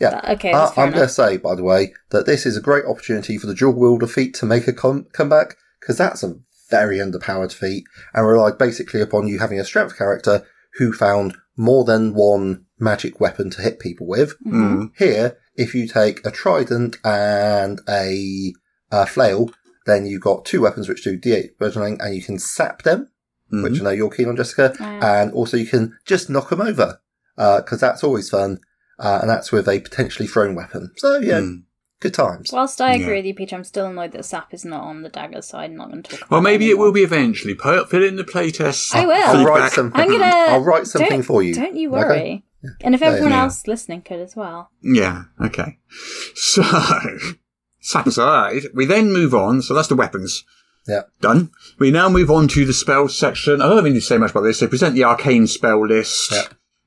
Speaker 6: Yeah.
Speaker 7: Uh, okay,
Speaker 6: Uh,
Speaker 7: that's fair
Speaker 6: I'm going to
Speaker 7: enough.
Speaker 6: say, by the way, that this is a great opportunity for the dual wielder feat to make a com- comeback because that's a very underpowered feat and relied basically upon you having a strength character who found more than one magic weapon to hit people with.
Speaker 5: Hmm. Mm.
Speaker 6: Here, if you take a trident and a, uh flail, then you've got two weapons which do D8 burgeoning and you can sap them,
Speaker 5: Mm-hmm.
Speaker 6: which I know you're keen on, Jessica, and also you can just knock them over, because that's always fun, uh, and that's with a potentially thrown weapon. So, yeah,
Speaker 5: Mm.
Speaker 6: good times.
Speaker 7: Whilst I
Speaker 5: Yeah.
Speaker 7: agree with you, Peter, I'm still annoyed that Sap is not on the dagger, so I'm not going to talk about
Speaker 5: Well, maybe it
Speaker 7: anymore.
Speaker 5: will be eventually. Put, fill in the playtest.
Speaker 7: I will.
Speaker 6: I'll write
Speaker 5: feedback.
Speaker 6: something.
Speaker 7: I'm gonna.
Speaker 6: I'll write something
Speaker 7: don't-
Speaker 6: for you.
Speaker 7: Don't you
Speaker 6: Okay?
Speaker 7: worry. And if everyone
Speaker 5: yeah.
Speaker 7: else listening could as well.
Speaker 5: Yeah, okay. So, sat aside, we then move on. So that's the weapons.
Speaker 6: Yeah.
Speaker 5: Done. We now move on to the spells section. I don't really need to say much about this. They present the arcane spell list.
Speaker 6: Yeah.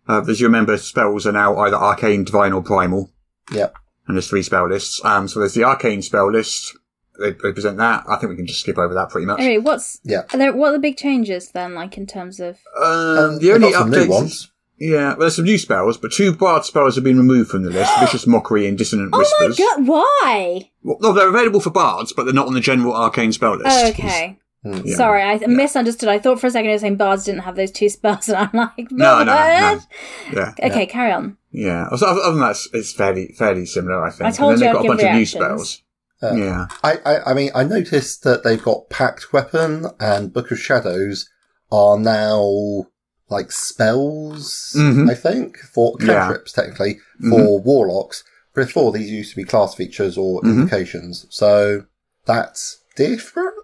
Speaker 5: Uh, as you remember, spells are now either arcane, divine, or primal.
Speaker 6: Yeah.
Speaker 5: And there's three spell lists. Um, so there's the arcane spell list. They, they present that. I think we can just skip over that pretty much.
Speaker 7: Anyway, what's
Speaker 6: Yeah.
Speaker 7: are there, what are the big changes then? Like in terms of
Speaker 5: Um,
Speaker 6: I've
Speaker 5: the only
Speaker 6: got some
Speaker 5: updates.
Speaker 6: new ones.
Speaker 5: Yeah, well, there's some new spells, but two bard spells have been removed from the list: vicious mockery and dissonant
Speaker 7: oh my
Speaker 5: whispers.
Speaker 7: god, why?
Speaker 5: Well, no, they're available for bards, but they're not on the general arcane spell list.
Speaker 7: Oh, okay.
Speaker 5: Yeah.
Speaker 7: Sorry, I th- misunderstood. I thought for a second you were saying bards didn't have those two spells, and I'm like,
Speaker 5: No, no, no.
Speaker 7: what?
Speaker 5: Yeah,
Speaker 7: Okay, carry on.
Speaker 5: yeah. Also, other than that, it's- it's fairly, fairly similar, I think.
Speaker 7: I told
Speaker 5: and then
Speaker 7: you
Speaker 5: they've got
Speaker 7: I'd
Speaker 5: a bunch
Speaker 7: give
Speaker 5: of new
Speaker 7: reactions.
Speaker 5: spells. yeah,
Speaker 6: I, I, I mean, I noticed that they've got Packed Weapon and Book of Shadows are now like spells,
Speaker 5: Mhm.
Speaker 6: I think, for
Speaker 5: Yeah. Mm-hmm.
Speaker 6: cantrips, technically, for warlocks. Before these used to be class features or
Speaker 5: Mm-hmm.
Speaker 6: invocations. So that's different.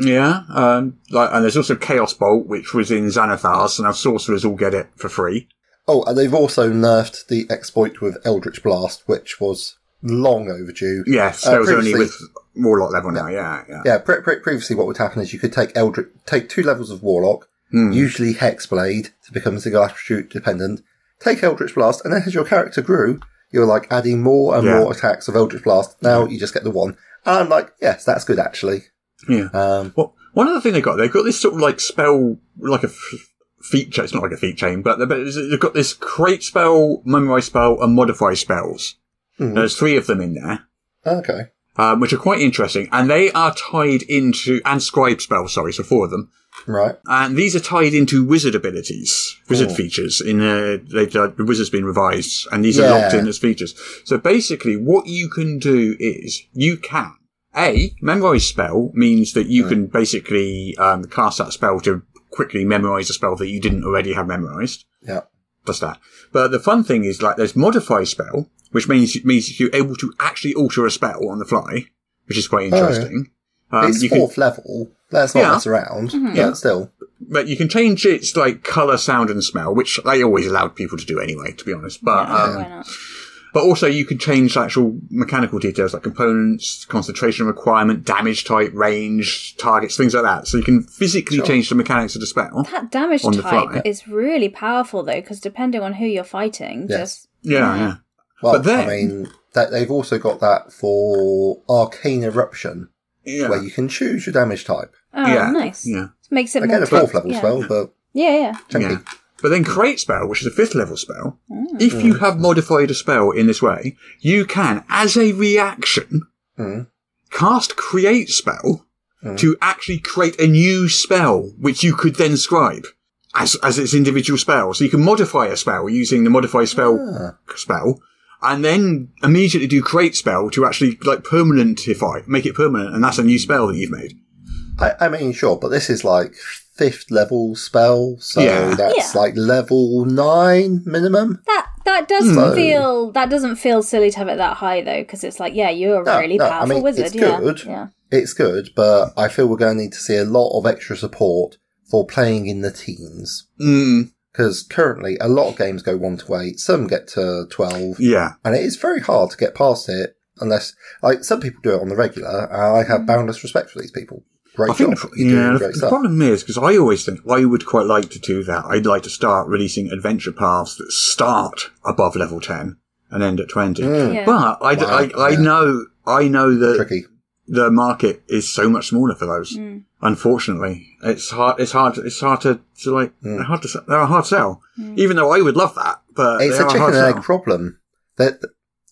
Speaker 5: yeah. Um, like, and there's also chaos bolt, which was in Xanathar, so now sorcerers all get it for free.
Speaker 6: Oh, and they've also nerfed the exploit with Eldritch Blast, which was long overdue.
Speaker 5: Yes,
Speaker 6: Uh,
Speaker 5: that was only
Speaker 6: previously-
Speaker 5: with warlock level now. Yeah, yeah.
Speaker 6: Yeah, pre- pre- previously what would happen is you could take Eldritch, take two levels of Warlock,
Speaker 5: Hmm.
Speaker 6: usually Hexblade to become Zagarshoot dependent, take Eldritch Blast, and then as your character grew, you were like adding more and
Speaker 5: Yeah.
Speaker 6: more attacks of Eldritch Blast. Now you just get the one. And I'm like, yes, that's good actually.
Speaker 5: Yeah.
Speaker 6: Um,
Speaker 5: Well, one other thing they got, they've got this sort of like spell, like a f- feature. It's not like a feat chain, but but it's- they've got this create spell, memorize spell, and modify spells.
Speaker 6: Mm-hmm.
Speaker 5: There's three of them in there,
Speaker 6: okay.
Speaker 5: um, which are quite interesting, and they are tied into and scribe spells. Sorry, so four of them,
Speaker 6: Right.
Speaker 5: and these are tied into wizard abilities,
Speaker 6: Oh.
Speaker 5: wizard features. In uh, they uh, the wizard's been revised, and these are locked
Speaker 6: Yeah.
Speaker 5: in as features. So basically, what you can do is you can a memorize spell means that
Speaker 6: Hmm.
Speaker 5: you can basically um, cast that spell to quickly memorize a spell that you didn't already have memorized.
Speaker 6: Yeah.
Speaker 5: That's that. But the fun thing is like there's modify spell, which means means you're able to actually alter a spell on the fly, which is quite
Speaker 6: Oh, yeah.
Speaker 5: interesting. Um,
Speaker 6: it's
Speaker 5: you can-
Speaker 6: fourth level. Let's not
Speaker 5: Yeah.
Speaker 6: mess around.
Speaker 7: Mm-hmm.
Speaker 5: Yeah.
Speaker 6: But still.
Speaker 5: but you can change its like color, sound, and smell, which they always allowed people to do anyway, to be honest. But
Speaker 7: Yeah,
Speaker 5: um,
Speaker 7: why not?
Speaker 5: but also you can change actual mechanical details like components, concentration requirement, damage type, range, targets, things like that. So you can physically change the mechanics of the spell.
Speaker 7: That damage
Speaker 5: On the
Speaker 7: type
Speaker 5: fly.
Speaker 7: is really powerful though, because depending on who you're fighting,
Speaker 6: Yes.
Speaker 7: just
Speaker 5: Yeah, yeah.
Speaker 6: Well,
Speaker 5: But then-
Speaker 6: I mean, that they've also got that for Arcane Eruption,
Speaker 5: Yeah.
Speaker 6: where you can choose your damage type.
Speaker 7: oh
Speaker 5: Yeah,
Speaker 7: nice,
Speaker 5: yeah.
Speaker 7: makes it
Speaker 6: Again,
Speaker 7: more
Speaker 6: a fourth level
Speaker 7: yeah.
Speaker 6: spell, but
Speaker 7: Yeah, yeah.
Speaker 6: chunky. Mm.
Speaker 5: Yeah. But then create spell, which is a fifth level spell, if you have modified a spell in this way, you can, as a reaction,
Speaker 6: Mm.
Speaker 5: cast create spell to actually create a new spell, which you could then scribe as, as its individual spell. So you can modify a spell using the modify spell
Speaker 6: Ah.
Speaker 5: spell. And then immediately do create spell to actually like permanentify, make it permanent, and that's a new spell that you've made.
Speaker 6: I, I mean, sure, but this is like fifth level spell, so
Speaker 5: Yeah.
Speaker 6: that's
Speaker 7: Yeah.
Speaker 6: like level nine minimum.
Speaker 7: That that does
Speaker 5: Hmm.
Speaker 6: So-
Speaker 7: feel that doesn't feel silly to have it that high though, because it's like yeah, you're a
Speaker 6: No,
Speaker 7: really
Speaker 6: no, I
Speaker 7: powerful
Speaker 6: mean,
Speaker 7: wizard.
Speaker 6: it's
Speaker 7: yeah,
Speaker 6: good.
Speaker 7: yeah.
Speaker 6: It's good, but I feel we're going to need to see a lot of extra support for playing in the teens.
Speaker 5: Mm,
Speaker 6: Because currently, a lot of games go 1 to 8, some get to 12,
Speaker 5: yeah.
Speaker 6: and it is very hard to get past it unless, like, some people do it on the regular, and I have
Speaker 7: Mm.
Speaker 6: boundless respect for these people. Great
Speaker 5: I think the,
Speaker 6: job.
Speaker 5: pro-
Speaker 6: You're doing
Speaker 5: yeah, the-
Speaker 6: great
Speaker 5: the
Speaker 6: stuff.
Speaker 5: problem is because I always think I would quite like to do that. I'd like to start releasing adventure paths that start above level ten and end at twenty.
Speaker 6: Mm,
Speaker 7: Yeah.
Speaker 5: But I,
Speaker 6: Wow,
Speaker 5: I, I
Speaker 6: yeah.
Speaker 5: know I know that
Speaker 6: Tricky.
Speaker 5: the market is so much smaller for those. Unfortunately, it's hard. It's hard. It's hard to, to like. They're
Speaker 6: Mm.
Speaker 5: hard to. se- They're a hard sell. Even though I would love that, but
Speaker 6: it's
Speaker 5: Uh, they
Speaker 6: a
Speaker 5: are
Speaker 6: chicken
Speaker 5: hard
Speaker 6: and
Speaker 5: sell.
Speaker 6: egg problem. That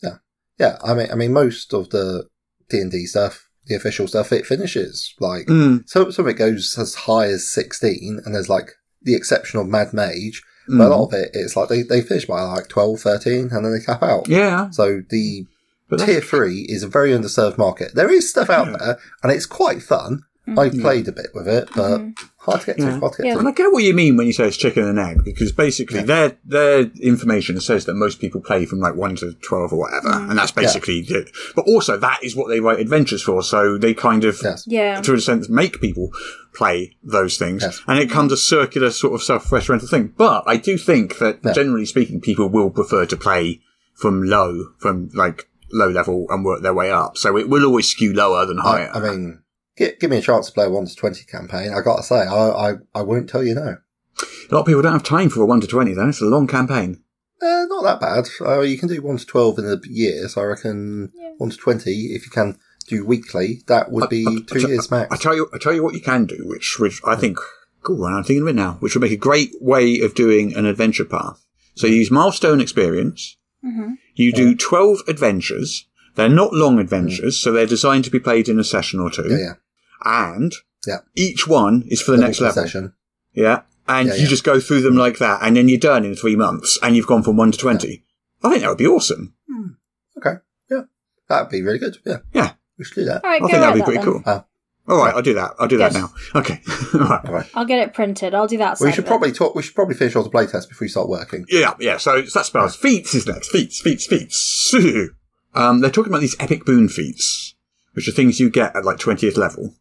Speaker 6: yeah, yeah. I mean, I mean, most of the D and D stuff, the official stuff, it finishes like
Speaker 5: Mm.
Speaker 6: so. Some of it goes as high as sixteen, and there's like the exception of Mad Mage.
Speaker 5: Hmm.
Speaker 6: But a lot of it, it's like they, they finish by like 12, 13, and then they cap out.
Speaker 5: Yeah,
Speaker 6: So the
Speaker 5: but that's-
Speaker 6: tier three is a very underserved market. There is stuff out there, and it's quite fun. I played a bit with it, but hard to get to. Hard to get
Speaker 7: Yeah.
Speaker 5: And I
Speaker 6: to.
Speaker 5: get what you mean when you say it's chicken and egg, because basically their their information says that most people play from like one to twelve or whatever,
Speaker 7: Mm.
Speaker 5: and that's basically it. But also, that is what they write adventures for, so they kind of,
Speaker 6: Yes.
Speaker 7: Yeah.
Speaker 5: to a sense, make people play those things,
Speaker 6: Yes.
Speaker 5: and it comes a circular sort of self-referential thing. But I do think that
Speaker 6: Yeah.
Speaker 5: generally speaking, people will prefer to play from low, from like low level, and work their way up. So it will always skew lower than
Speaker 6: I,
Speaker 5: higher.
Speaker 6: I mean, give, give me a chance to play a 1 to 20 campaign. I gotta say, I, I, I won't tell you no.
Speaker 5: a lot of people don't have time for a one to twenty. Though it's a long campaign.
Speaker 6: Uh, not that bad. Uh, you can do 1 to 12 in a year, so I reckon 1 to 20, if you can do weekly, that would be two
Speaker 5: t-
Speaker 6: years max.
Speaker 5: I tell you, I tell you what you can do, which which I think, cool, and I'm thinking of it now, which would make a great way of doing an adventure path. So you use milestone experience.
Speaker 7: Mm-hmm.
Speaker 5: You do twelve adventures. They're not long adventures, so they're designed to be played in a session or two.
Speaker 6: Mm. yeah, yeah.
Speaker 5: And
Speaker 6: Yeah.
Speaker 5: each one is for the next level.
Speaker 6: Session.
Speaker 5: Yeah. And
Speaker 6: Yeah,
Speaker 5: you
Speaker 6: yeah.
Speaker 5: just go through them like that, and then you're done in three months, and you've gone from one to twenty. I think that would be awesome.
Speaker 6: Okay. Yeah. That'd be really good. Yeah.
Speaker 5: Yeah.
Speaker 6: We should do that.
Speaker 7: All right,
Speaker 5: I
Speaker 7: go
Speaker 5: think
Speaker 7: write
Speaker 5: that'd be
Speaker 7: that
Speaker 5: pretty
Speaker 7: then.
Speaker 5: cool.
Speaker 6: Uh,
Speaker 5: All right, I'll do that. I'll do that
Speaker 7: Yes.
Speaker 5: now. Okay. All right.
Speaker 6: all right.
Speaker 7: I'll get it printed. I'll do that.
Speaker 6: We
Speaker 7: side
Speaker 6: should
Speaker 7: of it.
Speaker 6: probably talk. We should probably finish all the playtest before we start working.
Speaker 5: Yeah, yeah. So it's that spells. Feats is next. Feats, feats, feats. um, they're talking about these epic boon feats, which are things you get at like twentieth level.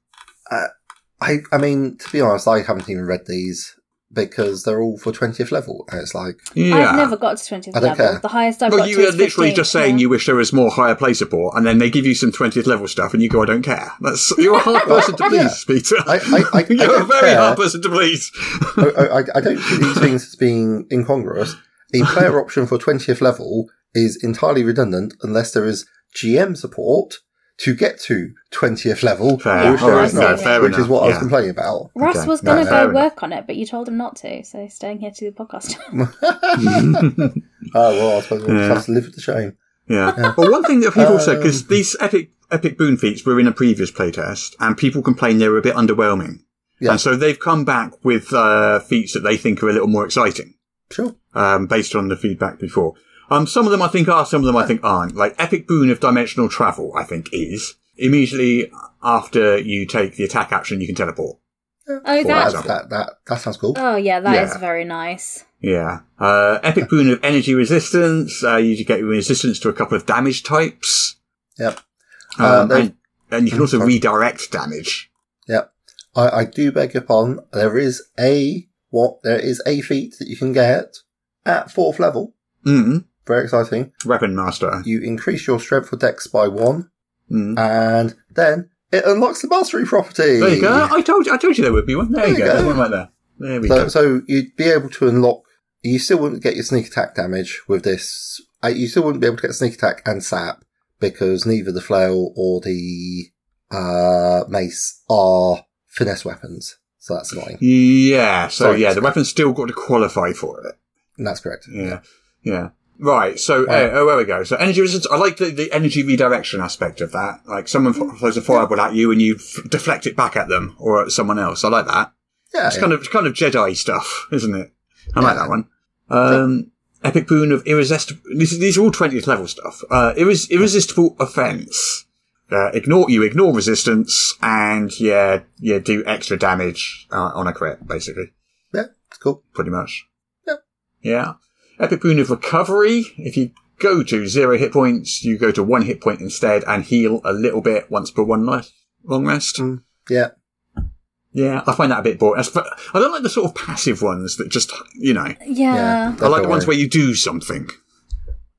Speaker 6: I, I mean, to be honest, I haven't even read these because they're all for twentieth level, and it's like,
Speaker 5: Yeah.
Speaker 7: I've never got to 20th
Speaker 6: I don't
Speaker 7: level.
Speaker 6: care.
Speaker 7: The highest I've
Speaker 5: Well,
Speaker 7: got
Speaker 5: you
Speaker 7: to
Speaker 5: are
Speaker 7: is
Speaker 5: literally
Speaker 7: 15th,
Speaker 5: just saying
Speaker 7: yeah.
Speaker 5: you wish there was more higher play support, and then they give you some twentieth level stuff, and you go, "I don't care." That's you're a hard person to
Speaker 6: Yeah.
Speaker 5: please, Peter.
Speaker 6: I- I- I- I
Speaker 5: you're a
Speaker 6: don't
Speaker 5: very
Speaker 6: care.
Speaker 5: hard person to please.
Speaker 6: I, I, I- I don't see these things as being incongruous. The player option for twentieth level is entirely redundant unless there is GM support to get to twentieth level,
Speaker 5: Fair.
Speaker 6: which there
Speaker 7: Alright,
Speaker 6: is
Speaker 7: no,
Speaker 6: not,
Speaker 5: fair
Speaker 6: which
Speaker 5: enough.
Speaker 6: is what I was
Speaker 5: Yeah.
Speaker 6: complaining about.
Speaker 7: Russ
Speaker 5: Okay.
Speaker 7: was
Speaker 5: No,
Speaker 7: going to
Speaker 5: fair
Speaker 7: go
Speaker 5: enough.
Speaker 7: work on it, but you told him not to, so he's staying here to do the podcast.
Speaker 6: Oh well, I suppose we'll
Speaker 5: Yeah.
Speaker 6: just have to live with the shame.
Speaker 5: Yeah. Well, one thing that
Speaker 6: Um,
Speaker 5: people said because these epic epic boon feats were in a previous playtest, and people complained they were a bit underwhelming.
Speaker 6: Yeah.
Speaker 5: And so they've come back with uh, feats that they think are a little more exciting,
Speaker 6: Sure.
Speaker 5: um, based on the feedback before. Um, some of them I think are, some of them I think aren't. Like epic boon of dimensional travel, I think is immediately after you take the attack action, you can teleport.
Speaker 7: oh,
Speaker 5: Well,
Speaker 7: that's.
Speaker 5: that's-
Speaker 6: That that that sounds cool.
Speaker 7: Oh, yeah, that is
Speaker 5: Yeah.
Speaker 7: very nice.
Speaker 5: Yeah. Uh, epic boon of energy resistance. Uh, you get resistance to a couple of damage types.
Speaker 6: Yep. Uh,
Speaker 5: Um,
Speaker 6: they-
Speaker 5: and, and you can
Speaker 6: Mm,
Speaker 5: also
Speaker 6: sorry.
Speaker 5: redirect damage.
Speaker 6: Yep. I, I do beg your pardon. There is a what there is a feat that you can get at fourth level.
Speaker 5: Mm.
Speaker 6: Very exciting.
Speaker 5: Weapon master.
Speaker 6: You increase your strength for dex by one,
Speaker 5: Mm.
Speaker 6: and then it unlocks the mastery property.
Speaker 5: There you go. I told you. I told you there would be one. There, you go. There's one right there. There we
Speaker 6: So,
Speaker 5: go.
Speaker 6: so you'd be able to unlock. You still wouldn't get your sneak attack damage with this. Uh, You still wouldn't be able to get sneak attack and sap because neither the flail or the uh, mace are finesse weapons. So that's annoying.
Speaker 5: yeah. So
Speaker 6: Sorry,
Speaker 5: yeah, the
Speaker 6: sorry.
Speaker 5: weapon's still got to qualify for it.
Speaker 6: And that's correct.
Speaker 5: Yeah. Yeah. Right. So uh, oh, there we go. So energy resistance. I like the, the energy redirection aspect of that. Like someone f- throws a fireball at you and you f- deflect it back at them or at someone else. I like that.
Speaker 6: Yeah,
Speaker 5: It's
Speaker 6: yeah.
Speaker 5: kind of it's kind of Jedi stuff, isn't it? I like
Speaker 6: Yeah.
Speaker 5: that one. Um, Epic boon of irresistible. These, these are all twentieth level stuff. Uh, irres- irresistible offense. Uh, ignore you ignore resistance, and yeah, yeah, do extra damage uh, on a crit, basically,
Speaker 6: Yeah, it's cool.
Speaker 5: pretty much.
Speaker 6: Yeah.
Speaker 5: Yeah. Epic boon of recovery. If you go to zero hit points, you go to one hit point instead and heal a little bit once per one rest, long rest.
Speaker 6: Yeah.
Speaker 5: Yeah, I find that a bit boring. That's- but I don't like the sort of passive ones that just, you know.
Speaker 7: Yeah.
Speaker 6: yeah
Speaker 5: I like the ones where you do something.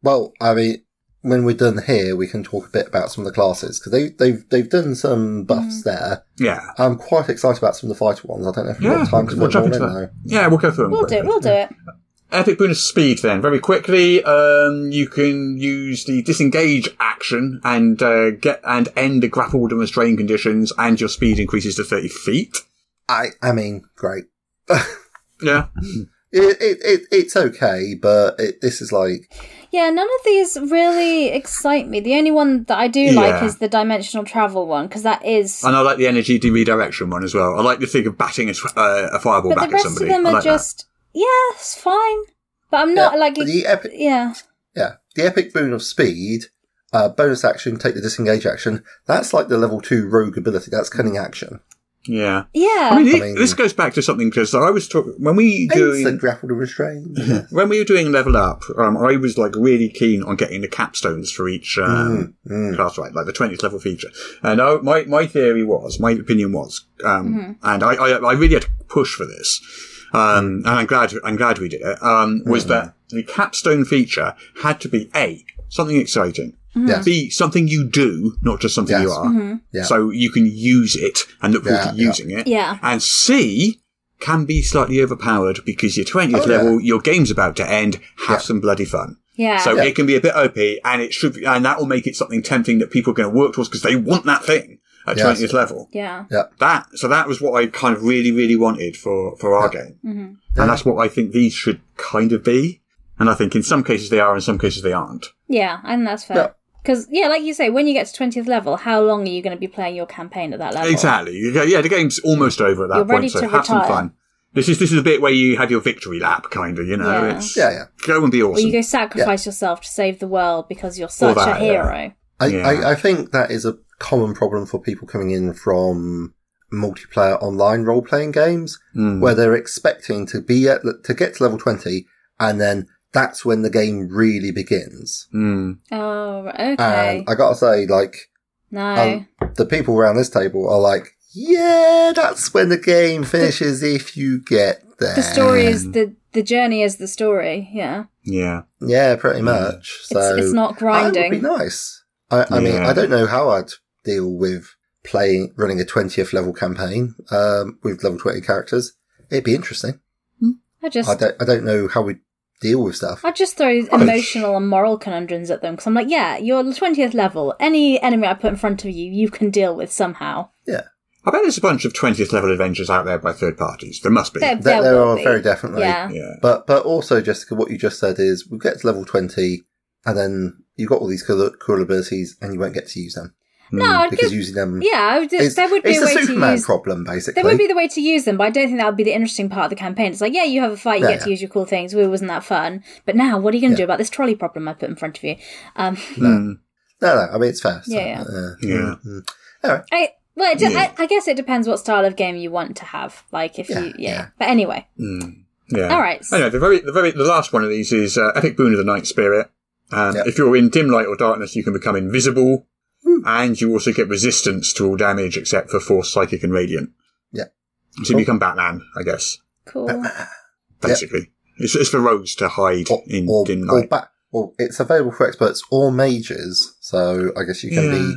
Speaker 6: Well, I mean, when we're done here, we can talk a bit about some of the classes because they, they've they've done some buffs
Speaker 5: Mm.
Speaker 6: there.
Speaker 5: Yeah.
Speaker 6: I'm quite excited about some of the fighter ones. I don't know if we've
Speaker 5: Yeah.
Speaker 6: got time to
Speaker 5: we'll
Speaker 6: put
Speaker 5: jump
Speaker 6: more in
Speaker 5: into that.
Speaker 6: though.
Speaker 5: Yeah, we'll go through them.
Speaker 7: We'll do
Speaker 5: quickly.
Speaker 7: it. We'll do it.
Speaker 5: Epic bonus speed then. Very quickly, um, you can use the disengage action and uh, get and end the grappled and restrained conditions, and your speed increases to thirty feet.
Speaker 6: I, I mean, great.
Speaker 5: Yeah,
Speaker 6: It, it, it, it's okay, but it, this is like,
Speaker 7: Yeah, none of these really excite me. The only one that I do like
Speaker 5: Yeah.
Speaker 7: is the dimensional travel one because that is.
Speaker 5: and I like the energy de- redirection one as well. I like to think of batting a, sw- uh, a fireball
Speaker 7: But
Speaker 5: back
Speaker 7: the rest
Speaker 5: at somebody.
Speaker 7: of them
Speaker 5: I
Speaker 7: are
Speaker 5: like that.
Speaker 7: just yeah, it's fine. But I'm not
Speaker 6: Yeah,
Speaker 7: like
Speaker 6: but the epic-
Speaker 7: yeah.
Speaker 6: yeah, the epic boon of speed, uh, bonus action, take the disengage action. That's like the level two rogue ability. That's cunning action.
Speaker 5: Yeah.
Speaker 7: Yeah.
Speaker 5: I mean, it-
Speaker 6: I mean-
Speaker 5: this goes back to something because I was talking when we
Speaker 6: Hence the
Speaker 5: doing
Speaker 6: grappled and restrained.
Speaker 5: when we were doing level up. Um, I was like really keen on getting the capstones for each um,
Speaker 6: Mm,
Speaker 5: class, right? Like the twentieth level feature. And I, my my theory was, my opinion was, um, and I, I I really had to push for this.
Speaker 6: Mm.
Speaker 5: Um, and I'm glad I'm glad we did it. Um, was that the capstone feature had to be a something exciting.
Speaker 6: Yes.
Speaker 5: B, something you do, not just something you
Speaker 6: Yes.
Speaker 5: are.
Speaker 6: Yeah.
Speaker 5: So you can use it and look forward
Speaker 6: Yeah,
Speaker 5: to
Speaker 6: yeah.
Speaker 5: using it.
Speaker 7: Yeah.
Speaker 5: And C can be slightly overpowered because your 20th
Speaker 6: Oh, yeah.
Speaker 5: level, your game's about to end, have some bloody fun.
Speaker 7: yeah.
Speaker 5: So
Speaker 6: Yeah.
Speaker 5: it can be a bit OP and it should be, and that will make it something tempting that people are going to work towards because they want that thing at
Speaker 6: Yes.
Speaker 5: 20th level.
Speaker 7: yeah.
Speaker 5: That, so that was what I kind of really, really wanted for, for our game.
Speaker 7: Mm-hmm.
Speaker 5: And that's what I think these should kind of be. And I think in some cases they are, in some cases they aren't.
Speaker 7: Yeah. I think that's
Speaker 6: Yeah.
Speaker 7: fair. Because yeah, like you say, when you get to twentieth level, how long are you going to be playing your campaign at that level?
Speaker 5: Exactly. You go- Yeah, the game's almost over at that
Speaker 7: You're
Speaker 5: point,
Speaker 7: ready
Speaker 5: so
Speaker 7: to
Speaker 5: have some
Speaker 7: retire.
Speaker 5: fun. This is this is a bit where you have your victory lap, kind of. You know,
Speaker 7: Yeah.
Speaker 5: it's
Speaker 6: Yeah, yeah.
Speaker 5: go and be
Speaker 7: Or
Speaker 5: awesome.
Speaker 7: you go sacrifice yourself to save the world because you're such
Speaker 5: that,
Speaker 7: a
Speaker 5: yeah.
Speaker 7: hero.
Speaker 6: I,
Speaker 5: Yeah.
Speaker 6: I, I think that is a common problem for people coming in from multiplayer online role playing games where they're expecting to be at, to get to level 20 and then that's when the game really begins.
Speaker 5: Mm.
Speaker 7: Oh, right, okay.
Speaker 6: And Um, I gotta say, like,
Speaker 7: no.
Speaker 6: um, the people around this table are like, yeah, that's when the game finishes if you get there.
Speaker 7: the story is the the journey is the story. Yeah.
Speaker 5: Yeah.
Speaker 6: Yeah, pretty much. So
Speaker 7: it's not grinding.
Speaker 6: That would be nice. I, I mean,
Speaker 5: Yeah.
Speaker 6: I don't know how I'd deal with playing running a twentieth level campaign um, with level twenty characters. It'd be interesting.
Speaker 7: I just
Speaker 6: I don't. I don't know how we deal with stuff.
Speaker 7: I just throw emotional and moral conundrums at them because I'm like, yeah, you're the twentieth level. Any enemy I put in front of you, you can deal with somehow.
Speaker 6: yeah,
Speaker 5: I bet there's a bunch of 20th level adventures out there by third parties. There must be.
Speaker 7: There,
Speaker 6: there,
Speaker 7: there,
Speaker 6: there
Speaker 7: will
Speaker 6: are
Speaker 7: be.
Speaker 6: very definitely.
Speaker 7: Yeah.
Speaker 5: Yeah.
Speaker 6: But but also, Jessica, what you just said is we get to level twenty, and then you've got all these cool, cool abilities, and you won't get to use them
Speaker 5: Hmm.
Speaker 7: No, I'd
Speaker 6: because
Speaker 7: give-
Speaker 6: using them.
Speaker 7: yeah, I would,
Speaker 6: is-
Speaker 7: there would be
Speaker 6: Mm. it's
Speaker 7: a
Speaker 6: the
Speaker 7: way
Speaker 6: Superman
Speaker 7: to use.
Speaker 6: problem, basically.
Speaker 7: There would be the way to use them, but I don't think that would be the interesting part of the campaign. It's like, yeah, you have a fight, you
Speaker 6: Yeah,
Speaker 7: get to
Speaker 6: yeah.
Speaker 7: use your cool things. Well, wasn't that fun? But now, what are you going to do about this trolley problem I put in front of you? Um,
Speaker 5: Mm.
Speaker 6: no, no. I mean, it's fair. so,
Speaker 7: Yeah, yeah.
Speaker 6: uh,
Speaker 5: Yeah.
Speaker 6: mm, All right.
Speaker 7: I well, it,
Speaker 5: Yeah.
Speaker 7: I, I guess it depends what style of game you want to have. Like if
Speaker 6: Yeah,
Speaker 7: you, yeah.
Speaker 6: yeah.
Speaker 7: But anyway,
Speaker 5: Mm. Yeah.
Speaker 7: Hmm. All right.
Speaker 5: Anyway, the very, the very, the last one of these is uh, Epic Boon of the Night Spirit. Um,
Speaker 6: Yep.
Speaker 5: If you're in dim light or darkness, you can become invisible, and you also get resistance to all damage except for force, psychic, and radiant.
Speaker 6: Yeah.
Speaker 5: So you become Batman, I guess.
Speaker 7: cool.
Speaker 5: basically. It's, it's for rogues to hide
Speaker 6: or,
Speaker 5: in
Speaker 6: or,
Speaker 5: dim
Speaker 6: or
Speaker 5: light.
Speaker 6: ba- or it's available for experts or mages. So I guess you can be.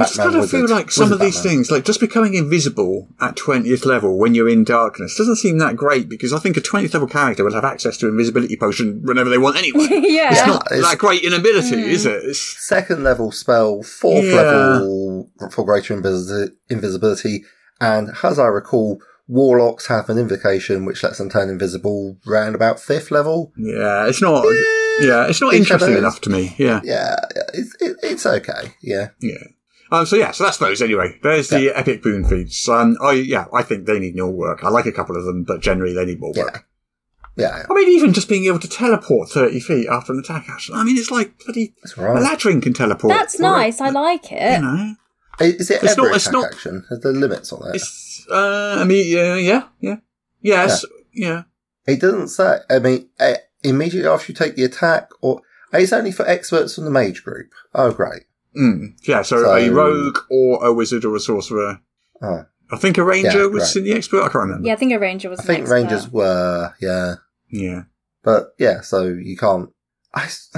Speaker 5: I just
Speaker 6: Batman
Speaker 5: kind of
Speaker 6: wizard-
Speaker 5: feel like some
Speaker 6: wizard
Speaker 5: of these
Speaker 6: Batman.
Speaker 5: things, like just becoming invisible at 20th level when you're in darkness, doesn't seem that great because I think a 20th level character will have access to invisibility potion whenever they want anyway.
Speaker 7: yeah.
Speaker 5: It's not
Speaker 6: it's-
Speaker 5: that great in ability, is it? It's,
Speaker 6: Second level spell, fourth
Speaker 5: Yeah.
Speaker 6: level for greater invis- invisibility, and as I recall, warlocks have an invocation which lets them turn invisible round about fifth level.
Speaker 5: yeah, it's not. Yeah, it's not
Speaker 6: Each
Speaker 5: interesting
Speaker 6: other.
Speaker 5: enough to me. Yeah,
Speaker 6: Yeah, it's it, it's okay. Yeah,
Speaker 5: yeah. Um, so yeah, so that's those anyway. There's the epic boon feats. Um, I yeah, I think they need more work. I like a couple of them, but generally they need more
Speaker 6: Yeah.
Speaker 5: work.
Speaker 6: yeah,
Speaker 5: I mean, even just being able to teleport 30 feet after an attack action. I mean, it's like bloody
Speaker 6: that's
Speaker 5: a
Speaker 6: right.
Speaker 5: Latrin can teleport.
Speaker 7: That's
Speaker 5: Or a-
Speaker 7: nice. I like
Speaker 5: You
Speaker 7: it.
Speaker 5: know,
Speaker 6: Is it
Speaker 5: It's
Speaker 6: every
Speaker 5: not- it's
Speaker 6: attack
Speaker 5: not-
Speaker 6: action? Are there limits on it?
Speaker 5: it's, uh, I mean, yeah, yeah, yeah. Yes, yeah.
Speaker 6: It doesn't say. I mean, eh, immediately after you take the attack, or it's only for experts from the mage group. Oh, great.
Speaker 5: Mm. Yeah, so,
Speaker 6: So-
Speaker 5: a rogue or a wizard or a sorcerer.
Speaker 6: Oh,
Speaker 5: I think a ranger
Speaker 6: Yeah,
Speaker 5: was
Speaker 6: right.
Speaker 5: in the expert. I can't remember.
Speaker 7: Yeah, I think a ranger was.
Speaker 6: I
Speaker 7: an
Speaker 6: think
Speaker 7: expert.
Speaker 6: rangers were, yeah,
Speaker 5: Yeah.
Speaker 6: but yeah. So you can't. I s-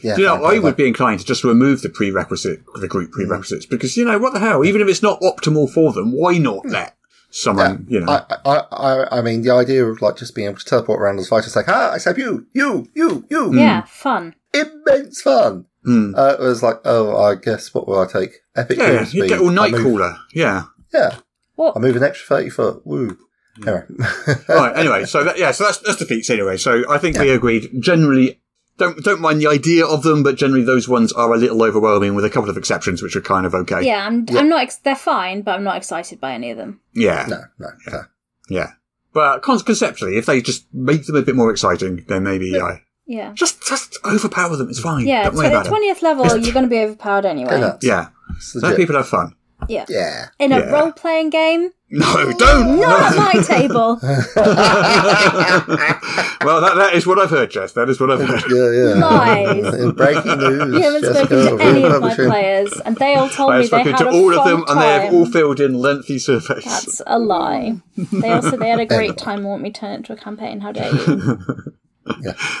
Speaker 6: yeah.
Speaker 5: Do you know,
Speaker 6: fair play
Speaker 5: I would
Speaker 6: there.
Speaker 5: be inclined to just remove the
Speaker 6: Mm.
Speaker 5: prerequisite, the group prerequisites, because, you know, what the hell? Even if it's not optimal for them, why not let someone, you know.
Speaker 6: Mm. I, I, I, I mean, the idea of like just being able to teleport around as a fighter is like, ah, except you, you, you, you.
Speaker 5: Mm.
Speaker 7: Yeah, fun.
Speaker 6: Immense fun. Uh, it was like, oh, I guess what will I take? Epic
Speaker 5: yeah,
Speaker 6: move
Speaker 5: you
Speaker 6: speed.
Speaker 5: get all
Speaker 6: I move-
Speaker 5: Nightcrawler. Yeah.
Speaker 6: Yeah,
Speaker 7: What?
Speaker 6: I move an extra thirty foot. Woo. Anyway.
Speaker 5: right. Anyway, so that, yeah, so that's that's the feats anyway. So I think we agreed. Generally, don't don't mind the idea of them, but generally those ones are a little overwhelming, with a couple of exceptions, which are kind of okay.
Speaker 7: yeah, I'm. I'm not. Ex- they're fine, but I'm not excited by any of them.
Speaker 5: Yeah.
Speaker 6: no, no, no.
Speaker 5: Yeah. But con- conceptually, if they just make them a bit more exciting, then maybe I
Speaker 7: Yeah.
Speaker 5: just just overpower them. It's fine.
Speaker 7: Yeah.
Speaker 5: Don't worry
Speaker 7: tw-
Speaker 5: about it.
Speaker 7: twentieth level, you're going to be overpowered
Speaker 6: Go
Speaker 7: anyway.
Speaker 6: nuts.
Speaker 5: Yeah.
Speaker 6: It's
Speaker 5: Let
Speaker 6: legit.
Speaker 5: people have fun.
Speaker 7: Yeah.
Speaker 6: Yeah.
Speaker 7: In a
Speaker 5: Yeah.
Speaker 7: role-playing game,
Speaker 5: No, don't.
Speaker 7: not at my table.
Speaker 5: well, that, that is what I've heard, Jess. That is what I've heard.
Speaker 6: Yeah, yeah.
Speaker 7: Lies.
Speaker 6: In breaking news.
Speaker 7: You haven't
Speaker 6: Jessica,
Speaker 7: spoken to
Speaker 6: we're
Speaker 7: any of my
Speaker 6: publishing-
Speaker 7: players, and they all told
Speaker 5: I
Speaker 7: me
Speaker 5: have
Speaker 7: they
Speaker 5: spoken
Speaker 7: had
Speaker 5: to
Speaker 7: a
Speaker 5: all of
Speaker 7: fun
Speaker 5: them,
Speaker 7: time.
Speaker 5: and they have all filled in lengthy surveys.
Speaker 7: That's a lie. They also they had a great time. Want me to turn it into a campaign? How dare you?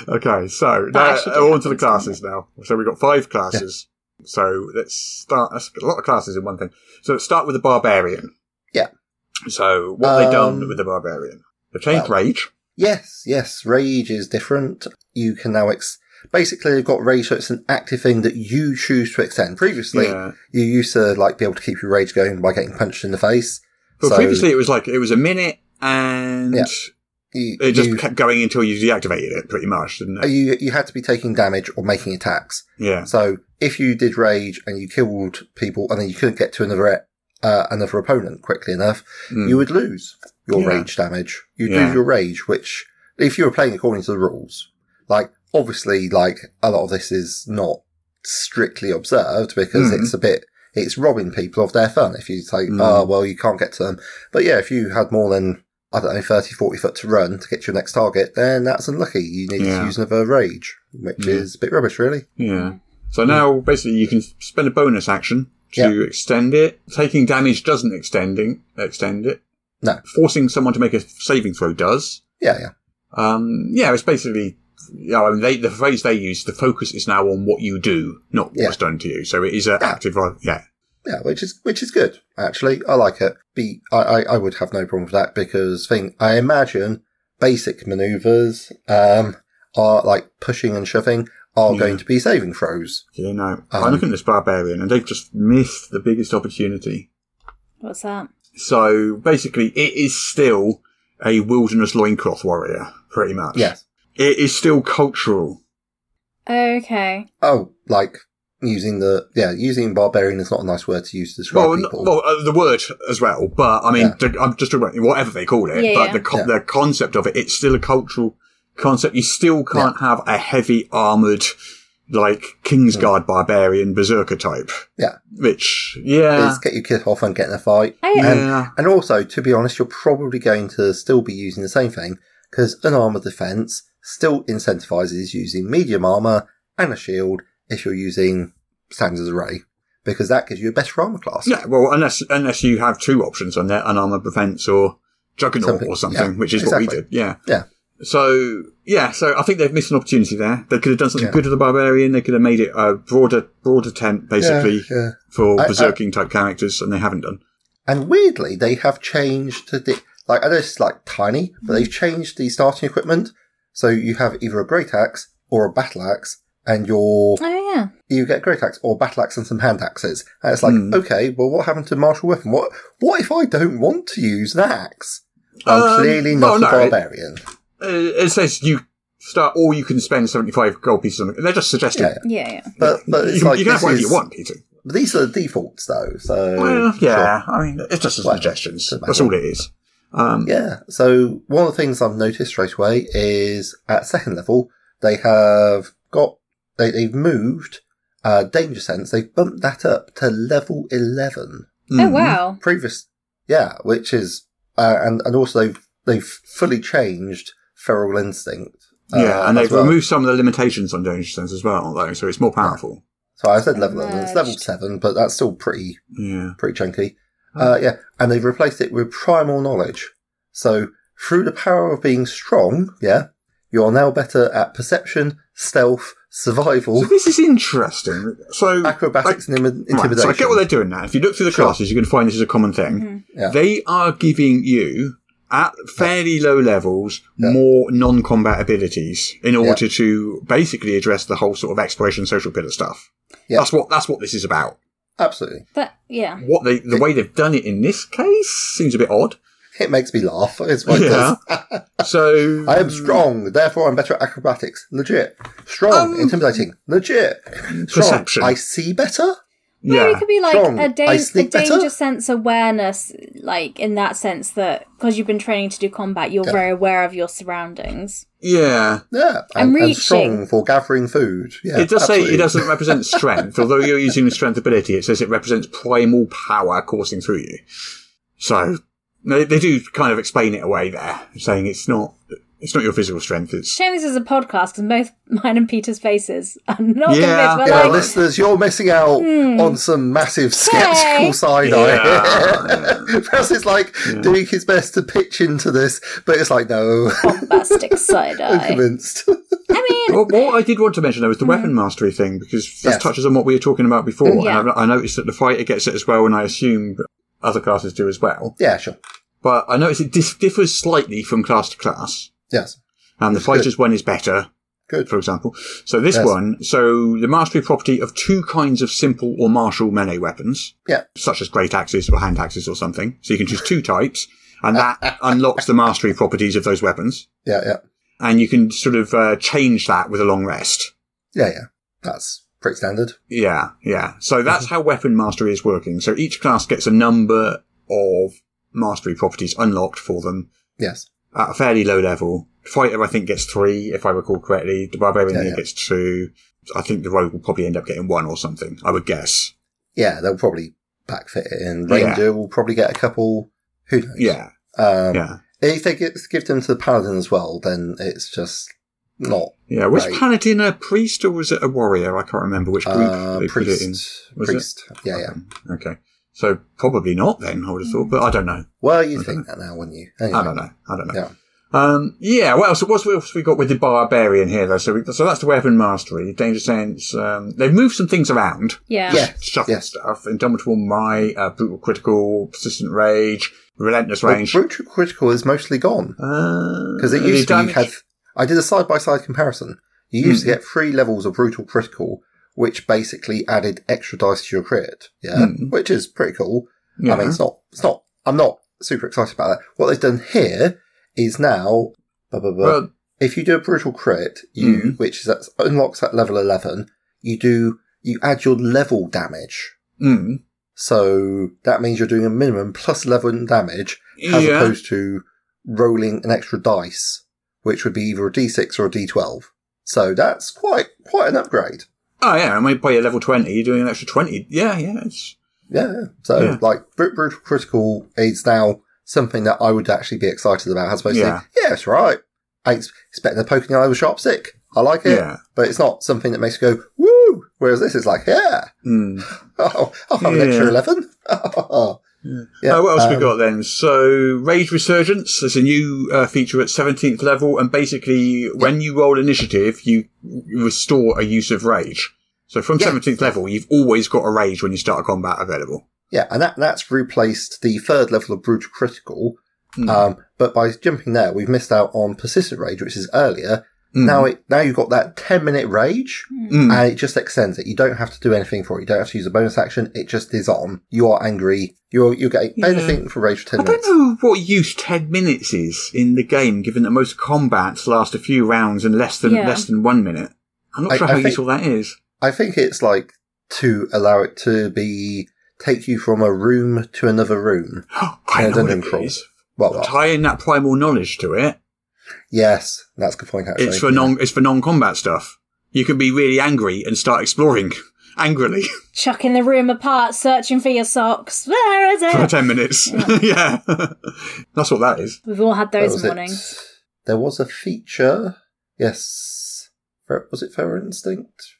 Speaker 5: Okay, so now,
Speaker 7: actually did
Speaker 5: we're on
Speaker 7: happen
Speaker 5: to the
Speaker 7: to me.
Speaker 5: classes now. So we've got five classes. So let's start. That's a lot of classes in one thing. So let's start with the barbarian.
Speaker 6: Yeah.
Speaker 5: So what have they done
Speaker 6: Um,
Speaker 5: with the barbarian? They've changed
Speaker 6: well-
Speaker 5: rage.
Speaker 6: Yes, yes. Rage is different. You can now ex. Basically, they've got rage, so it's an active thing that you choose to extend. Previously,
Speaker 5: Yeah.
Speaker 6: you used to like be able to keep your rage going by getting punched in the face.
Speaker 5: But
Speaker 6: So
Speaker 5: previously it was like it was a minute, and
Speaker 6: Yeah. you,
Speaker 5: it just
Speaker 6: you,
Speaker 5: kept going until you deactivated it, pretty much, didn't it?
Speaker 6: you you had to be taking damage or making attacks.
Speaker 5: yeah.
Speaker 6: So if you did rage and you killed people, and then you couldn't get to another uh, another opponent quickly enough, you would lose your
Speaker 5: Hmm. Yeah.
Speaker 6: rage damage. You'd
Speaker 5: Yeah.
Speaker 6: lose your rage, which if you were playing according to the rules, like obviously, like a lot of this is not strictly observed because
Speaker 5: Mhm.
Speaker 6: it's a bit. It's robbing people of their fun if you say,
Speaker 5: Mm.
Speaker 6: oh, well, you can't get to them. But yeah, if you had more than, I don't know, 30, 40 foot to run to get to your next target, then that's unlucky. You need
Speaker 5: Yeah. Hmm.
Speaker 6: to use another rage, which
Speaker 5: Yeah.
Speaker 6: is a bit rubbish, really.
Speaker 5: Yeah. So now basically you can spend a bonus action to
Speaker 6: Hmm. Yeah.
Speaker 5: extend it. Taking damage doesn't extending extend it.
Speaker 6: No.
Speaker 5: Forcing someone to make a saving throw does.
Speaker 6: Yeah, yeah.
Speaker 5: Um, yeah, it's basically. You know, I mean, they, the phrase they use, the focus is now on what you do, not
Speaker 6: Yeah.
Speaker 5: what's done to you. So it is an active, ri- yeah,
Speaker 6: Yeah, which is which is good actually. I like it. Be I, I, I would have no problem with that because thing I imagine basic maneuvers um are like pushing and shoving are
Speaker 5: Yeah.
Speaker 6: going to be saving throws.
Speaker 5: you know. I'm
Speaker 6: Um,
Speaker 5: looking at this barbarian, and they've just missed the biggest opportunity.
Speaker 7: What's that?
Speaker 5: So basically, it is still a wilderness loincloth warrior, pretty much.
Speaker 6: Yes.
Speaker 5: It is still cultural.
Speaker 7: Okay.
Speaker 6: Oh, like using the yeah using barbarian is not a nice word to use to describe
Speaker 5: well, n-
Speaker 6: people.
Speaker 5: well uh, the word as well, but I mean,
Speaker 6: Yeah.
Speaker 5: the- I'm just talking about whatever they call it,
Speaker 7: Yeah,
Speaker 5: but
Speaker 7: yeah.
Speaker 5: The, co-
Speaker 6: Yeah.
Speaker 5: the concept of it, it's still a cultural concept. You still can't have a heavy armored, like, Kingsguard barbarian berserker type.
Speaker 6: Yeah.
Speaker 5: Which, yeah.
Speaker 6: Is get your kit off and get in a fight.
Speaker 7: I-
Speaker 5: Yeah.
Speaker 6: And also, to be honest, you're probably going to still be using the same thing because an armor defense still incentivizes using medium armor and a shield if you're using standards array because that gives you a better armor class.
Speaker 5: Yeah, well, unless unless you have two options on there, an armor defense or juggernaut
Speaker 6: Something-
Speaker 5: or something,
Speaker 6: yeah,
Speaker 5: which is what we
Speaker 6: exactly.
Speaker 5: did. Yeah.
Speaker 6: Yeah.
Speaker 5: So yeah, so I think they've missed an opportunity there. They could have done something
Speaker 6: Yeah.
Speaker 5: good with the barbarian. They could have made it a broader, broader tent basically
Speaker 6: Yeah, yeah.
Speaker 5: for
Speaker 6: I- I-
Speaker 5: berserking type characters, and they haven't done.
Speaker 6: And weirdly, they have changed to the, like, I know it's like tiny, but they've changed the starting equipment. So you have either a great axe or a battle axe and your
Speaker 7: Oh yeah.
Speaker 6: you get a great axe or battle axe and some hand axes. And it's like,
Speaker 5: Hmm.
Speaker 6: okay, well, what happened to martial weapon? What what if I don't want to use an axe? I'm
Speaker 5: Um,
Speaker 6: clearly
Speaker 5: well,
Speaker 6: not
Speaker 5: no,
Speaker 6: a
Speaker 5: it-
Speaker 6: barbarian.
Speaker 5: Uh, it says you start, or you can spend seventy-five gold pieces. on it. They're just suggesting
Speaker 6: Yeah,
Speaker 7: Yeah, Oh, yeah.
Speaker 6: But but
Speaker 5: you,
Speaker 6: it's
Speaker 5: can-
Speaker 6: like
Speaker 5: you can have
Speaker 6: this
Speaker 5: whatever you
Speaker 6: is-
Speaker 5: want, Peter.
Speaker 6: but These are the defaults though. So
Speaker 5: Well, yeah, I mean, it's just
Speaker 6: Well,
Speaker 5: suggestions.
Speaker 6: doesn't
Speaker 5: That's
Speaker 6: matter.
Speaker 5: all it is. Um,
Speaker 6: Yeah. So one of the things I've noticed straight away is at second level, they have got, they, they've moved, uh, danger sense. They've bumped that up to level 11.
Speaker 7: Oh
Speaker 5: mm.
Speaker 7: wow.
Speaker 6: previous yeah which is uh, and and also they've they've fully changed feral instinct uh,
Speaker 5: Yeah, and
Speaker 6: as
Speaker 5: they've
Speaker 6: well.
Speaker 5: removed some of the limitations on danger sense as well, though, so it's more powerful.
Speaker 6: so i said level 11 it's level
Speaker 7: Merged.
Speaker 6: 7 but that's still pretty
Speaker 5: Yeah.
Speaker 6: pretty chunky uh, yeah and they've replaced it with primal knowledge so through the power of being strong yeah you are now better at perception stealth survival,
Speaker 5: So this is interesting. So
Speaker 6: acrobatics, and imi-
Speaker 5: Right,
Speaker 6: intimidation.
Speaker 5: so I get what they're doing now. If you look through the classes, you're going to find this is a common thing.
Speaker 6: Yeah.
Speaker 5: They are giving you at fairly low levels more non-combat abilities in order to basically address the whole sort of exploration social pillar stuff.
Speaker 6: Yeah.
Speaker 5: That's what that's what this is about.
Speaker 6: Absolutely,
Speaker 7: But yeah,
Speaker 5: What they the way they've done it in this case seems a bit odd.
Speaker 6: it makes me laugh. It's what it
Speaker 5: Yeah.
Speaker 6: does.
Speaker 5: So
Speaker 6: I am strong, therefore I'm better at acrobatics. Legit. Strong,
Speaker 7: Um,
Speaker 6: intimidating. Legit. Strong,
Speaker 5: Perception.
Speaker 6: I see better.
Speaker 7: Well,
Speaker 5: yeah.
Speaker 7: it could be like
Speaker 6: Strong.
Speaker 7: a, dan-
Speaker 6: I
Speaker 7: a
Speaker 6: sneak better.
Speaker 7: danger sense awareness, like in that sense that because you've been training to do combat, you're very aware of your surroundings.
Speaker 5: yeah.
Speaker 6: Yeah,
Speaker 7: I'm
Speaker 6: and,
Speaker 7: reaching.
Speaker 6: and strong for gathering food. Yeah,
Speaker 5: it does say
Speaker 6: absolutely.
Speaker 5: it doesn't represent strength, although you're using the strength ability. It says it represents primal power coursing through you. So they, they do kind of explain it away there, saying it's not it's not your physical strength. It's
Speaker 7: Shame this is a podcast because both mine and Peter's faces are not convinced.
Speaker 5: Yeah.
Speaker 7: We're
Speaker 6: Yeah,
Speaker 7: like, Hmm.
Speaker 6: listeners, you're missing out on some massive skeptical
Speaker 7: Hey.
Speaker 6: side
Speaker 5: Yeah.
Speaker 6: eye. here. Perhaps it's like doing his best to pitch into this, but it's like, no,
Speaker 7: bombastic side
Speaker 6: I'm
Speaker 7: eye.
Speaker 6: convinced.
Speaker 7: I mean,
Speaker 5: well, what I did want to mention though is the weapon mastery thing because that
Speaker 6: Yes.
Speaker 5: touches on what we were talking about before.
Speaker 7: Yeah.
Speaker 5: And I, I noticed that the fighter gets it as well, and I assume other classes do as well.
Speaker 6: yeah, sure.
Speaker 5: But I noticed it dis- differs slightly from class to class,
Speaker 6: Yes.
Speaker 5: and Um, the fighter's one is better.
Speaker 6: Good.
Speaker 5: for example. So this
Speaker 6: Yes.
Speaker 5: one, so the mastery property of two kinds of simple or martial melee weapons,
Speaker 6: Yeah.
Speaker 5: such as great axes or hand axes or something. So you can choose two types, and that unlocks the mastery properties of those weapons.
Speaker 6: Yeah, yeah.
Speaker 5: And you can sort of uh, change that with a long rest.
Speaker 6: Yeah, yeah. That's pretty standard.
Speaker 5: Yeah, yeah. So that's
Speaker 6: Mm-hmm.
Speaker 5: how weapon mastery is working. So each class gets a number of mastery properties unlocked for them
Speaker 6: Yes.
Speaker 5: at a fairly low level. Fighter, I think, gets three, if I recall correctly. The Barbarian
Speaker 6: Yeah,
Speaker 5: here
Speaker 6: yeah.
Speaker 5: gets two. I think the Rogue will probably end up getting one or something, I would guess.
Speaker 6: Yeah, they'll probably backfit it in.
Speaker 5: Yeah.
Speaker 6: Ranger will probably get a couple. Who knows?
Speaker 5: Yeah,
Speaker 6: Um,
Speaker 5: yeah.
Speaker 6: If they give, give them to the paladin as well, then it's just not
Speaker 5: Yeah, was
Speaker 6: Right.
Speaker 5: Paladin a priest or was it a warrior? I can't remember which group
Speaker 6: uh,
Speaker 5: they put it in.
Speaker 6: priest.
Speaker 5: Was it? Mm,
Speaker 6: Priest. Yeah, yeah.
Speaker 5: Okay. So probably not then, I would have thought, but I don't know.
Speaker 6: Well, you'd think that now, wouldn't you? Anyway.
Speaker 5: I don't know. I don't know.
Speaker 6: Yeah.
Speaker 5: Um, yeah, what else, what else we got with the Barbarian here though? So, we, so that's the weapon mastery, danger sense. Um, they've moved some things around.
Speaker 7: yeah.
Speaker 6: Yeah.
Speaker 5: shuffle
Speaker 6: Yes.
Speaker 5: stuff, indomitable my uh, brutal critical, persistent rage, relentless
Speaker 6: Well,
Speaker 5: range. Uh,
Speaker 6: Brutal Critical is mostly gone. Because
Speaker 5: Because
Speaker 6: it used to be you had. I did a side by side comparison. You used to get three levels of Brutal Critical, which basically added extra dice to your crit. Yeah. Which is pretty cool. I mean, it's not, it's not, I'm not super excited about that. What they've done here is now, blah, blah, blah.
Speaker 5: Well-
Speaker 6: if you do a brutal crit, you, which is that unlocks at level 11, you do, you add your level damage.
Speaker 5: Mm.
Speaker 6: So that means you're doing a minimum plus 11 damage as
Speaker 5: Yeah.
Speaker 6: opposed to rolling an extra dice, which would be either a d6 or a d12. So that's quite, quite an upgrade.
Speaker 5: Oh yeah, and when you play a level twenty, you're doing an extra twenty. Yeah, yeah. It's,
Speaker 6: Yeah. yeah. So
Speaker 5: Yeah.
Speaker 6: like Br- brutal critical is now something that I would actually be excited about as opposed
Speaker 5: Yeah.
Speaker 6: to, yeah, it's right. I ex- expect the poking eye with sharp stick. I like it,
Speaker 5: Yeah.
Speaker 6: but it's not something that makes you go, woo! Whereas this is like, yeah,
Speaker 5: mm.
Speaker 6: oh, I'll have an extra
Speaker 5: Yeah.
Speaker 6: 11. yeah.
Speaker 5: Uh, what else we
Speaker 6: um,
Speaker 5: got then? So rage resurgence is a new uh, feature at seventeenth level, and basically when you roll initiative, you restore a use of rage. So from
Speaker 6: Yeah.
Speaker 5: seventeenth level, you've always got a rage when you start a combat available.
Speaker 6: Yeah, and that, that's replaced the third level of brutal critical.
Speaker 5: Hmm.
Speaker 6: Um, but by jumping there, we've missed out on persistent rage, which is earlier.
Speaker 5: Hmm.
Speaker 6: Now it now you've got that ten minute rage, and it just extends it. You don't have to do anything for it. You don't have to use a bonus action. It just is on. You are angry. You're you're getting anything for rage for
Speaker 5: I
Speaker 6: ten
Speaker 5: don't
Speaker 6: minutes.
Speaker 5: know what use ten minutes is in the game, given that most combats last a few rounds and less than
Speaker 7: Yeah.
Speaker 5: less than one minute. I'm not
Speaker 6: I-
Speaker 5: sure
Speaker 6: I
Speaker 5: how
Speaker 6: think-
Speaker 5: useful that is.
Speaker 6: I think it's like to allow it to be take you from a room to another room. in
Speaker 5: I
Speaker 6: a
Speaker 5: know what
Speaker 6: dungeon
Speaker 5: it
Speaker 6: crawl.
Speaker 5: is.
Speaker 6: Well, well,
Speaker 5: Tying that primal knowledge to it,
Speaker 6: yes, that's a good point. Actually,
Speaker 5: it's for non it's for non combat stuff. You can be really angry and start exploring angrily
Speaker 7: Chucking the room apart, searching for your socks. Where is
Speaker 5: for
Speaker 7: it?
Speaker 5: ten minutes. yeah, that's what that is.
Speaker 7: We've all had
Speaker 6: That
Speaker 7: those
Speaker 6: was it.
Speaker 7: mornings.
Speaker 6: There was a feature. Yes. Fer- Was it Feral Instinct?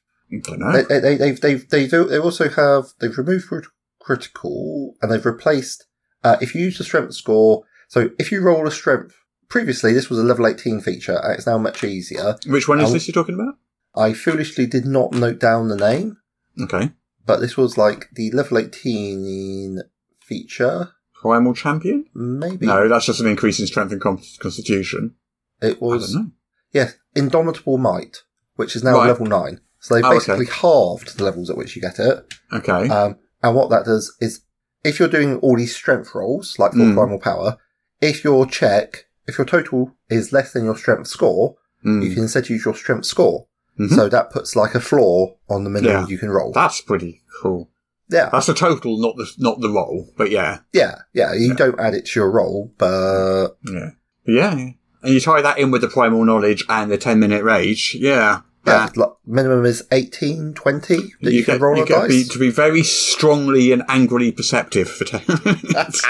Speaker 5: don't know.
Speaker 6: They, they, they, have they've, they, do, they also have, they've removed crit- critical and they've replaced, uh, if you use the strength score, so if you roll a strength, previously this was a level 18 feature and it's now much easier.
Speaker 5: Which one is
Speaker 6: I'll-
Speaker 5: this you're talking about?
Speaker 6: I foolishly did not note down the name,
Speaker 5: Okay.
Speaker 6: but this was like the level 18 feature,
Speaker 5: Primal Champion?
Speaker 6: maybe.
Speaker 5: No, that's just an increase in strength and con- constitution.
Speaker 6: It
Speaker 5: I
Speaker 6: was,
Speaker 5: don't know.
Speaker 6: yes, Indomitable Might, which is now
Speaker 5: Right.
Speaker 6: level 9. So they
Speaker 5: Oh, okay. Mm.
Speaker 6: basically halved the levels at which you get it.
Speaker 5: Okay.
Speaker 6: Um, and what that does is, if you're doing all these strength rolls, like for
Speaker 5: Mm.
Speaker 6: primal power, if your check, if your total is less than your strength score,
Speaker 5: Mm.
Speaker 6: you can instead use your strength score.
Speaker 5: Mhm.
Speaker 6: So that puts like a floor on the minimum
Speaker 5: Yeah.
Speaker 6: you can roll.
Speaker 5: That's pretty cool.
Speaker 6: yeah,
Speaker 5: That's the total, not the not the roll. But yeah,
Speaker 6: yeah, yeah. You don't add it to your roll, but
Speaker 5: yeah, But yeah. yeah. And you tie that in with the primal knowledge and the ten minute rage. Yeah,
Speaker 6: yeah,
Speaker 5: that-
Speaker 6: like, minimum is 18, 20 that you, can
Speaker 5: get,
Speaker 6: roll
Speaker 5: you
Speaker 6: on
Speaker 5: get
Speaker 6: dice.
Speaker 5: be, to be very strongly and angrily perceptive for ten minutes.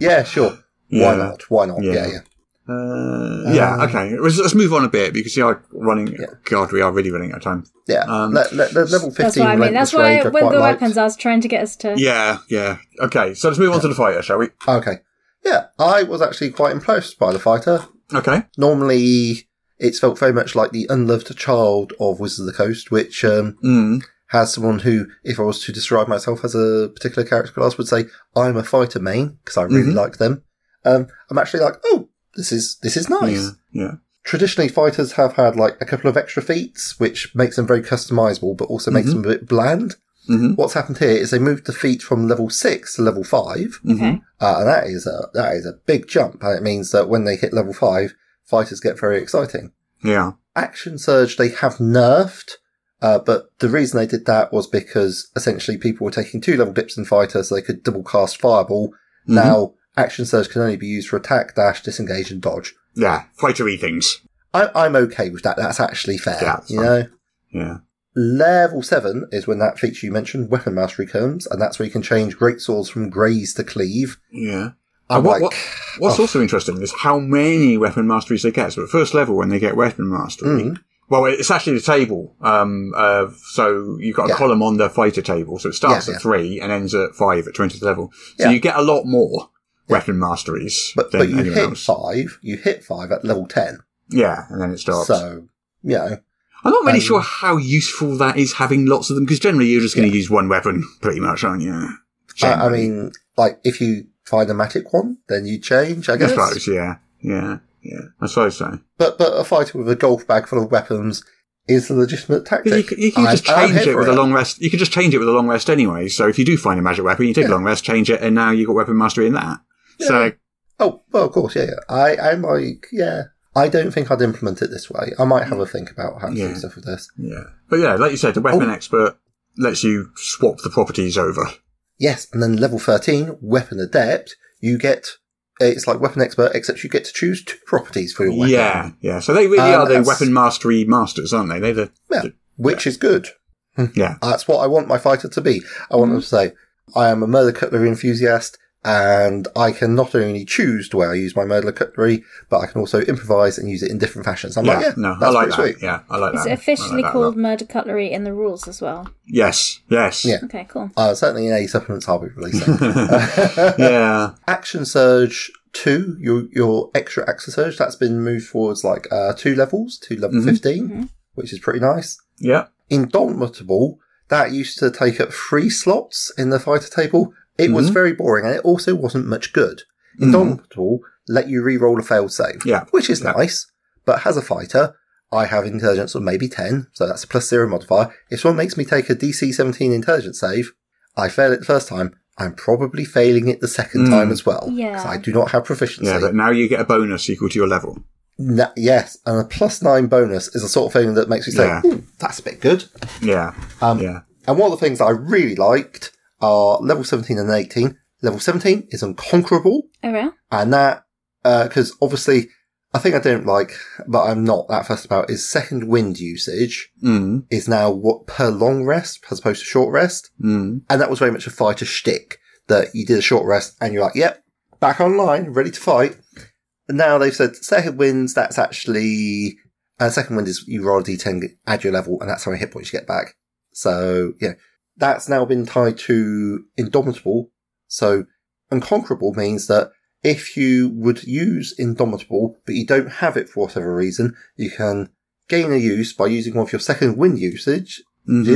Speaker 6: yeah, sure.
Speaker 5: Yeah.
Speaker 6: Why not? Why not?
Speaker 5: Yeah.
Speaker 6: Yeah, yeah.
Speaker 5: Uh,
Speaker 6: Um,
Speaker 5: yeah, okay. Let's, let's move on a bit because you are running. God, we are really running out of time.
Speaker 6: yeah.
Speaker 5: Um,
Speaker 6: Le- le- le- level 15
Speaker 7: That's what I mean.
Speaker 6: relentless
Speaker 7: That's why
Speaker 6: rage are
Speaker 7: with
Speaker 6: quite
Speaker 7: the
Speaker 6: light.
Speaker 7: weapons, I was trying to get us to.
Speaker 5: Yeah, yeah. Okay, so let's move on to the fighter, shall we?
Speaker 6: Okay. Yeah, I was actually quite impressed by the fighter.
Speaker 5: Okay.
Speaker 6: normally it's felt very much like the unloved child of Wizards of the Coast, which um,
Speaker 5: Mm.
Speaker 6: has someone who, if I was to describe myself as a particular character class, would say I'm a fighter main because I really
Speaker 5: Mhm.
Speaker 6: like them. Um, I'm actually like, oh, this is this is nice.
Speaker 5: Yeah. Yeah.
Speaker 6: Traditionally, fighters have had like a couple of extra feats, which makes them very customizable, but also makes
Speaker 5: Mm-hmm.
Speaker 6: them a bit bland.
Speaker 5: Mhm.
Speaker 6: What's happened here is they moved the feat from level six to level five.
Speaker 7: Okay.
Speaker 6: Uh, and that is a that is a big jump, and it means that when they hit level five, fighters get very exciting.
Speaker 5: Yeah.
Speaker 6: Action Surge they have nerfed, uh, but the reason they did that was because essentially people were taking two level dips in Fighter, so they could double cast Fireball.
Speaker 5: Mm-hmm.
Speaker 6: Now Action Surge can only be used for attack, dash, disengage, and dodge.
Speaker 5: Yeah. Fightery things.
Speaker 6: I- I'm okay with that. That's actually fair.
Speaker 5: Yeah, that's
Speaker 6: you
Speaker 5: fine.
Speaker 6: know.
Speaker 5: Yeah.
Speaker 6: Level seven is when that feature you mentioned, Weapon Mastery, comes, and that's where you can change great swords from graze to cleave.
Speaker 5: Yeah.
Speaker 6: I'm
Speaker 5: And what,
Speaker 6: like,
Speaker 5: what, what's
Speaker 6: oh.
Speaker 5: also interesting is how many weapon masteries they get. So at first level, when they get weapon mastery,
Speaker 6: Mhm.
Speaker 5: well, it's actually the table. Um, uh, so you've got a
Speaker 6: Yeah.
Speaker 5: column on the fighter table. So it starts
Speaker 6: Yeah,
Speaker 5: at
Speaker 6: yeah.
Speaker 5: three and ends at five at 20th level. So
Speaker 6: Yeah.
Speaker 5: you get a lot more weapon masteries
Speaker 6: But,
Speaker 5: than
Speaker 6: but you
Speaker 5: anyone
Speaker 6: hit
Speaker 5: else.
Speaker 6: five. You hit five at level ten.
Speaker 5: Yeah. And then it starts.
Speaker 6: So you know,
Speaker 5: I'm not really
Speaker 6: um,
Speaker 5: sure how useful that is having lots of them because generally you're just going to use one weapon pretty much, aren't you?
Speaker 6: I, I
Speaker 5: Generally.
Speaker 6: mean, like if you find a magic one, then you change, I
Speaker 5: I
Speaker 6: guess.
Speaker 5: suppose. Yeah. Yeah. Yeah. I suppose so.
Speaker 6: But but a fighter with a golf bag full of weapons is a legitimate
Speaker 5: Because
Speaker 6: tactic.
Speaker 5: you, c- you can
Speaker 6: I'm-
Speaker 5: just
Speaker 6: Oh, I'm
Speaker 5: change
Speaker 6: here
Speaker 5: it with
Speaker 6: for
Speaker 5: a long rest. You can just change it with a long rest anyway. So if you do find a magic weapon, you take a long rest, change it, and now you've got weapon mastery in that. So
Speaker 6: Oh well, of course, yeah. yeah. I I'm like yeah. I don't think I'd implement it this way. I might have a think about how to
Speaker 5: Yeah.
Speaker 6: do stuff with this.
Speaker 5: yeah, but yeah, like you said, the
Speaker 6: Oh.
Speaker 5: weapon expert lets you swap the properties over.
Speaker 6: Yes, and then level thirteen, weapon adept, you get eh, it's like weapon expert, except you get to choose two properties for your weapon.
Speaker 5: Yeah, yeah. So they really
Speaker 6: Um,
Speaker 5: are the
Speaker 6: that's-
Speaker 5: weapon mastery masters, aren't they? They're the
Speaker 6: Yeah, which is good.
Speaker 5: yeah,
Speaker 6: That's what I want my fighter to be. I want
Speaker 5: Mm-hmm.
Speaker 6: them to say, I am a murder cutlery enthusiast and I can not only choose the way I use my murder cutlery, but I can also improvise and use it in different fashions. I'm
Speaker 5: yeah.
Speaker 6: like, yeah,
Speaker 5: no,
Speaker 6: that's
Speaker 5: I like that.
Speaker 6: pretty sweet.
Speaker 5: Yeah, I like
Speaker 7: Is
Speaker 5: that.
Speaker 7: it officially
Speaker 5: I like that a
Speaker 7: called
Speaker 5: lot.
Speaker 7: murder cutlery in the rules as well?
Speaker 5: Yes, yes.
Speaker 6: Yeah.
Speaker 7: Okay, cool.
Speaker 6: Uh, certainly in any supplements I'll be releasing.
Speaker 5: yeah.
Speaker 6: Action Surge 2, your, your extra Action Surge, that's been moved forwards like uh, two levels to level 15, which is pretty nice.
Speaker 5: yeah.
Speaker 6: Indomitable, that used to take up three slots in the fighter table. It
Speaker 5: Mm-hmm.
Speaker 6: was very boring and it also wasn't much good. Indomitable let you re-roll a failed save,
Speaker 5: Yeah.
Speaker 6: which is
Speaker 5: Yeah.
Speaker 6: nice. But as a fighter, I have intelligence of maybe 10, so that's a plus zero modifier. If someone makes me take a DC 17 intelligence save, I fail it the first time. I'm probably failing it the second time as well. 'cause
Speaker 7: Yeah.
Speaker 6: I do not have proficiency.
Speaker 5: Mm. Yeah, but now you get a bonus equal to your level.
Speaker 6: Na- yes, and a plus nine bonus is the sort of thing that makes me say,
Speaker 5: Yeah.
Speaker 6: "Ooh, that's a bit good.
Speaker 5: Yeah.
Speaker 6: Um,
Speaker 5: yeah.
Speaker 6: And one of the things I really liked are level 17 and 18. Level 17 is unconquerable,
Speaker 7: Okay.
Speaker 6: and that, because obviously, I think I don't like, but I'm not that fussed about, is second wind usage
Speaker 5: Mm.
Speaker 6: is now what per long rest as opposed to short rest.
Speaker 5: Mm.
Speaker 6: And that was very much a fighter shtick that you did a short rest and you're like, yep, back online, ready to fight. And now they've said second winds, that's actually, uh, second wind is you roll a d10, add your level, and that's how many hit points you get back. So, yeah, that's now been tied to Indomitable. So, Unconquerable means that if you would use Indomitable, but you don't have it for whatever reason, you can gain a use by using one of your second wind usages,
Speaker 5: Mm-hmm.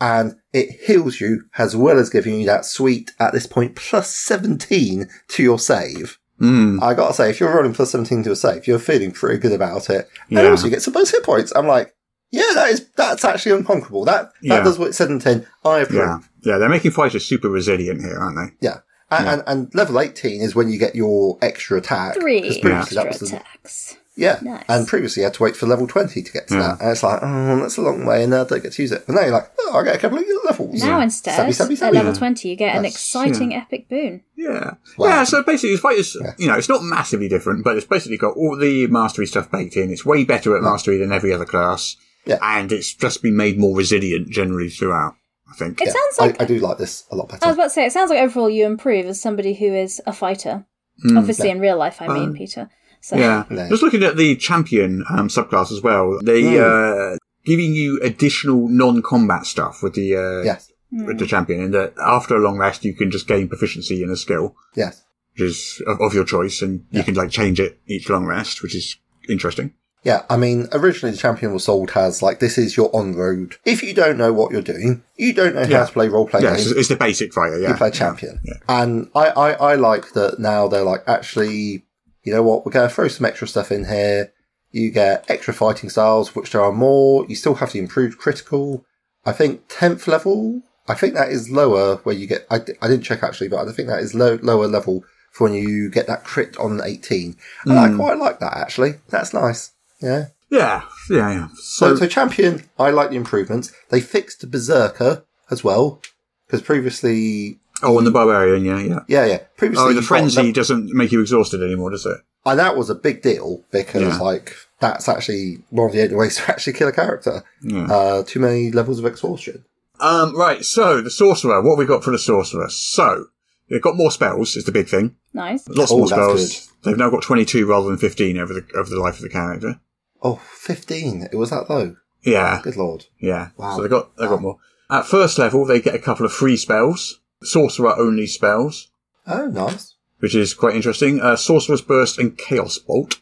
Speaker 6: and it heals you as well as giving you that sweet, at this point, plus 17 to your save.
Speaker 5: Mm.
Speaker 6: I gotta say, if you're rolling plus 17 to a save, you're feeling pretty good about it. And
Speaker 5: Yeah.
Speaker 6: also, you get some bonus hit points. I'm like, yeah, that is, that's actually unconquerable. That, that
Speaker 5: Yeah.
Speaker 6: does what it said in 10. I approve.
Speaker 5: Yeah. Yeah, they're making fighters super resilient here, aren't they?
Speaker 6: Yeah. And, and, and level 18 is when you get your extra attack. 'Cause
Speaker 7: Three
Speaker 6: previously
Speaker 7: extra
Speaker 6: that was the-
Speaker 7: attacks.
Speaker 6: Yeah.
Speaker 7: Nice.
Speaker 6: And previously you had to wait for level 20 to get to
Speaker 5: Yeah.
Speaker 6: that. And it's like, oh, that's a long way and I don't get to use it. But now you're like, oh, I get a couple of levels.
Speaker 7: Now
Speaker 6: Yeah.
Speaker 7: instead,
Speaker 6: Stabby, stabby,
Speaker 7: at
Speaker 6: stabby.
Speaker 7: level 20, you get an
Speaker 6: That's-
Speaker 7: exciting epic boon.
Speaker 5: Yeah.
Speaker 6: Wow.
Speaker 5: Yeah, so basically this fight is,
Speaker 6: Yeah.
Speaker 5: you know, it's not massively different, but it's basically got all the mastery stuff baked in. It's way better at mastery than every other class.
Speaker 6: Yeah.
Speaker 5: And it's just been made more resilient generally throughout, I think.
Speaker 7: It
Speaker 6: Yeah.
Speaker 7: sounds
Speaker 6: I-
Speaker 7: like Oh,
Speaker 6: I, do like this a lot better.
Speaker 7: I was about to say, it sounds like overall you improve as somebody who is a fighter.
Speaker 5: Mm.
Speaker 7: Obviously, in real life, I
Speaker 5: Um,
Speaker 7: mean, Peter. So,
Speaker 5: Yeah.
Speaker 6: No.
Speaker 5: Just looking at the champion um, subclass as well, they uh, giving you additional non-combat stuff with the uh,
Speaker 6: yes.
Speaker 5: with the champion, in that after a long rest you can just gain proficiency in a skill,
Speaker 6: Yes.
Speaker 5: which is of, of your choice, and you can like change it each long rest, which is interesting.
Speaker 6: Yeah, I mean, originally the champion was sold as like this is your on road. If you don't know what you're doing, you don't know
Speaker 5: Yeah.
Speaker 6: how to play role playing
Speaker 5: yeah,
Speaker 6: games.
Speaker 5: it's, it's the basic fighter. Yeah,
Speaker 6: you play champion. And I, I, I like that now they're like, actually, you know what, we're going to throw some extra stuff in here. You get extra fighting styles, which there are more. You still have the improved critical. I think 10th level, I think that is lower where you get, I, di- I didn't check actually, but I think that is low, lower level for when you get that crit on 18. And
Speaker 5: Hmm.
Speaker 6: I quite like that actually. That's nice. Yeah.
Speaker 5: yeah, yeah, yeah.
Speaker 6: So,
Speaker 5: So,
Speaker 6: so champion, I like the improvements. They fixed berserker as well. Because previously,
Speaker 5: oh, and the barbarian. Yeah, yeah.
Speaker 6: yeah, yeah. Previously,
Speaker 5: Oh,
Speaker 6: you
Speaker 5: the
Speaker 6: got
Speaker 5: frenzy
Speaker 6: level-
Speaker 5: doesn't make you exhausted anymore, does it?
Speaker 6: And that was a big deal because,
Speaker 5: Yeah.
Speaker 6: like, that's actually one of the only ways to actually kill a character.
Speaker 5: Yeah.
Speaker 6: Uh, too many levels of exhaustion.
Speaker 5: Um, right. So the sorcerer. What have we got for the sorcerer? So they've got more spells. Is the big thing.
Speaker 7: nice.
Speaker 5: Lots
Speaker 6: Oh,
Speaker 5: more
Speaker 6: that's
Speaker 5: spells. They've now got 22 rather than 15 over the over the life of the character.
Speaker 6: Oh, 15. It was that low.
Speaker 5: Yeah,
Speaker 6: Good lord.
Speaker 5: yeah.
Speaker 6: Wow.
Speaker 5: So they got they have got more. At first level, they get a couple of free spells, sorcerer only spells,
Speaker 6: Oh, nice.
Speaker 5: which is quite interesting. Uh, Sorcerer's burst and chaos bolt.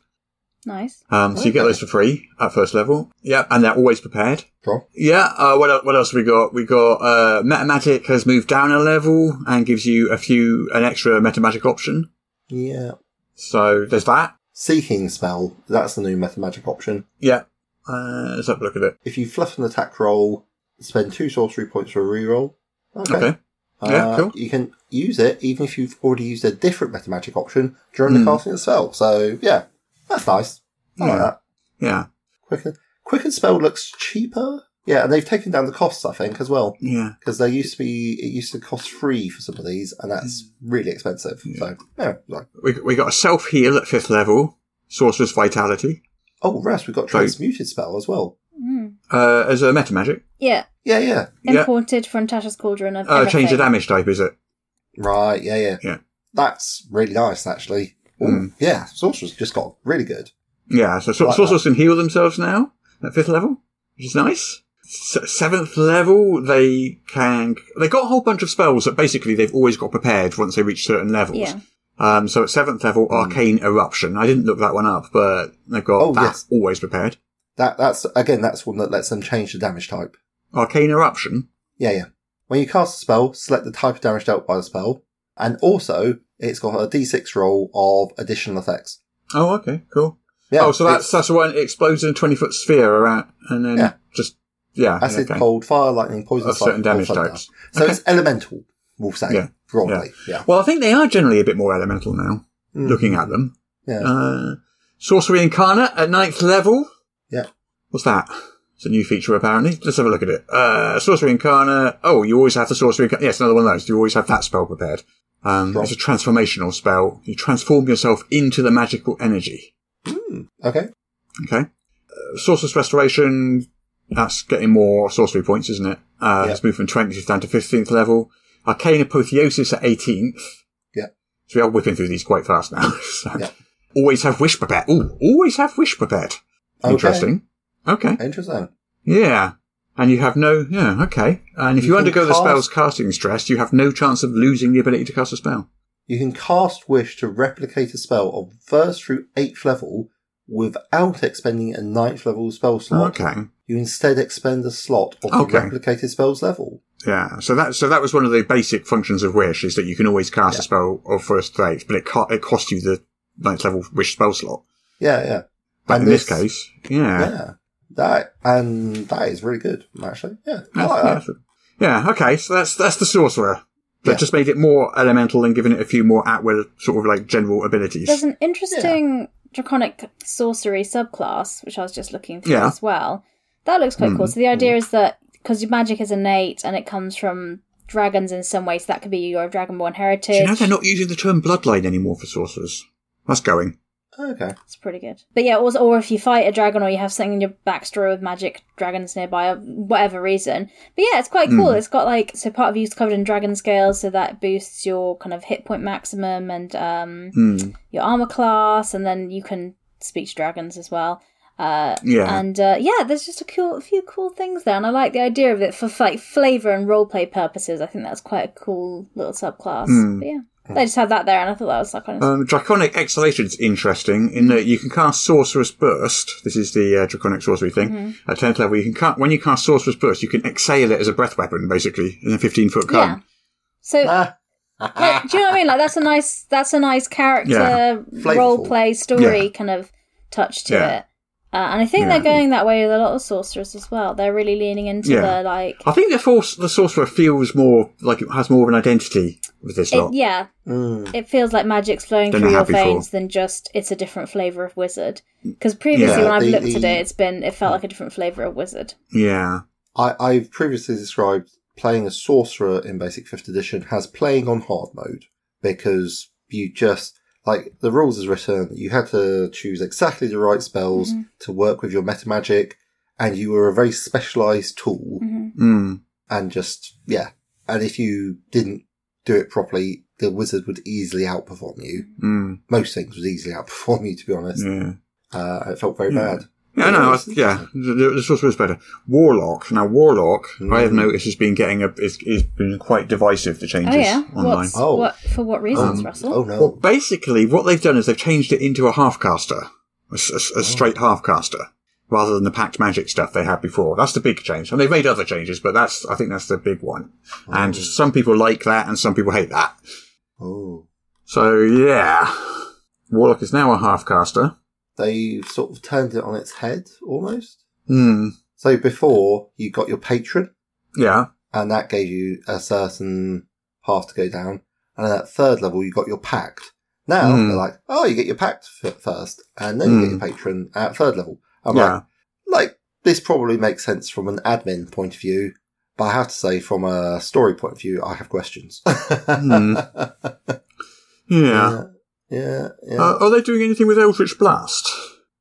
Speaker 7: Nice.
Speaker 5: Um, so you get
Speaker 6: Okay.
Speaker 5: those for free at first level. Yeah, and they're always prepared.
Speaker 6: Cool.
Speaker 5: Yeah. Uh, what el- what else have we got? We got uh, metamagic has moved down a level and gives you a few an extra metamagic option.
Speaker 6: Yeah.
Speaker 5: So there's that.
Speaker 6: Seeking spell. That's the new meta magic option.
Speaker 5: Yeah. Uh, let's have a look at it.
Speaker 6: If you fluff an attack roll, spend two sorcery points for a reroll. Okay.
Speaker 5: Okay.
Speaker 6: Uh,
Speaker 5: Yeah, cool.
Speaker 6: You can use it even if you've already used a different meta magic option during the casting of the spell. So, yeah. That's nice. I like
Speaker 5: Hmm. Yeah.
Speaker 6: that.
Speaker 5: Yeah.
Speaker 6: Quicken Quicken spell looks cheaper. Yeah, and they've taken down the costs, I think, as well.
Speaker 5: Yeah.
Speaker 6: Because they used to be, it used to cost free for some of these, and that's
Speaker 5: Hmm.
Speaker 6: really expensive. So, yeah. Like,
Speaker 5: We, we got a self heal at fifth level, sorcerer's vitality,
Speaker 6: oh, Russ, we've got
Speaker 5: Right.
Speaker 6: transmuted spell as well.
Speaker 7: Mm.
Speaker 5: uh, as a meta magic.
Speaker 7: Yeah.
Speaker 6: Yeah, yeah.
Speaker 5: Yeah.
Speaker 7: Imported from Tasha's Cauldron of
Speaker 5: Uh, change the
Speaker 7: everything.
Speaker 5: damage type, is it?
Speaker 6: Right, yeah, yeah.
Speaker 5: Yeah.
Speaker 6: That's really nice, actually. Ooh,
Speaker 5: Hmm.
Speaker 6: Yeah, Sorcerer's just got really good.
Speaker 5: Yeah, so sor-
Speaker 6: Like that.
Speaker 5: sorcerers can heal themselves now at fifth level, which is nice. S- seventh level, they can. They got a whole bunch of spells that basically they've always got prepared once they reach certain levels.
Speaker 7: Yeah.
Speaker 5: Um, so at seventh level, arcane eruption. I didn't look that one up, but they've got
Speaker 6: Hmm. Oh,
Speaker 5: that
Speaker 6: yes.
Speaker 5: always prepared.
Speaker 6: That That's, again, that's one that lets them change the damage type.
Speaker 5: Arcane eruption.
Speaker 6: Yeah, yeah. When you cast a spell, select the type of damage dealt by the spell, and also it's got a d6 roll of additional effects.
Speaker 5: Oh, okay, cool.
Speaker 6: Yeah,
Speaker 5: oh, so that's
Speaker 6: it's-
Speaker 5: that's the one. It explodes in a twenty foot sphere around, and then
Speaker 6: Yeah.
Speaker 5: just yeah,
Speaker 6: acid,
Speaker 5: okay.
Speaker 6: cold, fire, lightning, poison,
Speaker 5: Of
Speaker 6: spike,
Speaker 5: certain damage
Speaker 6: or thunder.
Speaker 5: types.
Speaker 6: So
Speaker 5: Okay.
Speaker 6: it's elemental, we'll say
Speaker 5: Yeah.
Speaker 6: broadly. Yeah, Hmm.
Speaker 5: Well, I think they are generally a bit more elemental now. Looking at them,
Speaker 6: yeah,
Speaker 5: uh, sorcery incarnate at ninth level.
Speaker 6: yeah.
Speaker 5: What's that? It's a new feature apparently. Let's have a look at it. Uh, sorcery incarnate. Oh, you always have the sorcery. Incarnate. Yes, another one of those. You always have that spell prepared. Um,
Speaker 6: Sure.
Speaker 5: it's a transformational spell. You transform yourself into the magical energy.
Speaker 6: Okay.
Speaker 5: Okay. Uh, Sorceress Restoration, that's getting more sorcery points, isn't it? Uh,
Speaker 6: Yeah.
Speaker 5: It's moved from 20th down to 15th level. Arcane Apotheosis at 18th.
Speaker 6: Yeah.
Speaker 5: So we are whipping through these quite fast now. so.
Speaker 6: Yeah.
Speaker 5: Always have wish prepared. Ooh, always have wish prepared.
Speaker 6: Okay.
Speaker 5: Interesting. Okay.
Speaker 6: Interesting.
Speaker 5: Yeah. And you have no, yeah, okay. And if
Speaker 6: You
Speaker 5: you,
Speaker 6: can
Speaker 5: undergo
Speaker 6: cast-
Speaker 5: the spell's casting stress, you have no chance of losing the ability to cast a spell.
Speaker 6: You can cast wish to replicate a spell of first through eighth level without expending a ninth level spell slot.
Speaker 5: Okay.
Speaker 6: You instead expend a slot of
Speaker 5: Okay.
Speaker 6: the replicated spell's level.
Speaker 5: Yeah, so that so that was one of the basic functions of wish is that you can always cast a spell of first stage, but it co- it costs you the ninth level wish spell slot.
Speaker 6: Yeah, yeah.
Speaker 5: But
Speaker 6: And
Speaker 5: in this, case, yeah, yeah,
Speaker 6: yeah, that and that is really good actually. Oh, Yeah, I like that.
Speaker 5: that's- yeah, okay. So that's that's the sorcerer. That
Speaker 6: Yeah.
Speaker 5: just made it more elemental and given it a few more at-will sort of like general abilities.
Speaker 7: There's an interesting draconic sorcery subclass, which I was just looking through
Speaker 5: Yeah. Mm.
Speaker 7: as well. That looks quite cool. So the idea is that because your magic is innate and it comes from dragons in some way, so that could be your dragonborn heritage.
Speaker 5: Do you know they're not using the term bloodline anymore for sorcerers? That's going.
Speaker 6: Okay,
Speaker 7: It's pretty good. But yeah, or, or if you fight a dragon or you have something in your backstory with magic dragons nearby, or whatever reason. But yeah, it's quite cool. It's got like, so part of you is covered in dragon scales, so that boosts your kind of hit point maximum and um, your armor class, and then you can speak to dragons as well. Uh,
Speaker 5: Yeah.
Speaker 7: And uh, yeah, there's just a cool, a few cool things there, and I like the idea of it for like flavor and roleplay purposes. I think that's quite a cool little subclass. But yeah, they just had that there, and I thought that was like kind of
Speaker 5: Um, draconic exhalation's interesting in that you can cast sorcerer's burst. This is the uh, draconic sorcery thing
Speaker 7: Mm-hmm.
Speaker 5: at tenth level. You can ca- when you cast sorcerer's burst, you can exhale it as a breath weapon, basically in a fifteen foot cone.
Speaker 7: Yeah. So, like, do you know what I mean? Like that's a nice that's a nice character
Speaker 6: Flavorful.
Speaker 7: role play story
Speaker 5: Yeah.
Speaker 7: kind of touch to
Speaker 5: Yeah.
Speaker 7: it. Uh, and I think
Speaker 5: Yeah.
Speaker 7: they're going that way with a lot of sorcerers as well. They're really leaning into
Speaker 5: Yeah.
Speaker 7: the like,
Speaker 5: I think the force, the sorcerer feels more like it has more of an identity with this
Speaker 7: it,
Speaker 5: lot.
Speaker 7: yeah, it feels like magic's flowing
Speaker 5: Then
Speaker 7: through
Speaker 5: they're
Speaker 7: your
Speaker 5: Mm. happy for-
Speaker 7: veins than just it's a different flavor of wizard. Because previously,
Speaker 5: Yeah,
Speaker 7: when I've
Speaker 6: the-
Speaker 7: looked at
Speaker 6: the-
Speaker 7: it, it's been it felt like a different flavor of wizard.
Speaker 5: Yeah,
Speaker 6: I, I've previously described playing a sorcerer in Basic Fifth Edition as playing on hard mode because you just like the rules is written. You had to choose exactly the right spells to work with your meta magic, and you were a very specialized tool.
Speaker 5: mm.
Speaker 6: and just yeah. And if you didn't do it properly, the wizard would easily outperform you.
Speaker 5: Mm.
Speaker 6: Most things would easily outperform you, to be honest.
Speaker 5: yeah. Hmm.
Speaker 6: Uh, it felt very bad.
Speaker 5: Yeah, no, I, yeah, the, the sorcerer is better. Warlock now, warlock, I have noticed has been getting a is, is been quite divisive. The changes
Speaker 7: Oh yeah,
Speaker 5: online. Um,
Speaker 7: what's
Speaker 6: Oh.
Speaker 7: what for what reasons, Russell?
Speaker 6: Oh
Speaker 5: Well,
Speaker 6: no!
Speaker 5: basically, what they've done is they've changed it into a half-caster, a, s- a s- a
Speaker 6: Oh.
Speaker 5: straight half-caster, rather than the packed magic stuff they had before. That's the big change. And they've made other changes, but that's, I think that's the big one. And some people like that and some people hate that.
Speaker 6: Oh,
Speaker 5: So, yeah. Warlock is now a half-caster.
Speaker 6: they sort of turned it on its head almost.
Speaker 5: Hmm.
Speaker 6: So before you got your patron,
Speaker 5: Yeah.
Speaker 6: and that gave you a certain path to go down, and at third level you got your pact. Now
Speaker 5: Hmm.
Speaker 6: they're like, oh, you get your pact f- first, and then you get
Speaker 5: Hmm.
Speaker 6: your patron at third level. I'm like,
Speaker 5: yeah.
Speaker 6: like this probably makes sense from an admin point of view, but I have to say from a story point of view, I have questions.
Speaker 5: yeah.
Speaker 6: yeah, yeah.
Speaker 5: Uh, are they doing anything with Eldritch Blast?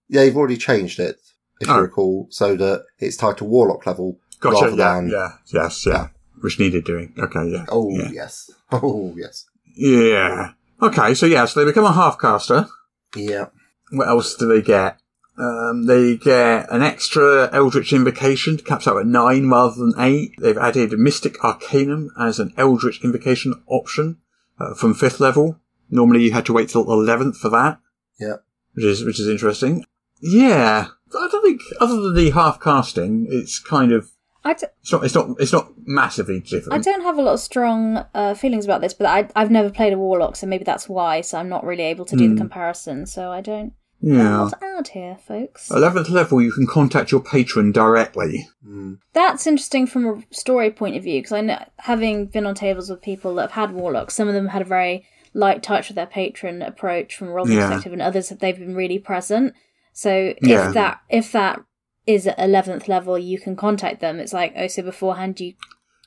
Speaker 6: yeah, they've already changed it, if
Speaker 5: Oh.
Speaker 6: you recall, so that it's tied to warlock level
Speaker 5: Gotcha.
Speaker 6: rather
Speaker 5: Yeah,
Speaker 6: than
Speaker 5: yeah. Yes. Yeah. Which needed doing. Okay. Yeah.
Speaker 6: oh
Speaker 5: Yeah.
Speaker 6: yes, oh yes,
Speaker 5: yeah. Okay. So yeah. So they become a half caster.
Speaker 6: yeah.
Speaker 5: what else do they get? Um, they get an extra Eldritch Invocation, caps out at nine rather than eight. They've added Mystic Arcanum as an Eldritch Invocation option uh, from fifth level. Normally you had to wait till eleventh for that.
Speaker 6: Yeah.
Speaker 5: which is which is interesting. Yeah, I don't think other than the half casting, it's kind of
Speaker 7: I d-
Speaker 5: it's not it's not it's not massively
Speaker 7: I
Speaker 5: different.
Speaker 7: don't have a lot of strong uh, feelings about this, but I, I've never played a warlock, so maybe that's why. So I'm not really able to do the comparison. So I don't.
Speaker 5: Hmm. yeah.
Speaker 7: Not to add here, folks.
Speaker 5: 11th level, you can contact your patron directly.
Speaker 7: That's interesting from a story point of view because I know, having been on tables with people that have had warlocks, some of them had a very light touch with their patron approach from a role
Speaker 5: Yeah.
Speaker 7: perspective, and others have they've been really present. So if
Speaker 5: Yeah.
Speaker 7: that if that is at eleventh level, you can contact them. It's like oh, so beforehand you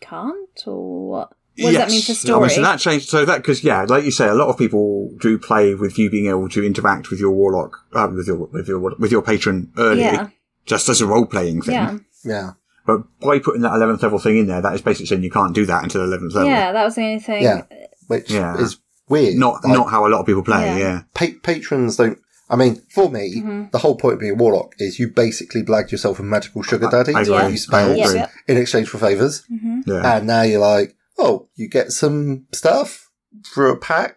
Speaker 7: can't, or what? What does that mean for
Speaker 5: Yes. I mean,
Speaker 7: story?
Speaker 5: so that changed. So that because yeah, like you say, a lot of people do play with you being able to interact with your warlock, uh, with your with your with your patron early,
Speaker 7: Yeah.
Speaker 5: just as a role playing thing.
Speaker 7: yeah.
Speaker 6: Yeah,
Speaker 5: But by putting that eleventh level thing in there, that is basically saying you can't do that until eleventh level.
Speaker 7: Yeah, that was the only thing.
Speaker 6: yeah, which
Speaker 5: Yeah.
Speaker 6: is weird.
Speaker 5: Not
Speaker 6: Like,
Speaker 5: not how a lot of people play.
Speaker 7: Yeah.
Speaker 5: Yeah.
Speaker 6: pa- patrons don't. I mean, for me, the whole point of being a warlock is you basically blagged yourself a magical sugar daddy.
Speaker 5: I agree.
Speaker 7: Yeah.
Speaker 6: You spells
Speaker 5: I agree.
Speaker 7: Yeah.
Speaker 6: in exchange for favors.
Speaker 7: Mm-hmm.
Speaker 5: Yeah.
Speaker 6: And now you're like, oh, you get some stuff for a pack,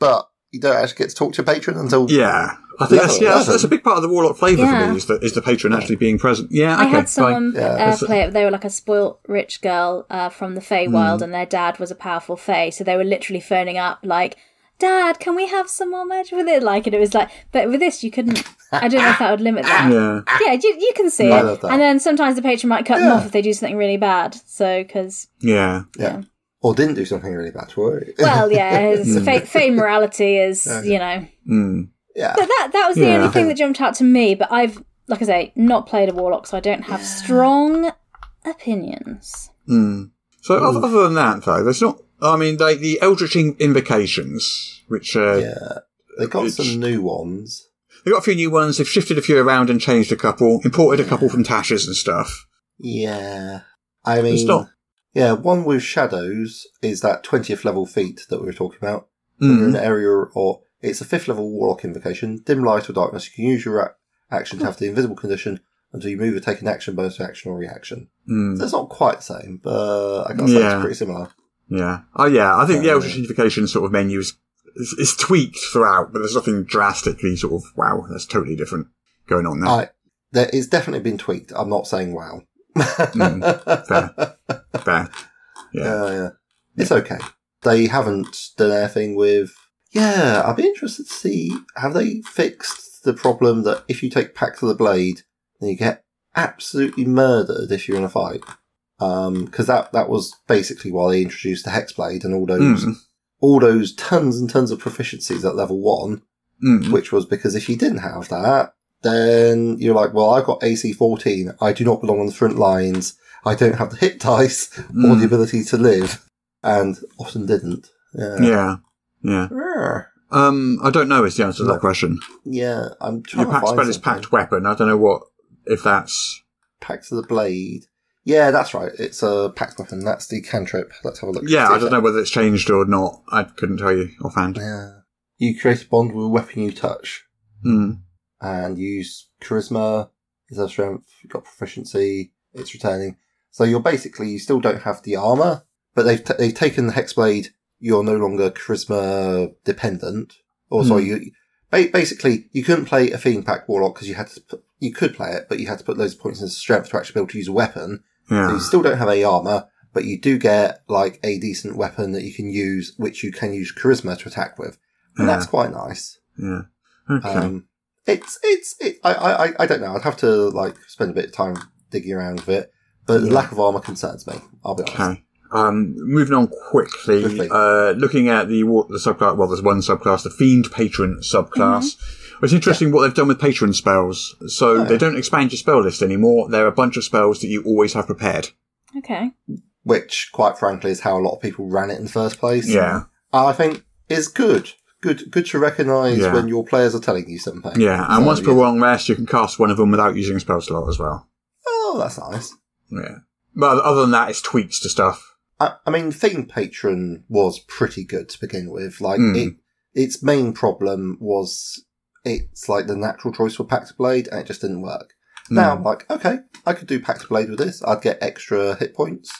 Speaker 6: but you don't actually get to talk to your patron until
Speaker 5: Yeah. I think
Speaker 6: No,
Speaker 5: that's, yeah, that's,
Speaker 6: eleven.
Speaker 5: that's a big part of the Warlock flavour for
Speaker 7: Yeah.
Speaker 5: me, is the, is the patron actually being present. Yeah,
Speaker 7: I
Speaker 5: okay,
Speaker 7: had
Speaker 5: fine.
Speaker 7: someone
Speaker 6: Yeah,
Speaker 7: uh,
Speaker 6: that's-
Speaker 7: play it. They were like a spoilt rich girl uh, from the Feywild, and their dad was a powerful Fey, so they were literally phoning up like, "Dad, can we have some more magic with it?" Like, and it was like, but with this you couldn't. I don't know if that would limit that.
Speaker 5: Yeah.
Speaker 7: Yeah, you, you can see
Speaker 6: I
Speaker 7: it,
Speaker 6: love that.
Speaker 7: and then sometimes the patron might cut them off if they do something really bad. So, because
Speaker 5: Yeah.
Speaker 6: Yeah. Or didn't do something really bad, were it?
Speaker 7: well, yeah, it's fe- Fey morality is you know.
Speaker 5: Mm.
Speaker 6: yeah.
Speaker 7: But that that was the
Speaker 5: Yeah.
Speaker 7: only thing that jumped out to me. But I've, like I say, not played a warlock, so I don't have strong opinions.
Speaker 5: Mm. So oth- other than that, though, there's not. I mean, they, the Eldritch In- Invocations, which uh,
Speaker 6: Yeah. They got some new ones.
Speaker 5: they got a few new ones. They've shifted a few around and changed a couple, imported a couple from Tasha's and stuff.
Speaker 6: Yeah. I mean,
Speaker 5: It's not.
Speaker 6: yeah, one with shadows is that 20th level feat that we were talking about. When you're in
Speaker 5: Mm.
Speaker 6: an area or it's a fifth level warlock invocation, dim light or darkness. You can use your ac- action to
Speaker 5: Hmm.
Speaker 6: have the invisible condition until you move or take an action, bonus action, or reaction.
Speaker 5: Mm.
Speaker 6: So it's not quite the same, but I gotta say
Speaker 5: Yeah.
Speaker 6: it's pretty similar.
Speaker 5: Yeah. Oh, yeah. I think
Speaker 6: Uh.
Speaker 5: the Eldritch Invocation sort of menu is, is, is tweaked throughout, but there's nothing drastically sort of, wow, that's totally different going on there.
Speaker 6: I, there, it's definitely been tweaked. I'm not saying wow.
Speaker 5: Mm. fair. Fair. Yeah.
Speaker 6: Oh, Yeah, yeah. It's okay. They haven't done anything with. Yeah, I'd be interested to see have they fixed the problem that if you take Pact of the Blade, then you get absolutely murdered if you're in a fight. Because that that was basically why they introduced the Hexblade and all those
Speaker 5: Mm.
Speaker 6: all those tons and tons of proficiencies at level one,
Speaker 5: Mm.
Speaker 6: which was because if you didn't have that, then you're like, well, I've got AC 14. I do not belong on the front lines. I don't have the hit dice or
Speaker 5: Mm.
Speaker 6: the ability to live. And often didn't. Yeah.
Speaker 5: Yeah. Yeah.
Speaker 6: Yeah.
Speaker 5: Um, I don't know is the answer to that question.
Speaker 6: Yeah, I'm trying
Speaker 5: Your
Speaker 6: to
Speaker 5: packed
Speaker 6: find
Speaker 5: spell is
Speaker 6: something.
Speaker 5: packed weapon. I don't know what, if that's,
Speaker 6: Pact of the Blade. Yeah, that's right. It's a pact weapon. That's the cantrip. Let's have a look.
Speaker 5: yeah,
Speaker 6: See
Speaker 5: I
Speaker 6: if
Speaker 5: don't
Speaker 6: that-
Speaker 5: know whether it's changed or not. I couldn't tell you offhand.
Speaker 6: Yeah. You create a bond with a weapon you touch.
Speaker 5: Mm.
Speaker 6: and use charisma, you have strength, you've got proficiency, it's returning. So you're basically, you still don't have the armor, but they've, t- they've taken the Hexblade, you're no longer charisma dependent. Or sorry, you, ba- basically, you couldn't play a Fiend Pack Warlock because you had to put, you could play it, but you had to put loads of points into strength to actually be able to use a weapon. So
Speaker 5: Yeah.
Speaker 6: you still don't have a armor, but you do get like a decent weapon that you can use, which you can use charisma to attack with. And that's
Speaker 5: Yeah.
Speaker 6: quite nice.
Speaker 5: Yeah. Okay.
Speaker 6: Um, it's it's it, I, I I- I don't know. I'd have to like spend a bit of time digging around with it, but the lack of armor concerns me. I'll be honest.
Speaker 5: Okay. Um, moving on quickly,
Speaker 6: Quickly.
Speaker 5: Uh, looking at the wa- the subclass. Well, there's one subclass, the fiend patron subclass.
Speaker 6: Mm-hmm.
Speaker 5: It's interesting what they've done with patron spells.
Speaker 6: Oh.
Speaker 5: So they don't expand your spell list anymore. They're a bunch of spells that you always have prepared.
Speaker 7: Okay.
Speaker 6: Which, quite frankly, is how a lot of people ran it in the first place.
Speaker 5: Yeah,
Speaker 6: I think is good. Good good to recognise
Speaker 5: Yeah.
Speaker 6: when your players are telling you something.
Speaker 5: yeah. And
Speaker 6: So,
Speaker 5: once per
Speaker 6: Oh, yeah.
Speaker 5: long rest, you can cast one of them without using a spell slot as well.
Speaker 6: Oh, that's nice.
Speaker 5: Yeah. But other than that, it's tweaks to stuff.
Speaker 6: I, I mean, Theme Patron was pretty good to begin with. Like,
Speaker 5: Hmm.
Speaker 6: it, its main problem was it's like the natural choice for Pact Blade, and it just didn't work.
Speaker 5: Hmm.
Speaker 6: Now I'm like, okay, I could do Pact Blade with this. I'd get extra hit points.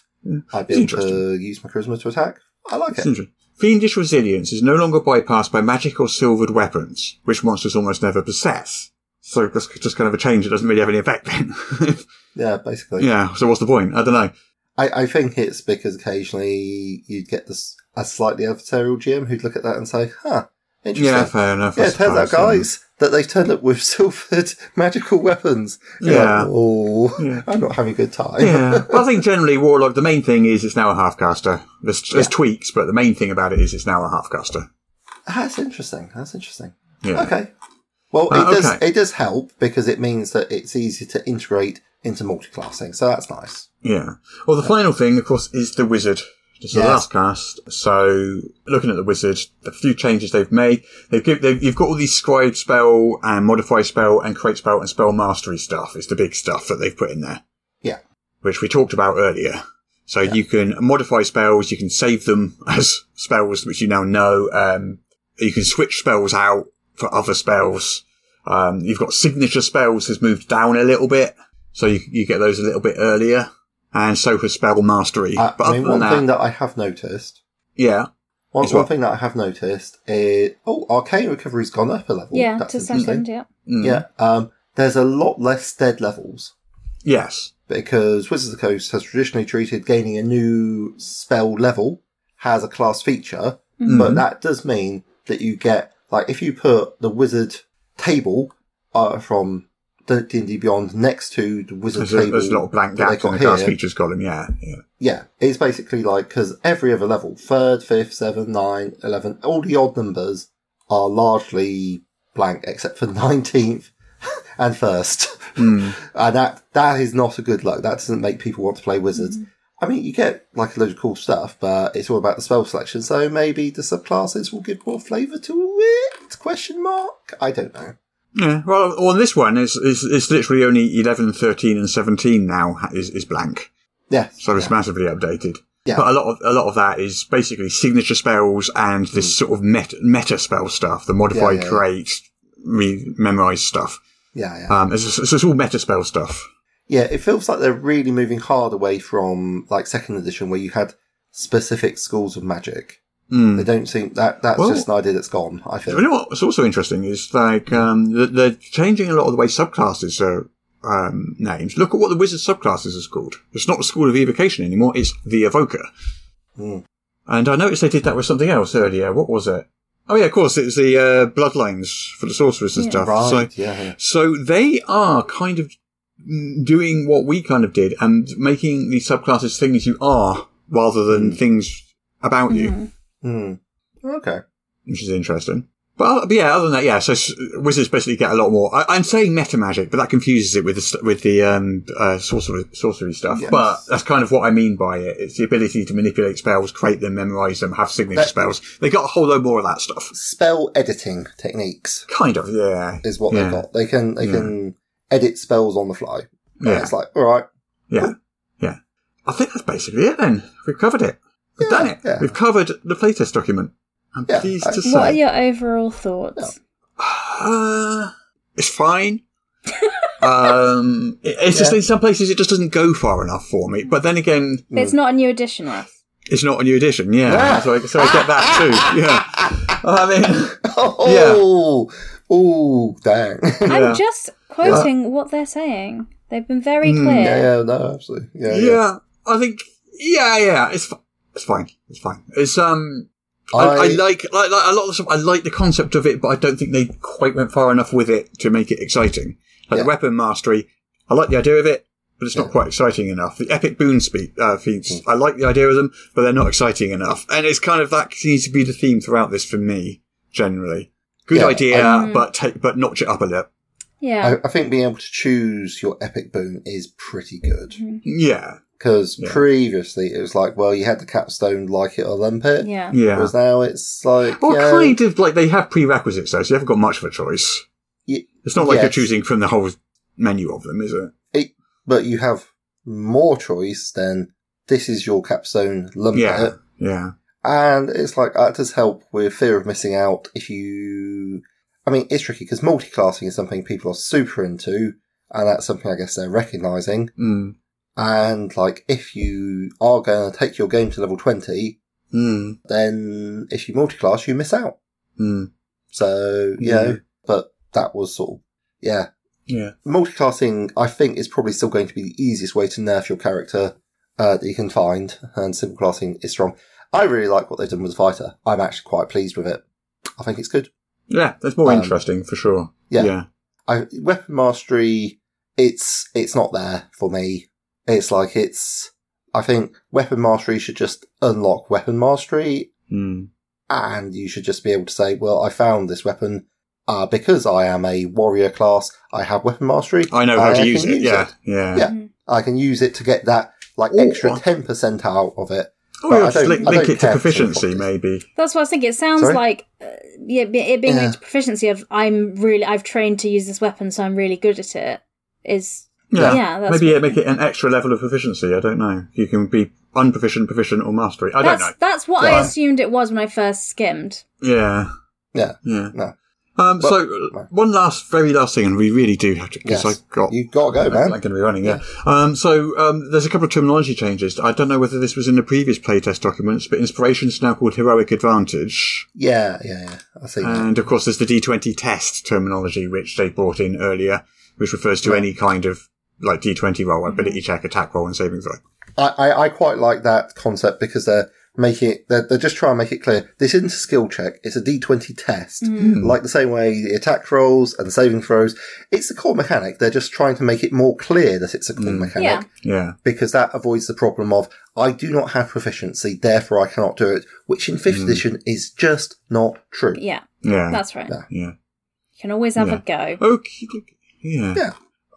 Speaker 6: I'd be
Speaker 5: It's
Speaker 6: able to use my charisma to attack. I like
Speaker 5: Hmm. It's
Speaker 6: it.
Speaker 5: interesting. Fiendish resilience is no longer bypassed by magic or silvered weapons, which monsters almost never possess. So that's just kind of a change that doesn't really have any effect then.
Speaker 6: Yeah, basically.
Speaker 5: Yeah. So what's the point? I don't know.
Speaker 6: I, I think it's because occasionally you'd get this a slightly adversarial GM who'd look at that and say, huh, interesting.
Speaker 5: Yeah, fair enough. I
Speaker 6: Yeah, it turns out,
Speaker 5: suppose,
Speaker 6: guys, that they've turned up with silvered magical weapons. You're
Speaker 5: Yeah.
Speaker 6: like, oh,
Speaker 5: Yeah.
Speaker 6: I'm not having a good time.
Speaker 5: Yeah. Yeah. but I think generally Warlock. The main thing is it's now a halfcaster. There's, there's tweaks, but the main thing about it is it's now a halfcaster.
Speaker 6: That's interesting. That's interesting.
Speaker 5: Yeah.
Speaker 6: Okay. Well,
Speaker 5: Uh,
Speaker 6: it does
Speaker 5: okay.
Speaker 6: it does help because it means that it's easier to integrate into multi-classing, so that's nice.
Speaker 5: Yeah. Well, the final thing, of course, is the wizard. This is the
Speaker 6: Yes.
Speaker 5: last cast. So, looking at the wizard, the few changes they've made, they've, give, they've you've got all these scribe spell and modify spell and create spell and spell mastery stuff. Is the big stuff that they've put in there.
Speaker 6: Yeah.
Speaker 5: which we talked about earlier. So you can modify spells, you can save them as spells which you now know. Um, you can switch spells out for other spells. Um, you've got signature spells has moved down a little bit, so you, you get those a little bit earlier. And so has spell mastery.
Speaker 6: I, Uh, I
Speaker 5: but other
Speaker 6: mean,
Speaker 5: than
Speaker 6: one
Speaker 5: that,
Speaker 6: thing that I have noticed
Speaker 5: yeah,
Speaker 6: One,
Speaker 5: As well.
Speaker 6: one thing that I have noticed is oh, arcane recovery's gone up a level.
Speaker 7: yeah,
Speaker 6: That's
Speaker 7: to
Speaker 6: interesting.
Speaker 7: second, yeah.
Speaker 5: Mm.
Speaker 6: Yeah, um, there's a lot less dead levels
Speaker 5: Yes.
Speaker 6: because Wizards of the Coast has traditionally treated gaining a new spell level has a class feature,
Speaker 7: Mm-hmm.
Speaker 6: but that does mean that you get like if you put the wizard table uh, from D and D Beyond next to the wizard
Speaker 5: There's a,
Speaker 6: table,
Speaker 5: there's a lot of blank
Speaker 6: that they
Speaker 5: gaps in
Speaker 6: got
Speaker 5: the class
Speaker 6: here,
Speaker 5: features column. Yeah, yeah.
Speaker 6: yeah, it's basically like because every other level, third, fifth, seventh, nine, eleven, all the odd numbers are largely blank except for nineteenth and first,
Speaker 5: Hmm.
Speaker 6: and that that is not a good look. That doesn't make people want to play wizards. I mean, you get like a load of cool stuff, but it's all about the spell selection. So maybe the subclasses will give more flavour to it? Question mark. I don't know.
Speaker 5: Yeah, well, on this one, it's, it's, it's literally only 11, 13, and 17 now ha- is, is blank.
Speaker 6: Yeah,
Speaker 5: So it's massively updated.
Speaker 6: Yeah.
Speaker 5: But a lot of a lot of that is basically signature spells and this sort of meta, meta spell stuff, the modify,
Speaker 6: Hmm. Yeah, yeah, yeah.
Speaker 5: create, re- memorize stuff.
Speaker 6: yeah, yeah.
Speaker 5: Um, it's, it's, it's all meta spell stuff.
Speaker 6: Yeah, it feels like they're really moving hard away from like second edition where you had specific schools of magic. They don't seem that that's
Speaker 5: Hmm. Well-
Speaker 6: just an idea that's gone, I feel.
Speaker 5: You know what's also interesting is like um, th- they're changing a lot of the way subclasses are um, names. Look at what the wizard subclasses is called. It's not the School of Evocation anymore. It's the Evoker.
Speaker 6: Hmm.
Speaker 5: And I noticed they did that with something else earlier. What was it? Oh yeah, of course, it was the uh, Bloodlines for the sorcerers and
Speaker 7: Yeah.
Speaker 5: stuff.
Speaker 6: Right,
Speaker 5: So,
Speaker 6: yeah, yeah.
Speaker 5: so they are kind of mm, doing what we kind of did and making these subclasses things you are rather than
Speaker 6: Mm.
Speaker 5: things about you
Speaker 6: Hmm. Okay.
Speaker 5: which is interesting. But, but yeah, other than that, yeah. So s- wizards basically get a lot more. I, I'm saying meta magic, but that confuses it with the st- with the um, uh, sorcery sorcery stuff.
Speaker 6: Yes.
Speaker 5: But that's kind of what I mean by it. It's the ability to manipulate spells, create them, memorize them, have signature
Speaker 6: That-
Speaker 5: spells. They got a whole load more of that stuff.
Speaker 6: Spell editing techniques
Speaker 5: Kind of, yeah.
Speaker 6: is what
Speaker 5: Yeah.
Speaker 6: they've got. They can they can edit spells on the fly. And
Speaker 5: Yeah.
Speaker 6: It's like, all right,
Speaker 5: Yeah. Yeah. I think that's basically it then. We've covered it. We've
Speaker 6: Yeah,
Speaker 5: done it.
Speaker 6: yeah.
Speaker 5: We've covered the playtest document. I'm
Speaker 6: Yeah,
Speaker 5: pleased
Speaker 6: I-
Speaker 5: to
Speaker 7: What are
Speaker 5: say.
Speaker 7: your overall thoughts?
Speaker 5: Uh, it's fine. um, it- it's just
Speaker 6: Yeah.
Speaker 5: in some places it just doesn't go far enough for me. But then again,
Speaker 7: But It's not a new edition, Russ.
Speaker 5: it's not a new edition, yeah. So, I, so I get that too. Yeah, I mean,
Speaker 6: oh, oh, dang.
Speaker 5: Yeah.
Speaker 7: I'm just quoting what they're saying. They've been very
Speaker 5: Mm,
Speaker 7: clear.
Speaker 6: yeah, yeah, no, absolutely. Yeah,
Speaker 5: yeah,
Speaker 6: yeah.
Speaker 5: I think, yeah, yeah, it's fi- it's fine, it's fine. It's um, I, I,
Speaker 6: I-
Speaker 5: like, like like a lot of stuff. I like the concept of it, but I don't think they quite went far enough with it to make it exciting. Like
Speaker 6: Yeah.
Speaker 5: the weapon mastery, I like the idea of it, but it's not quite exciting enough. The epic boon spe- uh, feats,
Speaker 6: Hmm.
Speaker 5: I like the idea of them, but they're not exciting enough. And it's kind of that seems to be the theme throughout this for me generally. Good
Speaker 6: Yeah,
Speaker 5: idea, but take but notch it up a bit.
Speaker 7: Yeah.
Speaker 6: I, I think being able to choose your epic boon is pretty good.
Speaker 5: Yeah,
Speaker 6: Because
Speaker 5: Yeah.
Speaker 6: previously it was like, well, you had the capstone, like it or lump it.
Speaker 7: yeah.
Speaker 5: yeah.
Speaker 6: Whereas now it's like,
Speaker 5: Well,
Speaker 6: yeah,
Speaker 5: kind of like they have prerequisites though, so you haven't got much of a choice.
Speaker 6: y-
Speaker 5: It's not like you're
Speaker 6: Yes.
Speaker 5: choosing from the whole menu of them, is it?
Speaker 6: it, but you have more choice than this is your capstone, lump
Speaker 5: Yeah,
Speaker 6: it.
Speaker 5: yeah,
Speaker 6: And it's like, that does help with fear of missing out if you. I mean, it's tricky because multi-classing is something people are super into, and that's something I guess they're recognizing.
Speaker 5: mm.
Speaker 6: And like, if you are going to take your game to level 20,
Speaker 5: Mm.
Speaker 6: then if you multi-class, you miss out.
Speaker 5: Mm.
Speaker 6: So, you know, but that was sort of, yeah.
Speaker 5: yeah.
Speaker 6: Multiclassing, I think, is probably still going to be the easiest way to nerf your character uh, that you can find, and simple classing is strong. I really like what they've done with the fighter. I'm actually quite pleased with it. I think it's good.
Speaker 5: Yeah, that's more
Speaker 6: Um,
Speaker 5: interesting for sure.
Speaker 6: yeah.
Speaker 5: yeah,
Speaker 6: I, weapon mastery, it's it's not there for me. It's like it's. I think weapon mastery should just unlock weapon mastery
Speaker 5: Mm.
Speaker 6: and you should just be able to say, "Well, I found this weapon uh, because I am a warrior class. I have weapon mastery.
Speaker 5: I know how
Speaker 6: and
Speaker 5: to
Speaker 6: can
Speaker 5: use it. Yeah, yeah.
Speaker 6: Yeah. I can use it to get that like
Speaker 5: Ooh,
Speaker 6: extra
Speaker 5: what?
Speaker 6: ten percent out of it."
Speaker 5: Oh,
Speaker 6: But
Speaker 5: yeah,
Speaker 6: I
Speaker 5: just
Speaker 6: don't-
Speaker 5: link,
Speaker 6: I
Speaker 5: link
Speaker 6: don't
Speaker 5: it
Speaker 6: care
Speaker 5: to
Speaker 6: for
Speaker 5: proficiency,
Speaker 6: properties.
Speaker 5: maybe.
Speaker 7: That's what I was thinking. It sounds
Speaker 6: Sorry?
Speaker 7: like uh, yeah, be- it being
Speaker 6: Yeah.
Speaker 7: linked to proficiency of I'm really I've trained to use this weapon, so I'm really good at it. Is
Speaker 5: Yeah,
Speaker 7: Yeah, that's
Speaker 5: maybe
Speaker 7: what-
Speaker 5: yeah, make it an extra level of proficiency. I don't know. You can be unproficient, proficient, or mastery. I
Speaker 7: that's
Speaker 5: don't know.
Speaker 7: that's what
Speaker 5: Sorry.
Speaker 7: I assumed it was when I first skimmed.
Speaker 5: Yeah,
Speaker 6: Yeah,
Speaker 5: yeah.
Speaker 6: no,
Speaker 5: Um, so uh, one last, very last thing, and we really do have to because
Speaker 6: Yes.
Speaker 5: I got
Speaker 6: You've gotta go,
Speaker 5: I'm
Speaker 6: man.
Speaker 5: going to be running. Yeah. Um, so um, there's a couple of terminology changes. I don't know whether this was in the previous playtest documents, but inspiration's now called heroic advantage,
Speaker 6: Yeah, yeah, yeah. I see.
Speaker 5: and of course there's the D20 test terminology which they brought in earlier, which refers to any kind of like D20 roll,
Speaker 6: Mm-hmm.
Speaker 5: ability check, attack roll, and saving throw.
Speaker 6: I, I, I quite like that concept because they're making it, they're, they're just trying to make it clear. This isn't a skill check. It's a D20 test.
Speaker 7: Mm.
Speaker 6: Like the same way the attack rolls and the saving throws. It's the core mechanic. They're just trying to make it more clear that it's a core mechanic
Speaker 7: Yeah.
Speaker 5: Yeah.
Speaker 6: because that avoids the problem of I do not have proficiency, therefore I cannot do it, which in fifth edition is just not true.
Speaker 7: Yeah,
Speaker 5: Yeah.
Speaker 7: that's right.
Speaker 5: yeah.
Speaker 7: You can always have
Speaker 5: Yeah.
Speaker 7: a go.
Speaker 5: Okay. okay. Yeah.
Speaker 6: Yeah.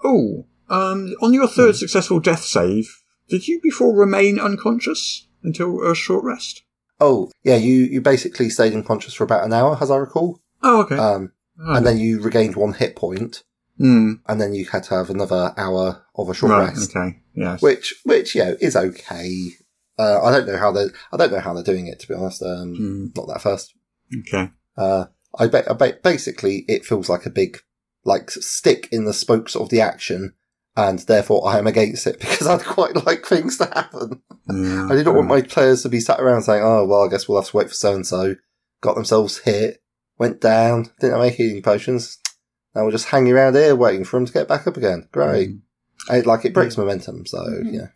Speaker 6: Mm.
Speaker 5: Oh, um, on your third successful death save, did you before remain unconscious until a short rest?
Speaker 6: Oh, yeah, you, you basically stayed unconscious for about an hour, as I recall.
Speaker 5: Oh, okay.
Speaker 6: Um,
Speaker 5: Oh,
Speaker 6: and then you regained one hit point,
Speaker 5: Hmm.
Speaker 6: and then you had to have another hour of a short
Speaker 5: Right.
Speaker 6: rest.
Speaker 5: Okay. Yes.
Speaker 6: Which, which, you know, is okay. Uh, I don't know how they, I don't know how they're doing it, to be honest. Um,
Speaker 5: Hmm.
Speaker 6: not that first.
Speaker 5: Okay.
Speaker 6: Uh, I bet, I bet, basically, it feels like a big, like, stick in the spokes of the action, and therefore I am against it because I'd quite like things to happen.
Speaker 5: Yeah,
Speaker 6: I didn't want my players to be sat around saying, oh, well, I guess we'll have to wait for so and so. Got themselves hit, went down, didn't have any healing potions. Now we're just hanging around here waiting for them to get back up again. Great. It, like, it breaks momentum, so, yeah.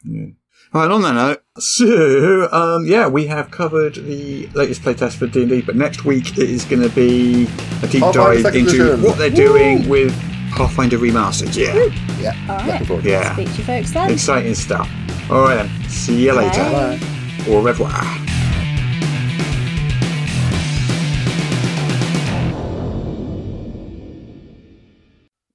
Speaker 5: Right, on that note, so um, yeah, we have covered the latest playtest for D and D, but next week it is going to be a deep
Speaker 6: Oh, Final
Speaker 5: dive
Speaker 6: Fantasy
Speaker 5: into
Speaker 6: Edition.
Speaker 5: what they're doing with Pathfinder Remastered. Yeah,
Speaker 6: Yeah.
Speaker 7: All right.
Speaker 6: forward.
Speaker 5: yeah,
Speaker 7: Speak to you folks then.
Speaker 5: exciting stuff. All right, then. see you later.
Speaker 7: Bye.
Speaker 5: Au revoir.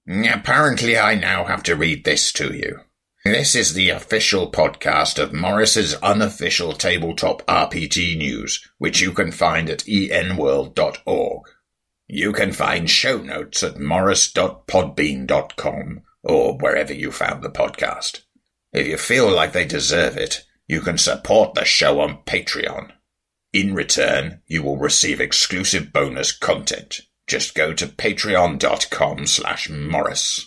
Speaker 3: Apparently, I now have to read this to you. This is the official podcast of Morris's unofficial tabletop RPG news, which you can find at enworld.org. You can find show notes at morris.podbean.com or wherever you found the podcast. If you feel like they deserve it, you can support the show on Patreon. In return, you will receive exclusive bonus content. Just go to patreon.com slash morris.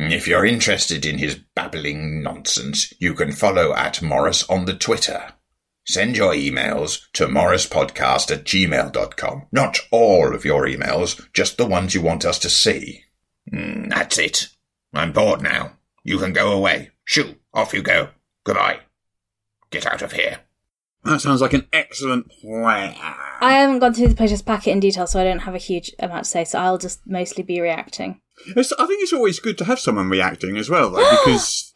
Speaker 3: If you're interested in his babbling nonsense, you can follow at Morris on the Twitter. Send your emails to morrispodcast at gmail.com. Not all of your emails, just the ones you want us to see. Mm, that's it. I'm bored now. You can go away. Shoo, off you go. Goodbye. Get out of here.
Speaker 5: That sounds like an excellent plan.
Speaker 7: I haven't gone through the purchase packet in detail, so I don't have a huge amount to say. So I'll just mostly be reacting.
Speaker 5: It's, I think it's always good to have someone reacting as well, though, because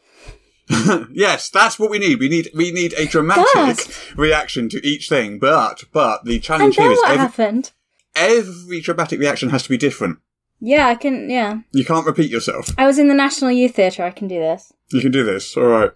Speaker 5: yes, that's what we need. We need we need a dramatic
Speaker 7: Gasp.
Speaker 5: reaction to each thing. But but the
Speaker 7: And
Speaker 5: challenge
Speaker 7: then
Speaker 5: here is
Speaker 7: what
Speaker 5: every,
Speaker 7: happened?
Speaker 5: every dramatic reaction has to be different.
Speaker 7: Yeah, I can. Yeah,
Speaker 5: You can't repeat yourself.
Speaker 7: I was in the National Youth Theatre. I can do this.
Speaker 5: You can do this. All right.